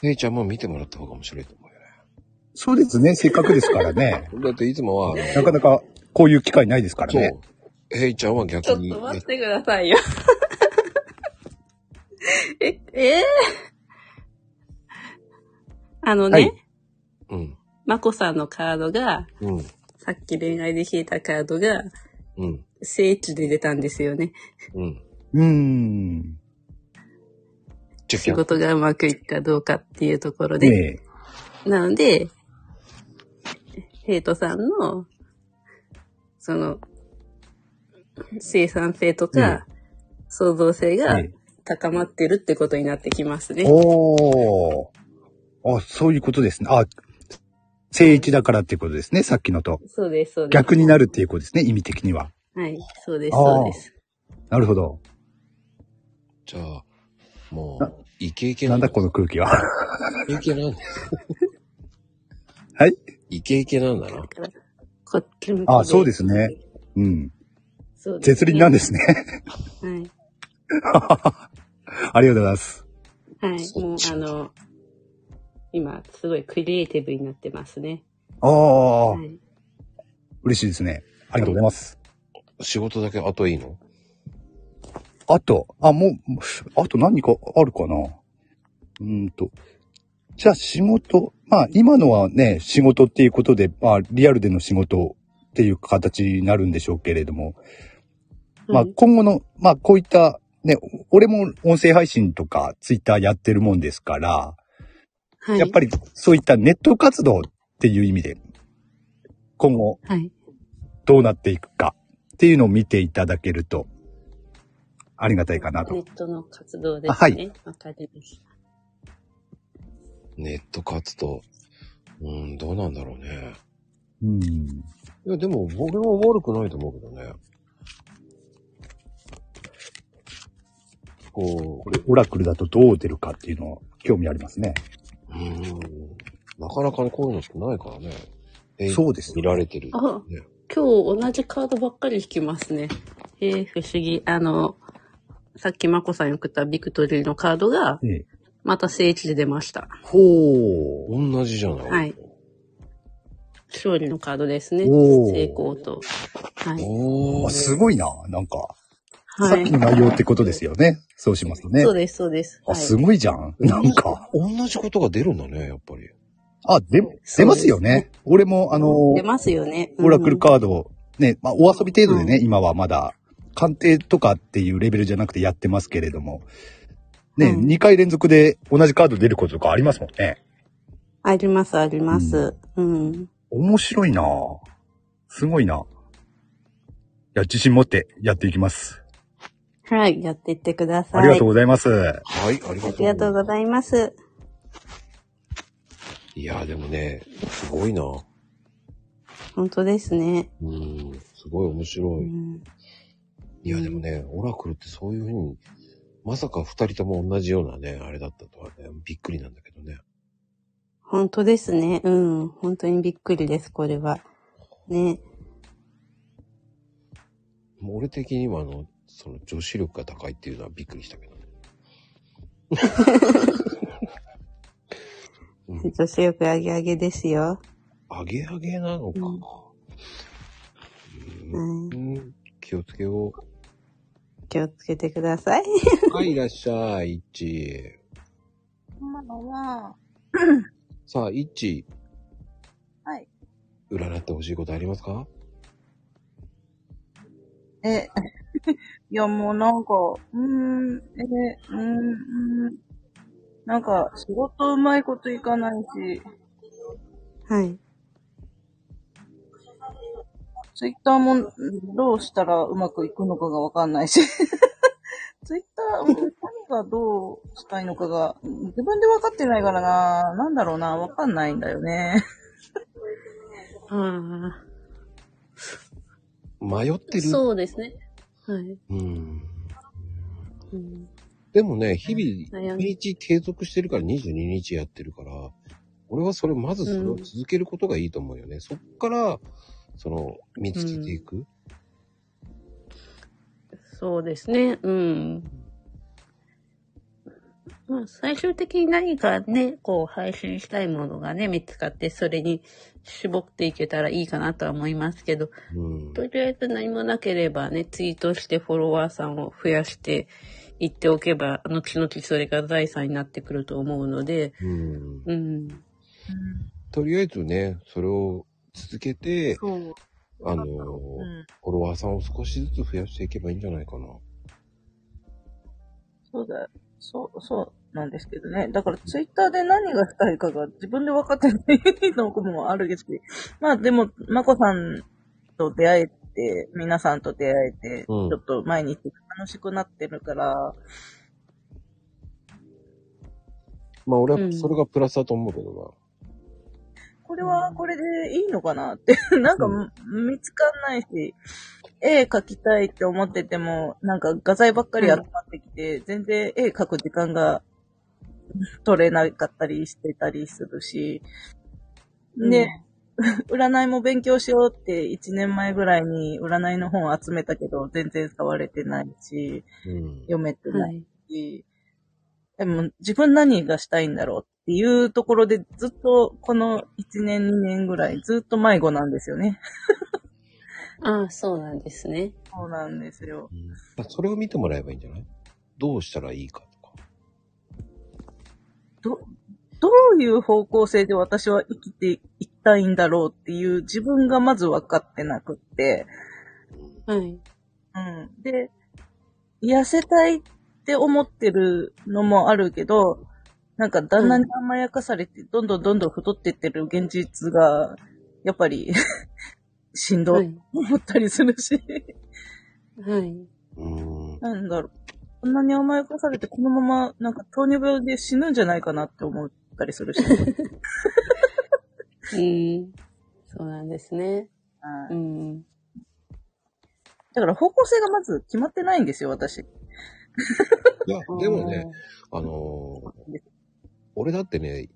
A: ヘイちゃんも見てもらった方が面白いと思うよ
E: そうですね。せっかくですから ね。
A: ね。だっていつもは、あの
E: なかなかこういう機会ないですから
A: そう
E: ね。。
A: ヘイちゃんは逆
B: ちょっ
A: に
B: と待
A: ね
B: っ、てください よ。え、えーあのね、
E: はい
A: うん、
B: まこさんのカードが、
A: うん、
B: さっき恋愛で引いたカードが、
A: うん、
B: 聖地で出たんですよね。
A: うん。
E: うーん。
A: じゃあ
B: 仕事がうまくいくかどうかっていうところ
E: え
B: で。
E: え
B: なので、生徒さんの、その、生産性とか、創造性が
E: ええ
B: 高まってるってことになってきますね。
E: おー。あ、そういうことですね。あ、正一だからっていうことですね。さっきのと。
B: そうです、そうです。
E: 逆になるっていうことですね。意味的には。
B: はい、そうです、
E: あー
B: そうです。
E: なるほど。
A: じゃあ、もう、イケイケ
E: なんだこ
A: の
E: の空気は。
A: イケイケなんだ。
E: はい
A: イケイケなんだな。
B: だからこっち向き
E: あ、そうですね。うん。
B: そうですね
E: 絶倫なんですね。
B: はい。
E: ありがとうございます。
B: はい。もう、あの、今、すごいクリエイティブになってますね。
E: ああ、
B: はい。
E: 嬉しいですね。ありがとうございます。
A: 仕事だけ後いいの
E: あと、あ、もう、あと何かあるかなうーんと。じゃあ仕事。まあ今のはね、仕事っていうことで、まあリアルでの仕事っていう形になるんでしょうけれども、まあ
B: はい
E: 今後の、まあこういった、ね、俺も音声配信とかツイッターやってるもんですから、
B: はい。
E: やっぱりそういったネット活動っていう意味で、今後
B: はい。
E: どうなっていくかっていうのを見ていただけると、ありがたいかなと
B: ネ。ットの活動ですね。
E: あはい
B: わかりました。
A: ネット活動。うん、どうなんだろうね。
E: うん。
A: いや、でも、僕は悪くないと思うけどね。こ
E: これ、オラクルだとどう出るかっていうのは興味ありますね。
A: う、うん、なかなかね、こういうのってないからね。え
E: そうです
A: 見られてる、
B: あ
A: ね。
B: 今日同じカードばっかり引きますね。えー、不思議。あの、さっきまこさんに送ったビクトリーのカードが、
E: ええ
B: また正規で出ました。
E: ほう。
A: 同じじゃない。
B: はい勝利のカードですね。
E: おー
B: 成功と。はい。
A: お
E: あ、
A: ー。
E: すごいな。なんか、
B: は
E: さっき
B: い。
E: の内容ってことですよね。そうしますとね
B: そ。うです、そうです。
E: あ、す
B: はい。
E: ごいじゃん。なんか。
A: 同じことが出るんだね、やっぱり。
E: あ、出、出ますよね。俺も、あの、
B: 出ますよね。
E: オラクル
B: カー
E: カード、ね、まあ、お遊び程度でね、今はまだ、鑑定とかっていうレベルじゃなくてやってますけれども、ね、
B: うん
E: 2回連続で同じカード出ることとかありますもんね。
B: ド。あります、あります。うん。
E: 面白いなぁすごいなぁいや、自信持ってやっていきます。
B: はい。やっていってください。
E: ありがとうございます。
A: はい、ありがとうござい
B: あ
A: ます
B: りがとうございます。
A: いや、でもね、すごいな。
B: 本当ですね。
A: うん、すごい面白
B: う
A: い。
B: ん
A: いや、でもね、オラクルってそういうふうに、まさか二人とも同じようなね、あれだったとはね、びっくりなんだけどね。
B: 本当ですね。うん。本当にびっくりです、これは。ね。
A: もう俺的にはあの、その女子力が高いっていうのはびっくりしたけどね。うん、
B: 女子力上げ上げですよ。
A: アゲアゲなのか。
B: うん
A: うん、気をつけよう。
B: 気をつけてください。
A: はい、いらっしゃい、いっちー。
F: 今のは、
A: さあ、イッチ、
F: はい。
A: 占ってほしいことありますか
F: え、 いや、もうなんか、うーん、え、うーん、うーん。なんか、仕事うまいこといかないし、
B: はい。
F: ツイッターもどうしたらうまくいくのかがわかんないし、 ツイッターも何がどうしたいのかが、自分でわかってないからな、なんだろうな、わかんないんだよね。
B: あ
A: 迷ってる。
B: あ、そうですね。はい。
A: うん。
B: うん、
A: でもね、日々、
B: 悩
A: 1
B: み。
A: 日継続してるから22日やってるから、俺はそれ、まずそれを続けることがいいと思うよね。そっから、その、見つけていく。
B: そうですね。うん。まあ、最終的に何かね、こう、配信したいものがね、見つかって、それに絞っていけたらいいかなとは思いますけど、
A: うん。
B: とりあえず何もなければね、ツイートしてフォロワーさんを増やしていっておけば、後々それが財産になってくると思うので、
A: うん。
B: うん。
A: とりあえずね、それを続けて、
F: そう。
A: あのー
F: うん。
A: フォロワーさんを少しずつ増やしていけばいいんじゃないかな。
F: そうだよ。そう、そうなんですけどね。だからツイッターで何がしたいかが自分で分かってないのもあるけど、まあでも、まこさんと出会えて、皆さんと出会えて、ち
A: うん
F: ょっと毎日楽しくなってるから、
A: まあ俺
B: う
A: は
B: ん
A: それがプラスだと思うけどな。
F: これはこれでいいのかなって、 なんか
A: う
F: 見つかんないし、絵描きたいって思ってても、なんか画材ばっかり集まってきて、全然絵描く時間が取れなかったりしてたりするし、で、占いも勉強しようって1年前ぐらいに占いの本集めたけど、全然触れてないし、
A: うん。
F: 読めて
B: は
F: ない
B: い。
F: し、でも自分何がしたいんだろうっていうところでずっとこの1年2年ぐらいずっと迷子なんですよね。
B: ああ、そうなんですね。
F: そうなんですよ。
A: うんだからそれを見てもらえばいいんじゃないどうしたらいいかとか。
F: ど、どういう方向性で私は生きていきたいんだろうっていう自分がまず分かってなくって、
B: はい。
F: うん。で、痩せたいって思ってるのもあるけど、なんか旦那に甘やかされて、どんどんどんどん太ってってる現実が、やっぱり、 しんど
B: はいい。
F: 思ったりするし、
B: はい。
A: うん。
F: なんだろう。こんなに甘やかされて、このまま、なんか糖尿病で死ぬんじゃないかなって思ったり するし。
B: うん。そうなんですね。
F: は
B: う
F: い
B: ん。
F: だから方向性がまず決まってないんですよ、私。
A: いや、でもね、あのー俺だってね、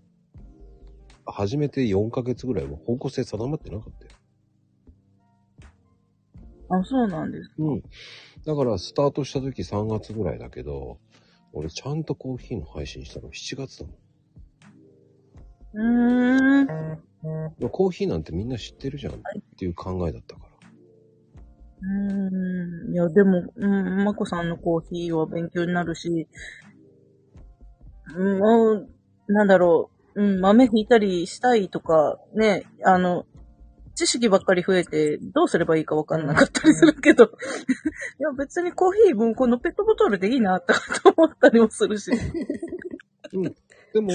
A: 初めて4ヶ月ぐらいは方向性定まってなかったよ。
F: あ、そうなんです。
A: うん。だからスタートした時3月ぐらいだけど、俺ちゃんとコーヒーの配信したの7月だもん。
F: うーん。
A: でもコーヒーなんてみんな知ってるじゃんっていう考えだったから。
F: うーん。いや、でも、うん、まこさんのコーヒーは勉強になるし、うん、もう、なんだろう、うん、豆引いたりしたいとか、ね、あの、知識ばっかり増えて、どうすればいいかわかんなかったりする けど、いや、別にコーヒーもこのペットボトルでいいな、とかと思ったりもするし。
A: うん。でも、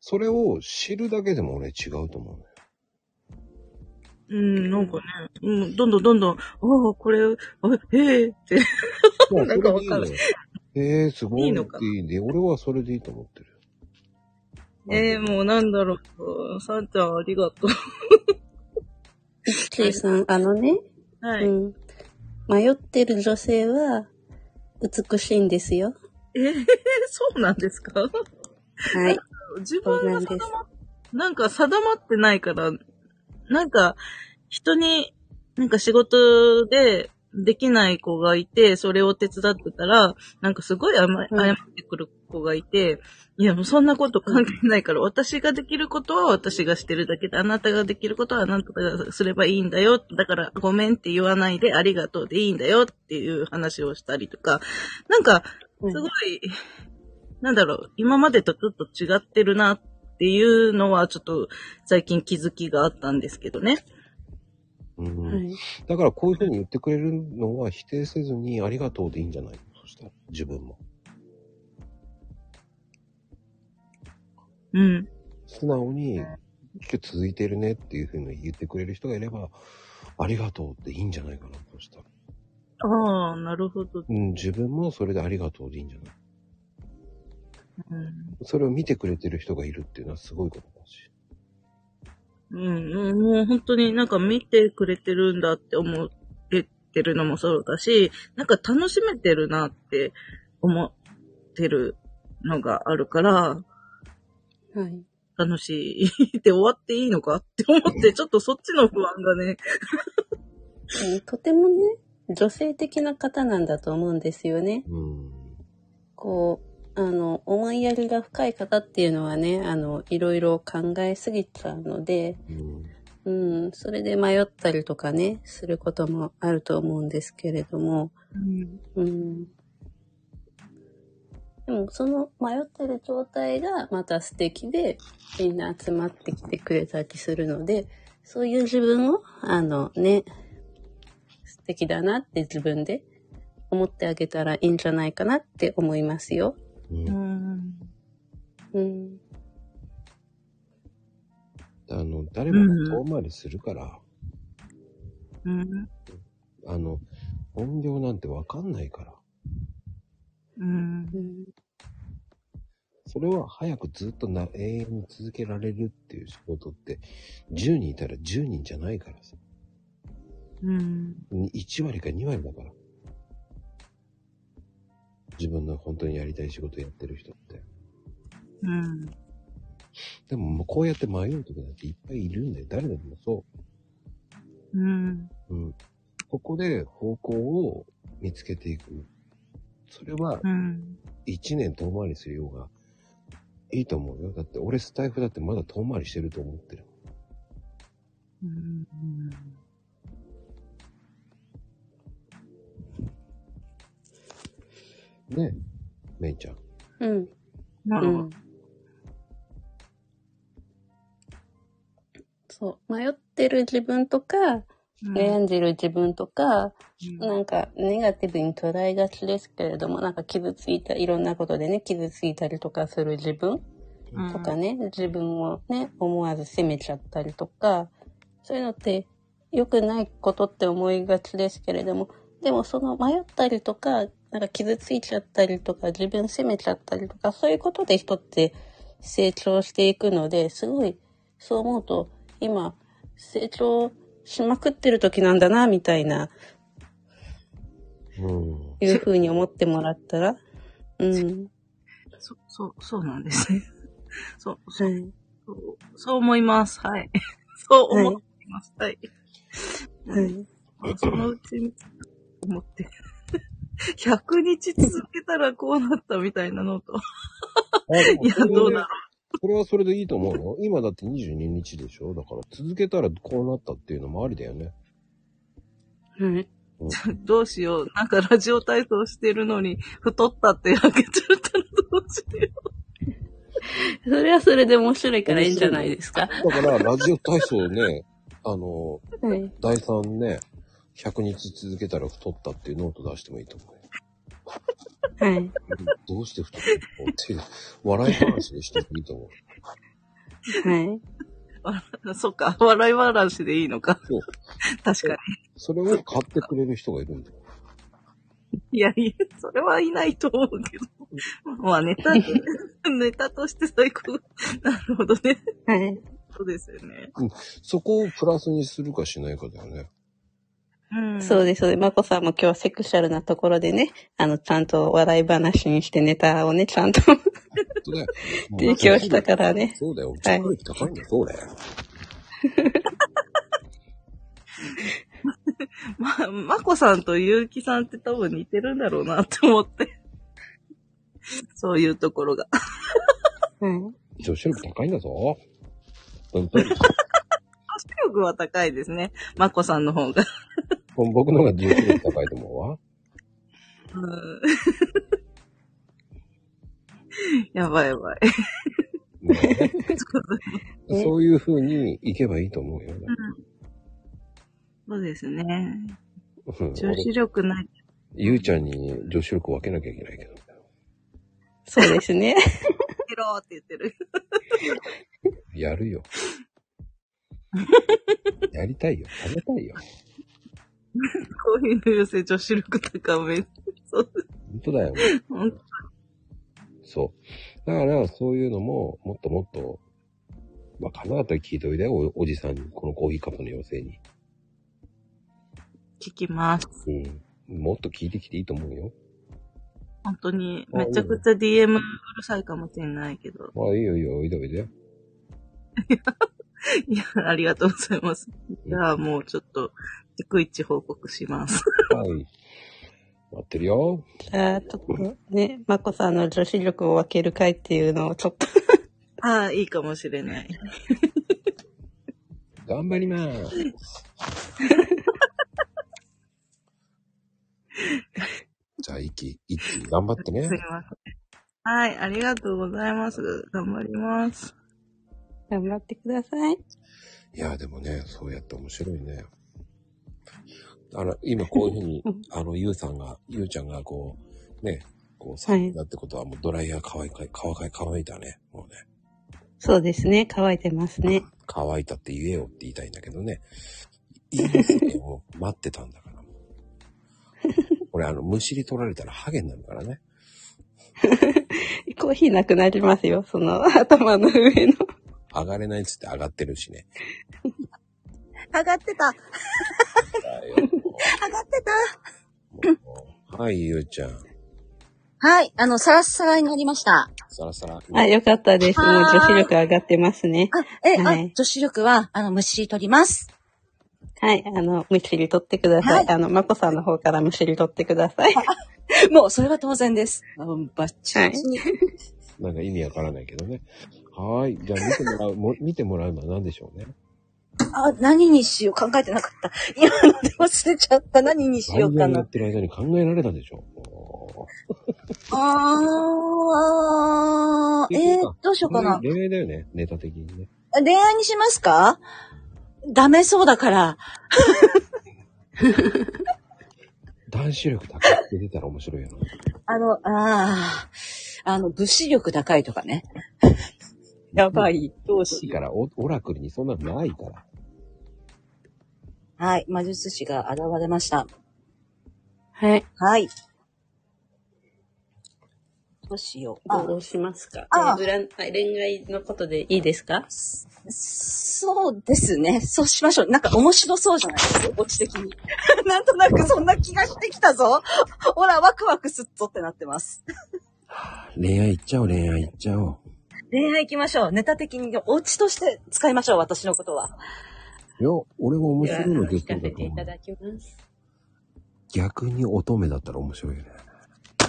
A: それを知るだけでも俺違うと思うのよ。
F: うん、なんかね、うん、どんどんどんどん、ああ、これ、あへえ、って。
A: まあ、そ
F: な
A: れ
F: ん
A: で
F: か
A: いいのよ。ええー、すごい
F: いい
A: って
F: のか
A: いいんで、俺はそれでいいと思ってる。
F: ええもうなんだろう、さんちゃんありがとう。
B: ケイさん、あのね、
F: は
B: う
F: い。
B: ん。迷ってる女性は美しいんですよ。
F: ええ そうなんですか
B: はい。
F: 自
B: そう
F: 分
B: な
F: が
B: んで
F: 定
B: す。
F: まっ、なんか定まってないから、なんか、人に、なんか仕事でできない子がいて、それを手伝ってたら、なんかすごい謝,、
B: うん
F: 謝ってくる子がいて、いやもうそんなこと関係ないから、私ができることは私がしてるだけで、あなたができることはあなたがすればいいんだよ。だからごめんって言わないでありがとうでいいんだよっていう話をしたりとか、なんか、すごい、なんだろう、今までとちょっと違ってるなっていうのは、ちょっと最近気づきがあったんですけどね。
A: うん
B: は。い。
A: だからこういうふうに言ってくれるのは否定せずにありがとうでいいんじゃないそしたら自分も。
F: うん。
A: 素直に今日続いてるねっていうふうに言ってくれる人がいればありがとうっていいんじゃないかなそしたら。
F: ああ、なるほど。
A: うん、自分もそれでありがとうでいいんじゃない
F: うん。
A: それを見てくれてる人がいるっていうのはすごいことだし。
F: うん、もうもう本当になんか見てくれてるんだって思えてるのもそうだし、なんか楽しめてるなって思ってるのがあるから、
B: はい。
F: 楽しい。で終わっていいのかって思って、ちょっとそっちの不安がね。
B: うんとてもね、女性的な方なんだと思うんですよね。
A: うん。
B: こう、あの、思いやりが深い方っていうのはね、あの、いろいろ考えすぎちゃうので、
A: うん。
B: うん、それで迷ったりとかね、することもあると思うんですけれども、
F: う
B: う
F: ん。
B: ん。でも、その迷ってる状態がまた素敵で、みんな集まってきてくれたりするので、そういう自分を、あのね、素敵だなって自分で思ってあげたらいいんじゃないかなって思いますよ。
A: うん
F: うん。
B: うん。
A: あの、誰もが遠回りするから、
F: うん。
A: あの、本業なんてわかんないから、
F: うん
B: う。ん。
A: それは早くずっとな永遠に続けられるっていう仕事って、10人いたら10人じゃないからさ。
F: うん。
A: 1割か2割だから。自分の本当にやりたい仕事やってる人って。
F: うん。
A: でももうこうやって迷う時なんていっぱいいるんだよ。誰でもそ
F: うん。
A: う。うん。ここで方向を見つけていく。それは
F: うん。
A: 1年遠回りするようがいいと思うよ。だって俺スタイフだってまだ遠回りしてると思ってる。ねめいちゃん。
B: うん。
F: な
B: う
F: るほど
B: ん。そう。迷ってる自分とか、悩んでる自分とか、なんかネガティブに捉えがちですけれども、なんか傷ついた、いろんなことでね、傷ついたりとかする自分とかね、自分をね、思わず責めちゃったりとか、そういうのって良くないことって思いがちですけれども、でもその迷ったりとか、なんか傷ついちゃったりとか、自分責めちゃったりとか、そういうことで人って成長していくので、すごい、そう思うと、今、成長しまくってる時なんだな、みたいな、
A: うん。
B: いうふうに思ってもらったら、うん。
F: そ、そう、そうなんですね。そう、そう、
B: はい。
F: そう思います。はい。そう思っています。はい。
B: はい。
F: まあそのうちに、思って。100日続けたらこうなったみたいなのと。いや、どうだろ
A: それはそれでいいと思うよ。今だって22日でしょだから続けたらこうなったっていうのもありだよね。
B: はい。
F: う。どうしよう。なんかラジオ体操してるのに、太ったって開けちゃったらどうしよ
B: それはそれで面白いからいいんじゃないですか。
A: だからラジオ体操ね、あの、
B: はい。
A: 第3ね、100日続けたら太ったっていうノート出してもいいと思うよ。
B: はい。
A: どうして太ったのっていう、笑い話でしてもいいと思う。
B: はい。
F: う。そっか、笑い話でいいのか。
A: そう。
F: 確かに。
A: それを買ってくれる人がいるんだよ。
F: いや、いや、それはいないと思うけど。まあ、ネタ、ネタとして最高。なるほどね。
B: はい。
F: そうですよね。
A: そこをプラスにするかしないかだよね。
F: うん
B: そう
F: で
B: です、そうです。まこさんも今日セクシャルなところでね、あの、ちゃんと笑い話にしてネタをね、ちゃんと
A: そうだよ。
B: 提供したからね。
A: そうだよ。着力高いんだよ、そうだよ。
F: す。ま、まこさんとゆうきさんって多分似てるんだろうなって思って。そういうところが。
B: は
A: 女子力高いんだぞ。本当に。
F: 視力は高いですね。まこさんの方が。
A: 僕の方が女子力高 いと思うわ。
F: うん
G: やばいやばい。
A: まあね
G: ね
A: そういう風に行けばいいと思うよ。
G: そうですね。
A: うん
G: 女子力ない。
A: ゆうちゃんに女子力分けなきゃいけないけど。
B: そうですね。
G: ピローって言ってる。
A: やる よ。やりたいよ。食べたいよ。
G: コーヒーの寄せ女子力高め。そう。
A: 本当だよ。
G: 本
A: そう。だから、そういうのも、もっともっと、まあ、かなだったら聞いといで、おおじさんに、このコーヒーカップの要請に。
G: 聞きます。
A: うん。もっと聞いてきていいと思うよ。
G: 本当に、めちゃくちゃ DM うるさいかもしれないけど。
A: まあ、いいよいいよ、おいでおいで。
G: いや、ありがとうございます。じゃあもうちょっと、逐一報告します。
A: はい。待ってるよ。
B: じゃあ、ちょっとね、まこさんの女子力を分ける会っていうのをちょっと。
G: ああ、いいかもしれない。
A: 頑張り ます。じゃあ、一気、一気、頑張ってね
G: すい。ません。はい、ありがとうございます。頑張ります。
B: 頑張ってください。
A: いや、でもね、そうやって面白いね。あら、今こういうふうに
B: うん、
A: あの、ゆうさんが、ゆうちゃんがこう、ね、こう、さ
B: はい
A: だってことはもうドライヤー乾いか、乾か、乾いたね。もうね、
B: そうですね。乾いてますね。
A: 乾いたって言えよって言いたいんだけどね。いいですね。もう待ってたんだ から。これあの、むしり取られたらハゲになるからね。
B: コーヒーなくなりますよ。その頭の上の。
A: 上がれないっつって上がってるしね。
F: 上がってた
A: だよ
F: 上がってた
A: もうはい、ゆうちゃん。
F: はい、あの、サラッサラになりました。
A: さらさら。
B: あ、よかったです。もう女子力上がってますね。
F: あ、え、
B: はい
F: あ、女子力は、あの、虫取 ります。
B: はい。あの、むしり取ってください。
F: は
B: あの、まこさんの方からむしり取ってください。
F: もう、それは当然です。うん、バッチ
B: は
F: リ
B: い。
A: なんか意味わからないけどね。はーい。じゃあ見てもらう、も 見てもらうのは何でしょうね。
F: あ、何にしよう考えてなかった。今ので忘れちゃった。何にし
A: 番
F: ようか
A: 組や
F: な
A: っ。てる間に考えられたでしょ。も
F: あー、えー、どうしよ
A: う
F: うかな。
A: 恋愛だよね、ネタ的にね。
F: 恋愛にしますかダメそうだから。
A: 男子力高くて出たら面白いよな。
F: あの、あー、あの、物資力高いとかね。 やばい、どう
A: いい
F: しよ
A: から、オオラクルにそんなのないから。
F: う。はい、魔術師が現れました。
B: はい。
F: はい。どうしよう。あ
B: どうしますか
F: あ
B: これ占い恋愛のことでいいですか
F: そうですね。そうしましょう。なんか面白そうじゃないですか、オチ的に。 なんとなくそんな気がしてきたぞ。ほら、ワクワクすっぞってなってます。
A: 恋愛いっちゃおう、恋愛いっちゃお
F: 恋愛行きましょう。ネタ的にオチとして使いましょう、私のことは。
A: う。いや、俺も面
B: では
A: 白
B: あ
A: いの
B: の
A: ゲ
B: 聞
A: ット
B: かせ
A: だと
B: てい
A: 思
B: た
A: う。
B: だきます。
A: 逆に乙女だったら面白いよね。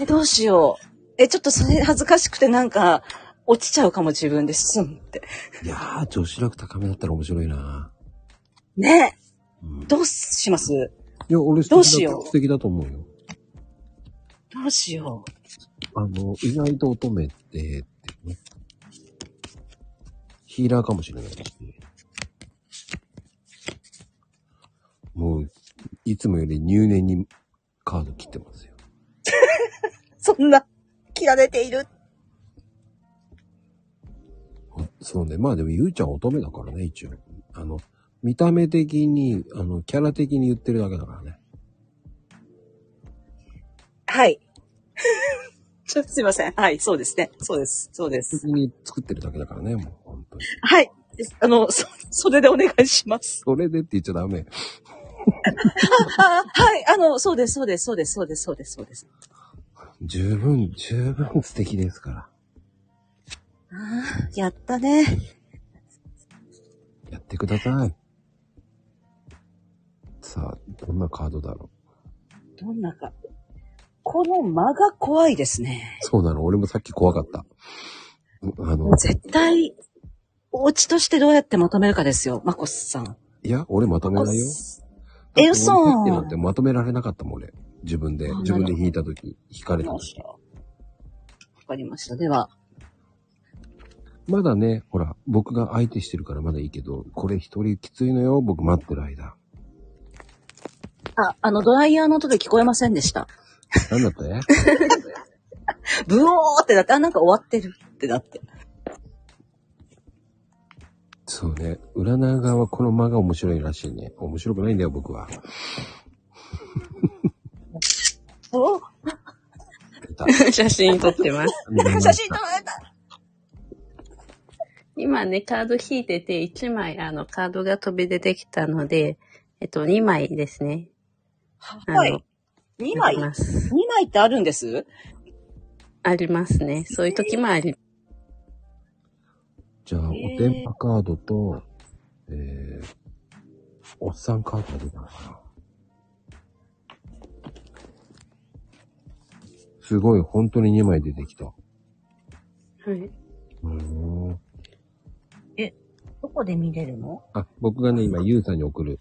F: え、どうしよう。え、ちょっとそれ恥ずかしくてなんか、落ちちゃうかも自分で進んって。
A: いやー、女子力高めだったら面白いな。
F: ね
A: うん、い
F: どうします
A: や、俺素敵だ
F: どうしよう
A: 素敵だと思うよ。
F: どうしよう。
A: あの、意外と乙女って、ってねヒーラーかもしれないし、もう、いつもより入念にカード切ってますよ。
F: そんな、切られている。
A: そうね。まあでも、ゆうちゃん乙女だからね、一応。あの、見た目的に、あの、キャラ的に言ってるだけだからね。
F: はい。 ちょすいません。はい、そうですね。そうです。そうです。
A: 的に作ってるだけだからね、もう、本当に。
F: はい。あの、そ、それでお願いします。
A: それでって言っちゃダメ。
F: あ、はい。あの、そうです、そうです、そうです、そうです、そうです、そうです。
A: 十分、十分素敵ですから。
F: ああ、やったね。
A: やってください。さあ、どんなカードだろ
F: どんなか。この間が怖いですね
A: う。。そうなの、俺もさっき怖かった。うんあの、
F: 絶対、お家としてどうやってまとめるかですよ、マコスさん。
A: いや、俺まとめないよ。
F: え、
A: だ
F: 嘘
A: って俺さっきなんてまとめられなかったもん、俺。自分で
F: あ、
A: 自分で弾いた時、弾かれた
F: わ
A: 時。
F: かりました。では、
A: まだね、ほら、僕が相手してるからまだいいけど、これ一人きついのよ、僕待ってる間。
F: あ、あの、ドライヤーの音で聞こえませんでした。
A: なんだって
F: ブオーってなって、あ、なんか終わってるってなって。
A: そうね。占う側はこの間が面白いらしいね。面白くないんだよ、僕 は。
F: お
A: 出た
B: 写真撮ってます。
F: 写真撮られた
B: 今ね、カード引いてて、1枚、あの、カードが飛び出てきたので、えっと、2枚ですね。あの
F: はい。2枚
B: あり
F: ?2
B: ます。
F: 枚ってあるんです
B: ありますね。そういう時もあり。
A: じゃあ、おてんぱカードと、えー、おっさんカードが出たのかな。すごい、本当に2枚出てきた。
B: はい。
A: うーん。
F: どこで見れるの
A: あ、僕がね、今、ゆうさんに送る。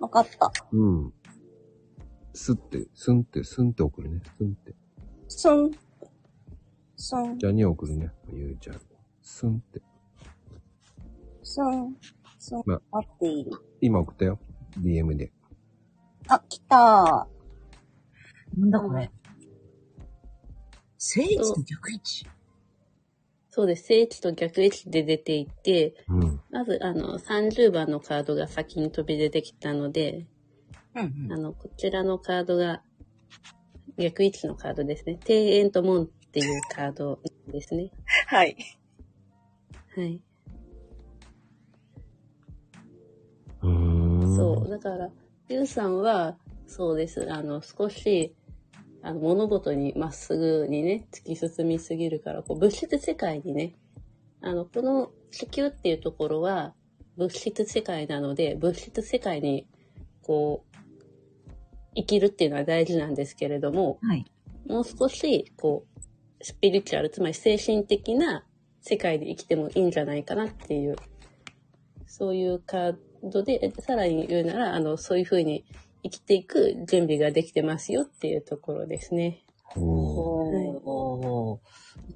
F: わかった。
A: うん。すって、すんって、すんって送るね。すんって。
F: すん。すん。
A: じゃあには送るね。ゆうちゃん。すんって。
F: すん。すん。合
A: ま
F: っている。
A: 今送ったよ。DM で。
F: あ、来たー。なんだこれ。聖地と逆位置。
B: そうです。正位置と逆位置で出ていて、
A: うん。
B: まず、あの、30番のカードが先に飛び出てきたので、
F: うんうん。
B: あの、こちらのカードが、逆位置のカードですね。庭園と門っていうカードですね。
F: はい。
B: はい。
A: うーん。
B: そう。だから、ゆうさんは、そうです。あの、少し、あの、物事にまっすぐにね、突き進みすぎるから、こう、物質世界にね、あの、この地球っていうところは、物質世界なので、物質世界に、こう、生きるっていうのは大事なんですけれども、
F: はい。
B: もう少し、こう、スピリチュアル、つまり精神的な世界で生きてもいいんじゃないかなっていう、そういうカードで、えさらに言うなら、あの、そういうふうに生きていく準備ができてますよっていうところですね。
A: おー
F: おー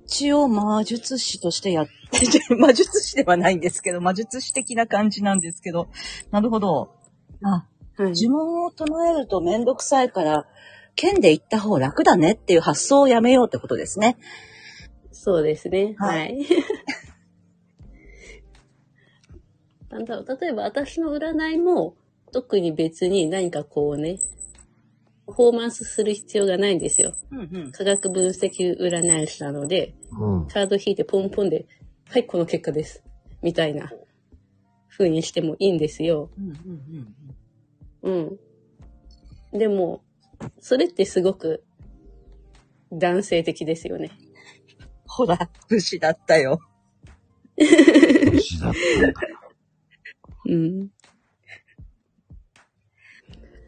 F: 一応魔術師としてやって、 魔術師ではないんですけど、魔術師的な感じなんですけど、なるほど。あ、
B: はい。
F: 呪文を唱えるとめんどくさいから、剣で行った方楽だねっていう発想をやめようってことですね。
B: そうですね。
F: は
B: はいい。 なんだろう、例えば私の占いも、特に別に何かこうね、パフォーマンスする必要がないんですよ。
F: うんうん。
B: 科学分析占い師なので、
A: うん。
B: カード引いてポンポンで、はい、この結果です。みたいな風にしてもいいんですよ。
F: うんうん
B: うん。でも、それってすごく男性的ですよね。
F: ほら、武士だったよ。
A: 無事だったんだ。
B: うん。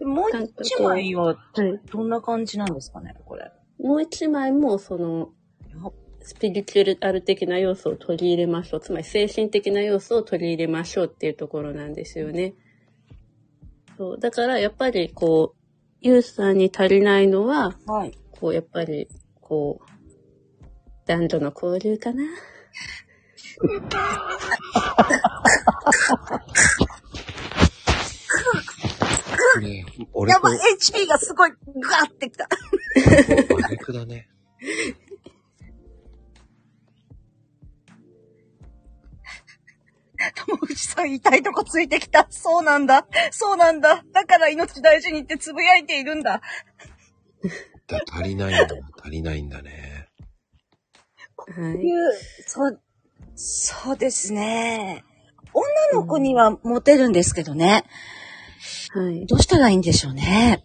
F: もう
B: なんか
F: 一
B: こう
F: 枚は
B: はい。
F: どんな感じなんですかね、これ。
B: もう一枚も、その、スピリチュアル的な要素を取り入れましょう。つまり精神的な要素を取り入れましょうっていうところなんですよね。そう。だから、やっぱり、こう、ユースさんに足りないのは、
F: はい。
B: こう、やっぱり、こう、男女の交流かな。
A: これ、俺
F: や
A: と
F: ばい、HP がすごい、ガーってきた。
A: 真逆だね。
F: 友口さん痛いとこついてきた。そうなんだ。そうなんだ。だから命大事にってつぶやいているんだ。
A: だ足りないんだ。足りないんだね。
B: は
F: いう
B: い。、
F: そう、そうですね。女の子にはモテるんですけどね。
B: はい。
F: どうしたらいいんでしょうね。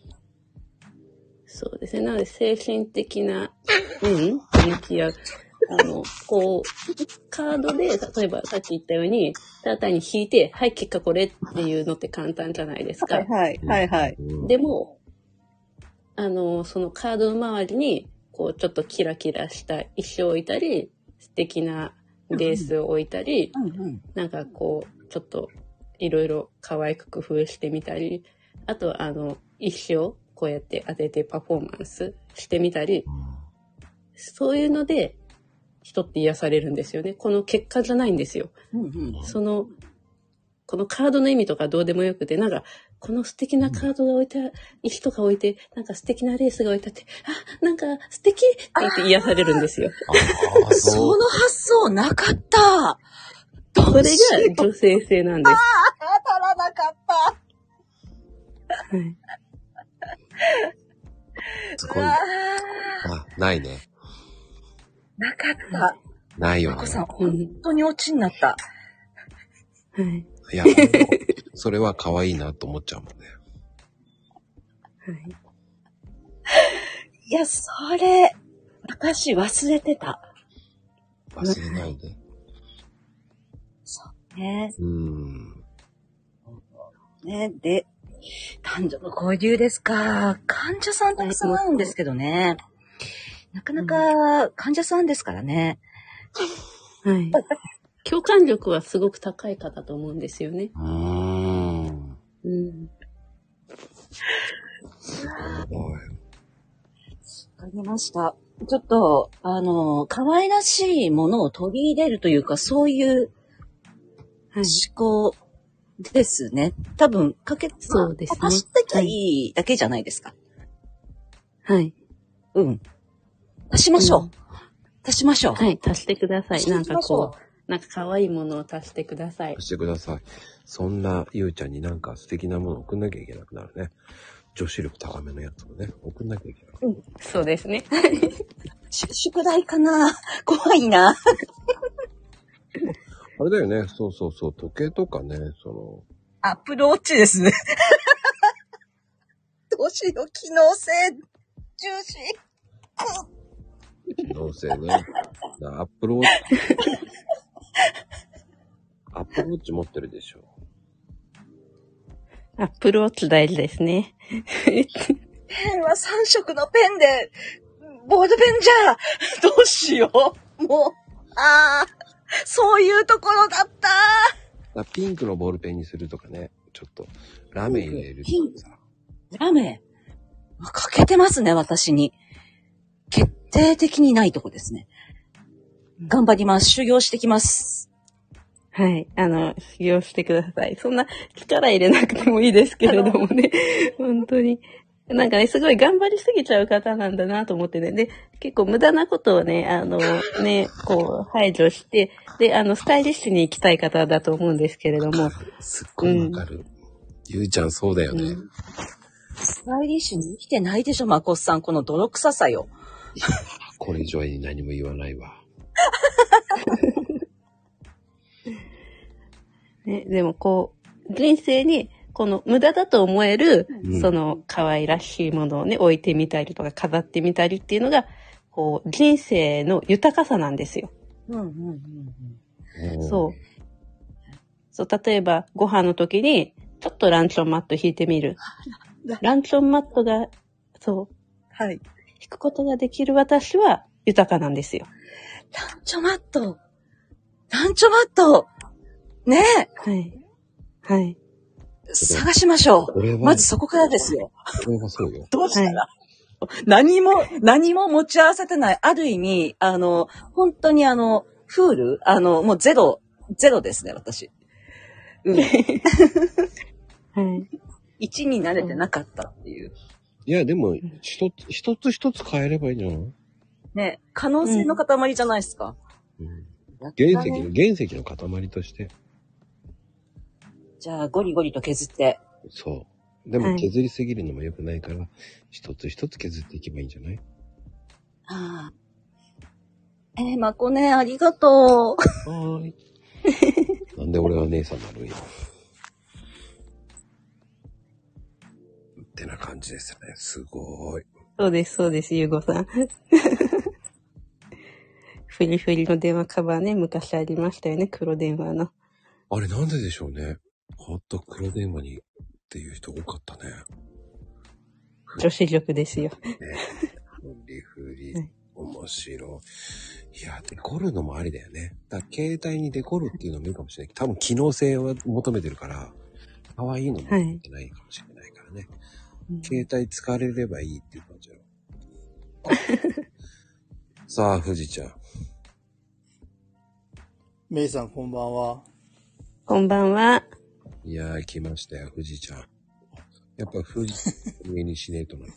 B: そうですね。なので、精神的な、うん、向き合う。あの、こう、カードで、例えばさっき言ったように、ただ単に引いて、はい、結果これっていうのって簡単じゃないですか。
F: はいい。
A: うん
B: でも、あの、そのカードの周りに、こう、ちょっとキラキラした衣装を置いたり、素敵なベースを置いたり、
F: うんうん。
B: なんかこう、ちょっといろいろ可愛く工夫してみたり、あとあの、石をこうやって当ててパフォーマンスしてみたり、そういうので、人って癒されるんですよね。この結果じゃないんですよ。
H: うんうん。
B: その、このカードの意味とかどうでもよくて、なんか、この素敵なカードが置いた、人が置いて、なんか素敵なレースが置いたって、あ、なんか素敵って言って癒されるんですよ。
A: ああ、
F: そ
A: そう。
F: の発想なかった。
B: それが女性性なんです。
I: 当たらなかった。
B: はい
A: すごい。あ、ないね。
F: なかった。
A: ないよ
F: お子
A: ね。
F: さん、
B: う
F: 本
B: ん
F: 当にオチになっ
B: は
F: た。
B: い。
A: いや、でもそれは可愛いなと思っちゃうもんね。
B: はい。
F: いや、それ、私忘れてた。
A: 忘れないで。
F: ね
A: うん。
F: ねで、男女の交流ですか。患者さんたくさんあるんですけどね。なかなか患者さんですからね。
B: はい。共感力はすごく高い方と思うんですよね。
A: うーん。
B: うん。
A: すごい。
F: わかりました。ちょっと、あの、可愛らしいものを取り入れるというか、そういう
B: はい。
F: 思考ですね。多分、かけ、
B: そうですね
F: 走ってきゃいいだけじゃないですか。
B: はい。
F: うん。足しましょう。
B: うん
F: 足しましょう。
B: はい。足してくださ
F: 足
B: い。
F: して
B: ないん
F: き
B: か
F: ましょう
B: こう、なんか可愛いものを足してください。
A: してください。そんなゆうちゃんになんか素敵なもの送んなきゃいけなくなるね。女子力高めのやつをね、送んなきゃいけない。
B: そうですね。
F: し宿題かな 怖いな。
A: あれだよね、そうそうそう、時計とかね、そ
F: アップルウォッチですね。 どうしよう、機能性、重視。
A: の、機能性ね。アップ ルウォッチ。アップルウォッチ持ってるでしょ。
B: アップルウォッチ大事ですね。
F: ペンは3色のペンで、ボールペンじゃ、 どうしよう。もう、ああ、そういうところだった。
A: だピンクのボールペンにするとかね、ちょっと、ラメ入れるとかさ。
F: ラメ、かけてますね、私に。決定的にないとこですね。頑張ります。修行してきます。
B: はい。あの、修行してください。そんな力入れなくてもいいですけれどもね。 本当に。なんかね、すごい頑張りすぎちゃう方なんだなと思ってね。で、結構無駄なことをね、あの、ね、こう、排除して、で、あの、スタイリッシュに行きたい方だと思うんですけれども。
A: すっごいわかる。ゆうちゃんそうだよね。
B: うん
F: スタイリッシュに生きてないでしょ、マコスさん。この泥臭さよ。
A: これ以上に何も言わないわ。
B: ね、でもこう、人生に、この無駄だと思える、
A: うん
B: その可愛らしいものをね、置いてみたりとか飾ってみたりっていうのが、こう、人生の豊かさなんですよ。
F: うんうんうんうん。
B: そう。そう、例えば、ご飯の時に、ちょっとランチョンマット引いてみ る
F: ラ。
B: ランチョンマットが、そう、
F: はい。
B: 引くことができる私は豊かなんですよ。
F: ランチョマット。ランチョマット。ねえ、
B: はい。はい。
F: 探しましょ
A: 俺
F: う。
A: は
F: まずそこからですよ。
A: これはそうよ。
F: どうしたら、何も、何も持ち合わせてない。ある意味、あの、本当にあの、フールあの、もうゼロ、ゼロですね、私。 うん。
B: はい。
F: 1になれてなかったっていう。
A: いや、でも、一つ、一つ一つ変えればいいんじゃない、
F: ね、可能性の塊じゃないですか。
A: うん、
F: やったね
A: 原石の、原石の塊として。
F: じゃあ、ゴリゴリと削って。
A: そう。で
B: は
A: も
B: い
A: 削りすぎるのも良くないから、一つ一つ削っていけばいいんじゃない
F: ああ。えー、まこね、ありがとう。
A: はーい。なんで俺は姉さんになるんや。ってな感じですね。すごい。
B: そうです、そうです、ゆうごさん。 フリフリの電話カバーね、昔ありましたよね、黒電話の。
A: あれなんででしょうね。ほんと黒電話にっていう人多かったね。
B: 女子力ですよ。
A: ふ りふり
B: はい、
A: 面白い。いや、デコるのもありだよね。だから携帯にデコるっていうのもいいかもしれない。多分機能性を求めてるから、可愛いのも
B: はい
A: いけないかもしれないからね。
B: うん
A: 携帯使われれば いいっていう感じだろ。さあ、富士ちゃん。
J: メイさんこんばんは。
B: こんばんは。
A: いやー、来ましたよ、富士ちゃん。やっぱ富士、上にしねえとな。い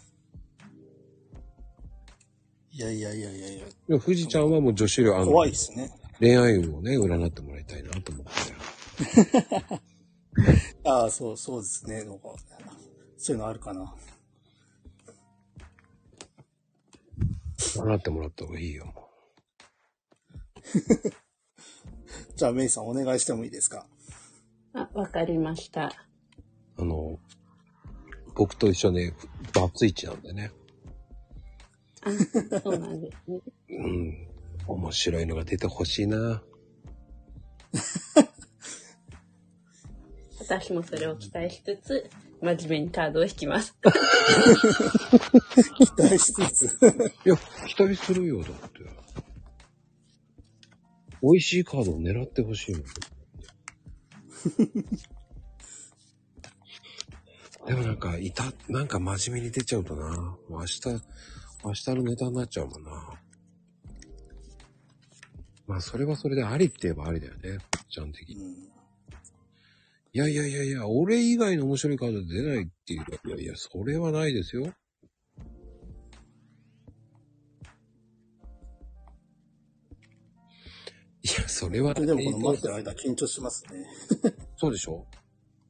J: いやいやいやいやいや、
A: や、富士ちゃんはもう女子寮、あの、
J: 怖いですね。
A: 恋愛運をね、占ってもらいたいなと思ってる。
J: ああ、そう、そうですね。なんかそういうのあるかな。
A: 占ってもらった方がいいよ。
J: じゃあ、メイさんお願いしてもいいですか
B: あ、わかりました。
A: あの、僕と一緒ね、バツイチなんでね。
B: あ、そうなんですね。
A: うん。面白いのが出てほしいな。
B: 私もそれを期待しつつ、真面目にカードを引きます。
J: 期待しつつ。
A: いや、期待するよ、だって。美味しいカードを狙ってほしいの。 でもなんか、いた、なんか真面目に出ちゃうとな。もう明日、明日のネタになっちゃうもんな。まあ、それはそれでありって言えばありだよね。ちゃん的
J: う
A: に。
J: ん
A: いやいやいやいや、俺以外の面白いカード出ないっていうか、いやいや、それはないですよ。いや、それは
J: でもこの待ってる間緊張しますね。
A: そうでしょ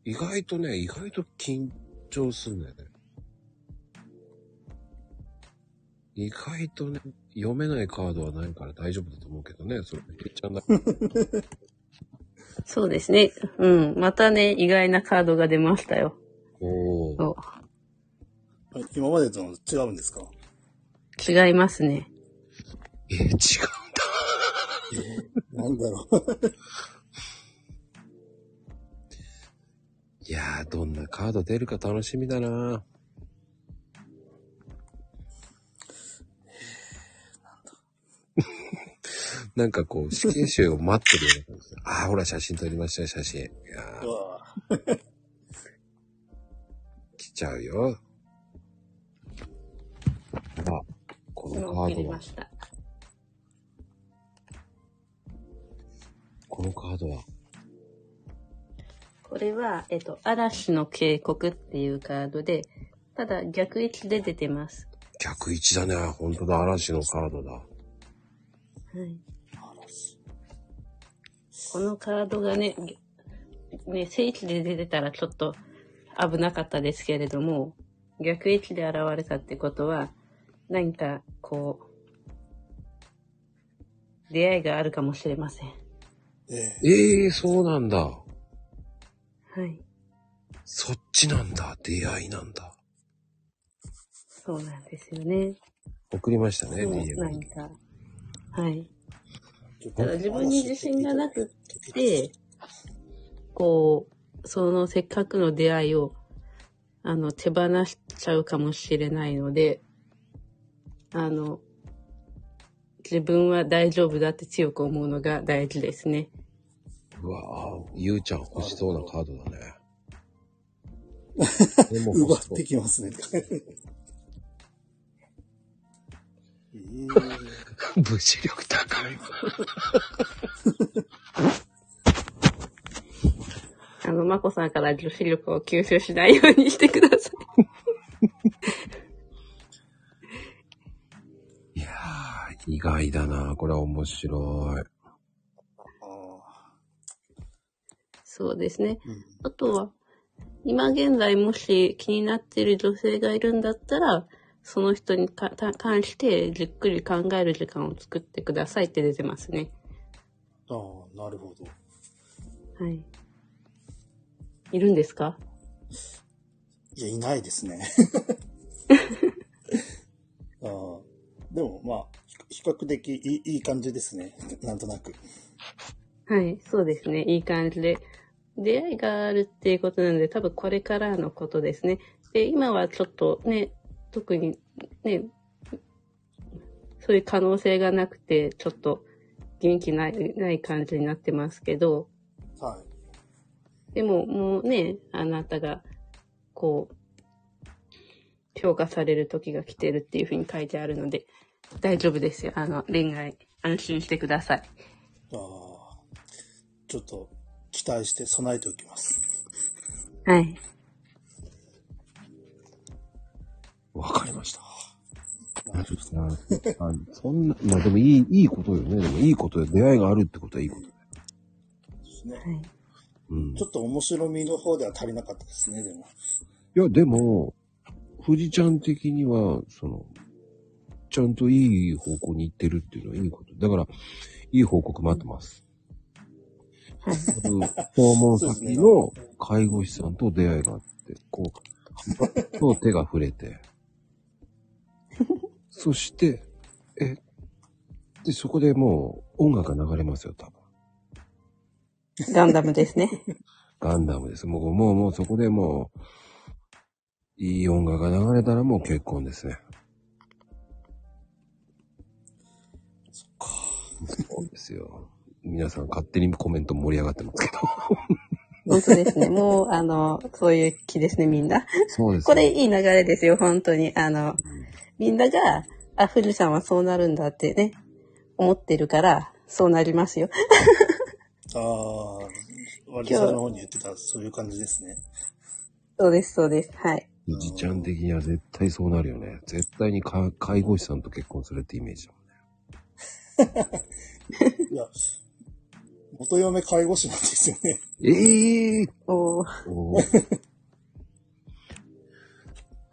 A: 意外とね、意外と緊張するんだよね。意外とね、読めないカードはないから大丈夫だと思うけどね、 それ、めっちゃな
B: そうですね。うん。またね、意外なカードが出ましたよ。
A: おー
B: そ
J: 今までとの違うんですか
B: う。違いますね。
A: え、違うんだ。
J: なんだろう。
A: いやー、どんなカード出るか楽しみだな なんかこう、死刑囚を待ってるような感じだ。ああ、ほら、写真撮りましたよ、写真。いや
J: う
A: ー、
J: わ
A: 来ちゃうよ。あ、この
B: わ
A: カー
B: かり
A: ドは
B: ま、した。
A: このカードは、
B: これは、えっと、嵐の警告っていうカードで、ただ逆位置で出てます。
A: 逆位置だね。本当だ、嵐のカードだ。
B: はい。このカードがね、ね、正位置で出てたらちょっと危なかったですけれども、逆位置で現れたってことは、何かこう、出会いがあるかもしれません。
J: ええ
A: ええー、そうなんだ。
B: はい。
A: そっちなんだ。出会いなんだ。
B: そうなんですよね。
A: 送りましたね、
B: そう、
A: DM
B: なんか。はい。
J: ちょった
B: だ
J: と
B: 自分に自信がなくって、こう、そのせっかくの出会いを、あの、手放しちゃうかもしれないので、あの、自分は大丈夫だって強く思うのが大事ですね。
A: うわぁ、ゆうちゃん欲しそうなカードだね。でも
J: 奪
A: 欲し
J: っ
A: そう
J: てきます ね。ええ
A: 物力高いわ。
B: あの、まこさんから女子力を吸収しないようにしてください。
A: いやー、意外だなこれは面白い。
J: あ
B: そうですね。
J: ーうん
B: あとは、今現在もし気になっている女性がいるんだったら、その人にかた関してじっくり考える時間を作ってくださいって出てますね。
J: あー、なるほど。
B: はい。いるんですか
J: いや、いないです ね。あーでも、まあ、比比較的いいいい感じですね。なんとなく。
B: はい、そうですね。いい感じで。出会いがあるっていうことなので、多分これからのことですね。で、今はちょっとね、特にね、そういう可能性がなくて、ちょっと元気ないない感じになってますけど、
J: はい。
B: でも、もうね、あなたが、こう、評価される時が来てるっていうふうに書いてあるので、大丈夫ですよ。あの、恋愛、安心してください。
J: ああ。ちょっと期待して備えておきます。
B: はい。
K: わかりました。
A: なるほどなあ そんな、まあでもいい、いいことよね。でもいいことで、出会いがあるってことはいいこと。
J: ですね。
A: うん。い
J: ちょっと面白みの方では足りなかったですね、でも。
A: や、でも、富士ちゃん的には、その、ちゃんといい方向に行ってるっていうのはいいこと。だから、いい報告待ってます。うん訪問先の介護士さんと出会いがあって、こう、と手が触れて、そして、え、で、そこでもう音楽が流れますよ、多分。
B: ガンダムですね。
A: ガンダムです。もう、もう、もうそこでもう、いい音楽が流れたらもう結婚ですね。そうですよ。皆さん勝手にコメント盛り上がってますけど。
B: 本当ですね。もう、あの、そういう気ですね、みんな。
A: そうですよ。
B: これいい流れですよ、本当に。あの、みんなが、あ、富士山はそうなるんだってね、思ってるから、そうなりますよ。
J: ああ、割り皿の方に言ってた、そういう感じですね。
B: そうです、そうです。はい。
A: 富士ちゃん的には絶対そうなるよね。絶対にか介護士さんと結婚するってイメージだもんね。
J: いや、元嫁介護士なんですよね。
A: ええ
B: おー
A: おー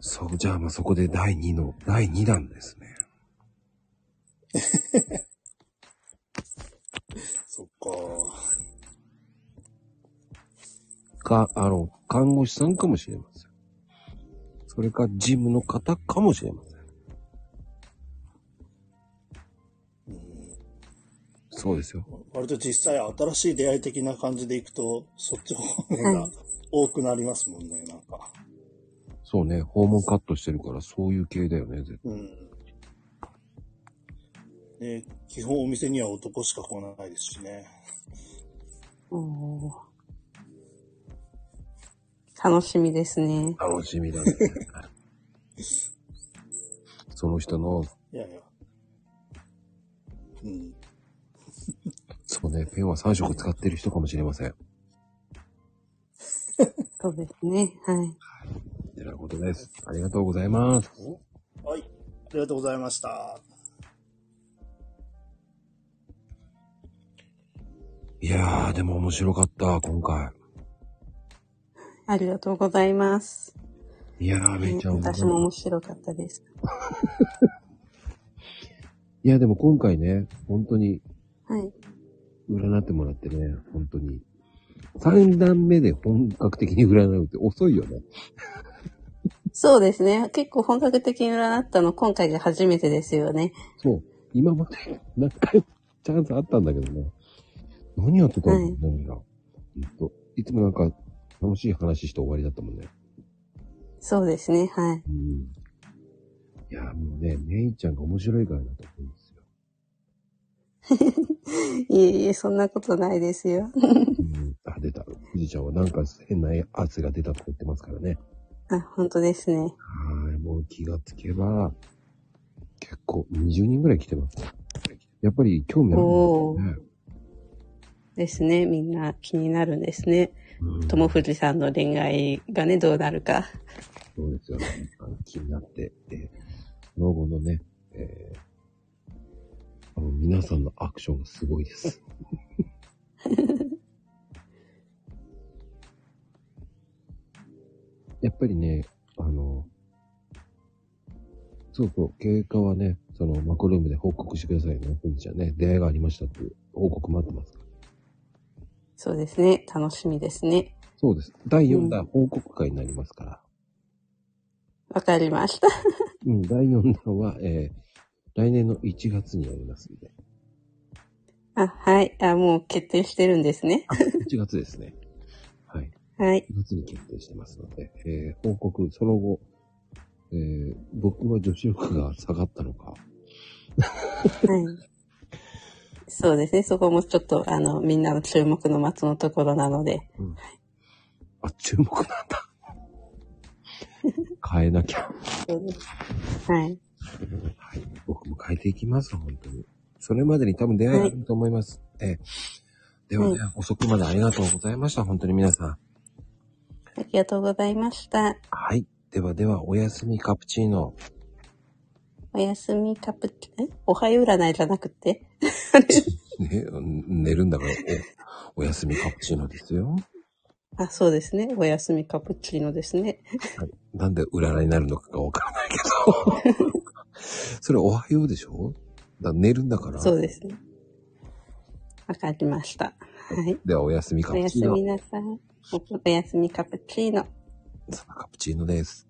A: そう、じゃあまあそこで第2の、第2弾ですね。
J: そっか。
A: か、あの、看護師さんかもしれません。それか、ジムの方かもしれません。そうですよ。
J: 割と実際新しい出会い的な感じでいくと、そっち方面が多くなりますもんね、なんか。
A: そうね、訪問カットしてるから、そういう系だよね、絶
J: うん。で、基本お店には男しか来ないですしね。
B: おー楽しみですね。
A: 対。楽しみだね。 その人の、
J: いやいや。うん。
A: そうね、ペンは3色使ってる人かもしれません。
B: そうですね。はい。
A: てなことです。ありがとうございます。
J: はい。ありがとうございました。
A: いやー、でも面白かった、今回。
B: ありがとうございます。
A: いやー、めっちゃ面白い
B: 私も面白かったです。
A: いや、でも今回ね、本当に
B: はい。
A: 占ってもらってね、本当に。3段目で本格的に占うって遅いよね。
B: そうですね。結構本格的に占ったの今回が初めてですよね。
A: そう。今まで何回もチャンスあったんだけどね。何やってたんだろうな。ほんといつもなんか楽しい話して終わりだったもんね。
B: そうですね。はい。
A: うん。いや、もうね、メイちゃんが面白いからだと思うんですよ。
B: いえいえ、そんなことないですよ。
A: うん。あ、出た。富士ちゃんはなんか変な圧が出たとか言ってますからね。
B: あ、本当ですね。
A: はい、もう気がつけば、結構20人ぐらい来てます。やっぱり興味あるん
B: お
A: ですね。
B: ですね。みんな気になるんですね。
A: うん
B: 友藤さんの恋愛がね、どうなるか。
A: そうですよね。あの気になって、えーその後のね、えーあの皆さんのアクションがすごいです。 やっぱりね、あの、そうそう、経過はね、その、マコルームで報告してくださいね、ふみちゃんね。出会いがありましたっていう報告待ってますから。
B: そうですね。楽しみですね。
A: そうです。第
B: う
A: 4
B: ん
A: 弾報告会になりますから。
B: わかりました。
A: うん、第4弾は、えー、来年の1月にやりますんで。
B: あ、はい。あ、もう決定してるんですね。
A: あ、1月ですね。 はい。
B: はい。
A: 1月に決定してますので、えー、報告、その後、えー、僕は女子力が下がったのか、
B: はい。そうですね。そこもちょっと、あの、みんなの注目の的のところなので。
A: あ、注目なん だ。変えなきゃ。
B: そうです。はい。
A: はい。僕も変えていきます、本当に。それまでに多分出会いがあると思います。えーではね、遅くまでありがとうございました。本当に皆さん。
B: ありがとうございました。
A: はい。ではでは、おやすみカプチーノ。
B: おやすみカプチ、えおはよう占いじゃなくて。
A: ね、うん寝るんだから、お、おやすみカプチーノですよ。
B: あ、そうですね。おやすみカプチーノですね。
A: なんで占いになるのかがわからないけど。 それおはようでしょだ寝るんだから。
B: そうですね。わかりました。はい。
A: ではおやすみカ
B: お
A: プ
B: や
A: チ
B: す
A: ーノ
B: み。なさい。おやすみカプチーノ。
A: そんなカプチーノです。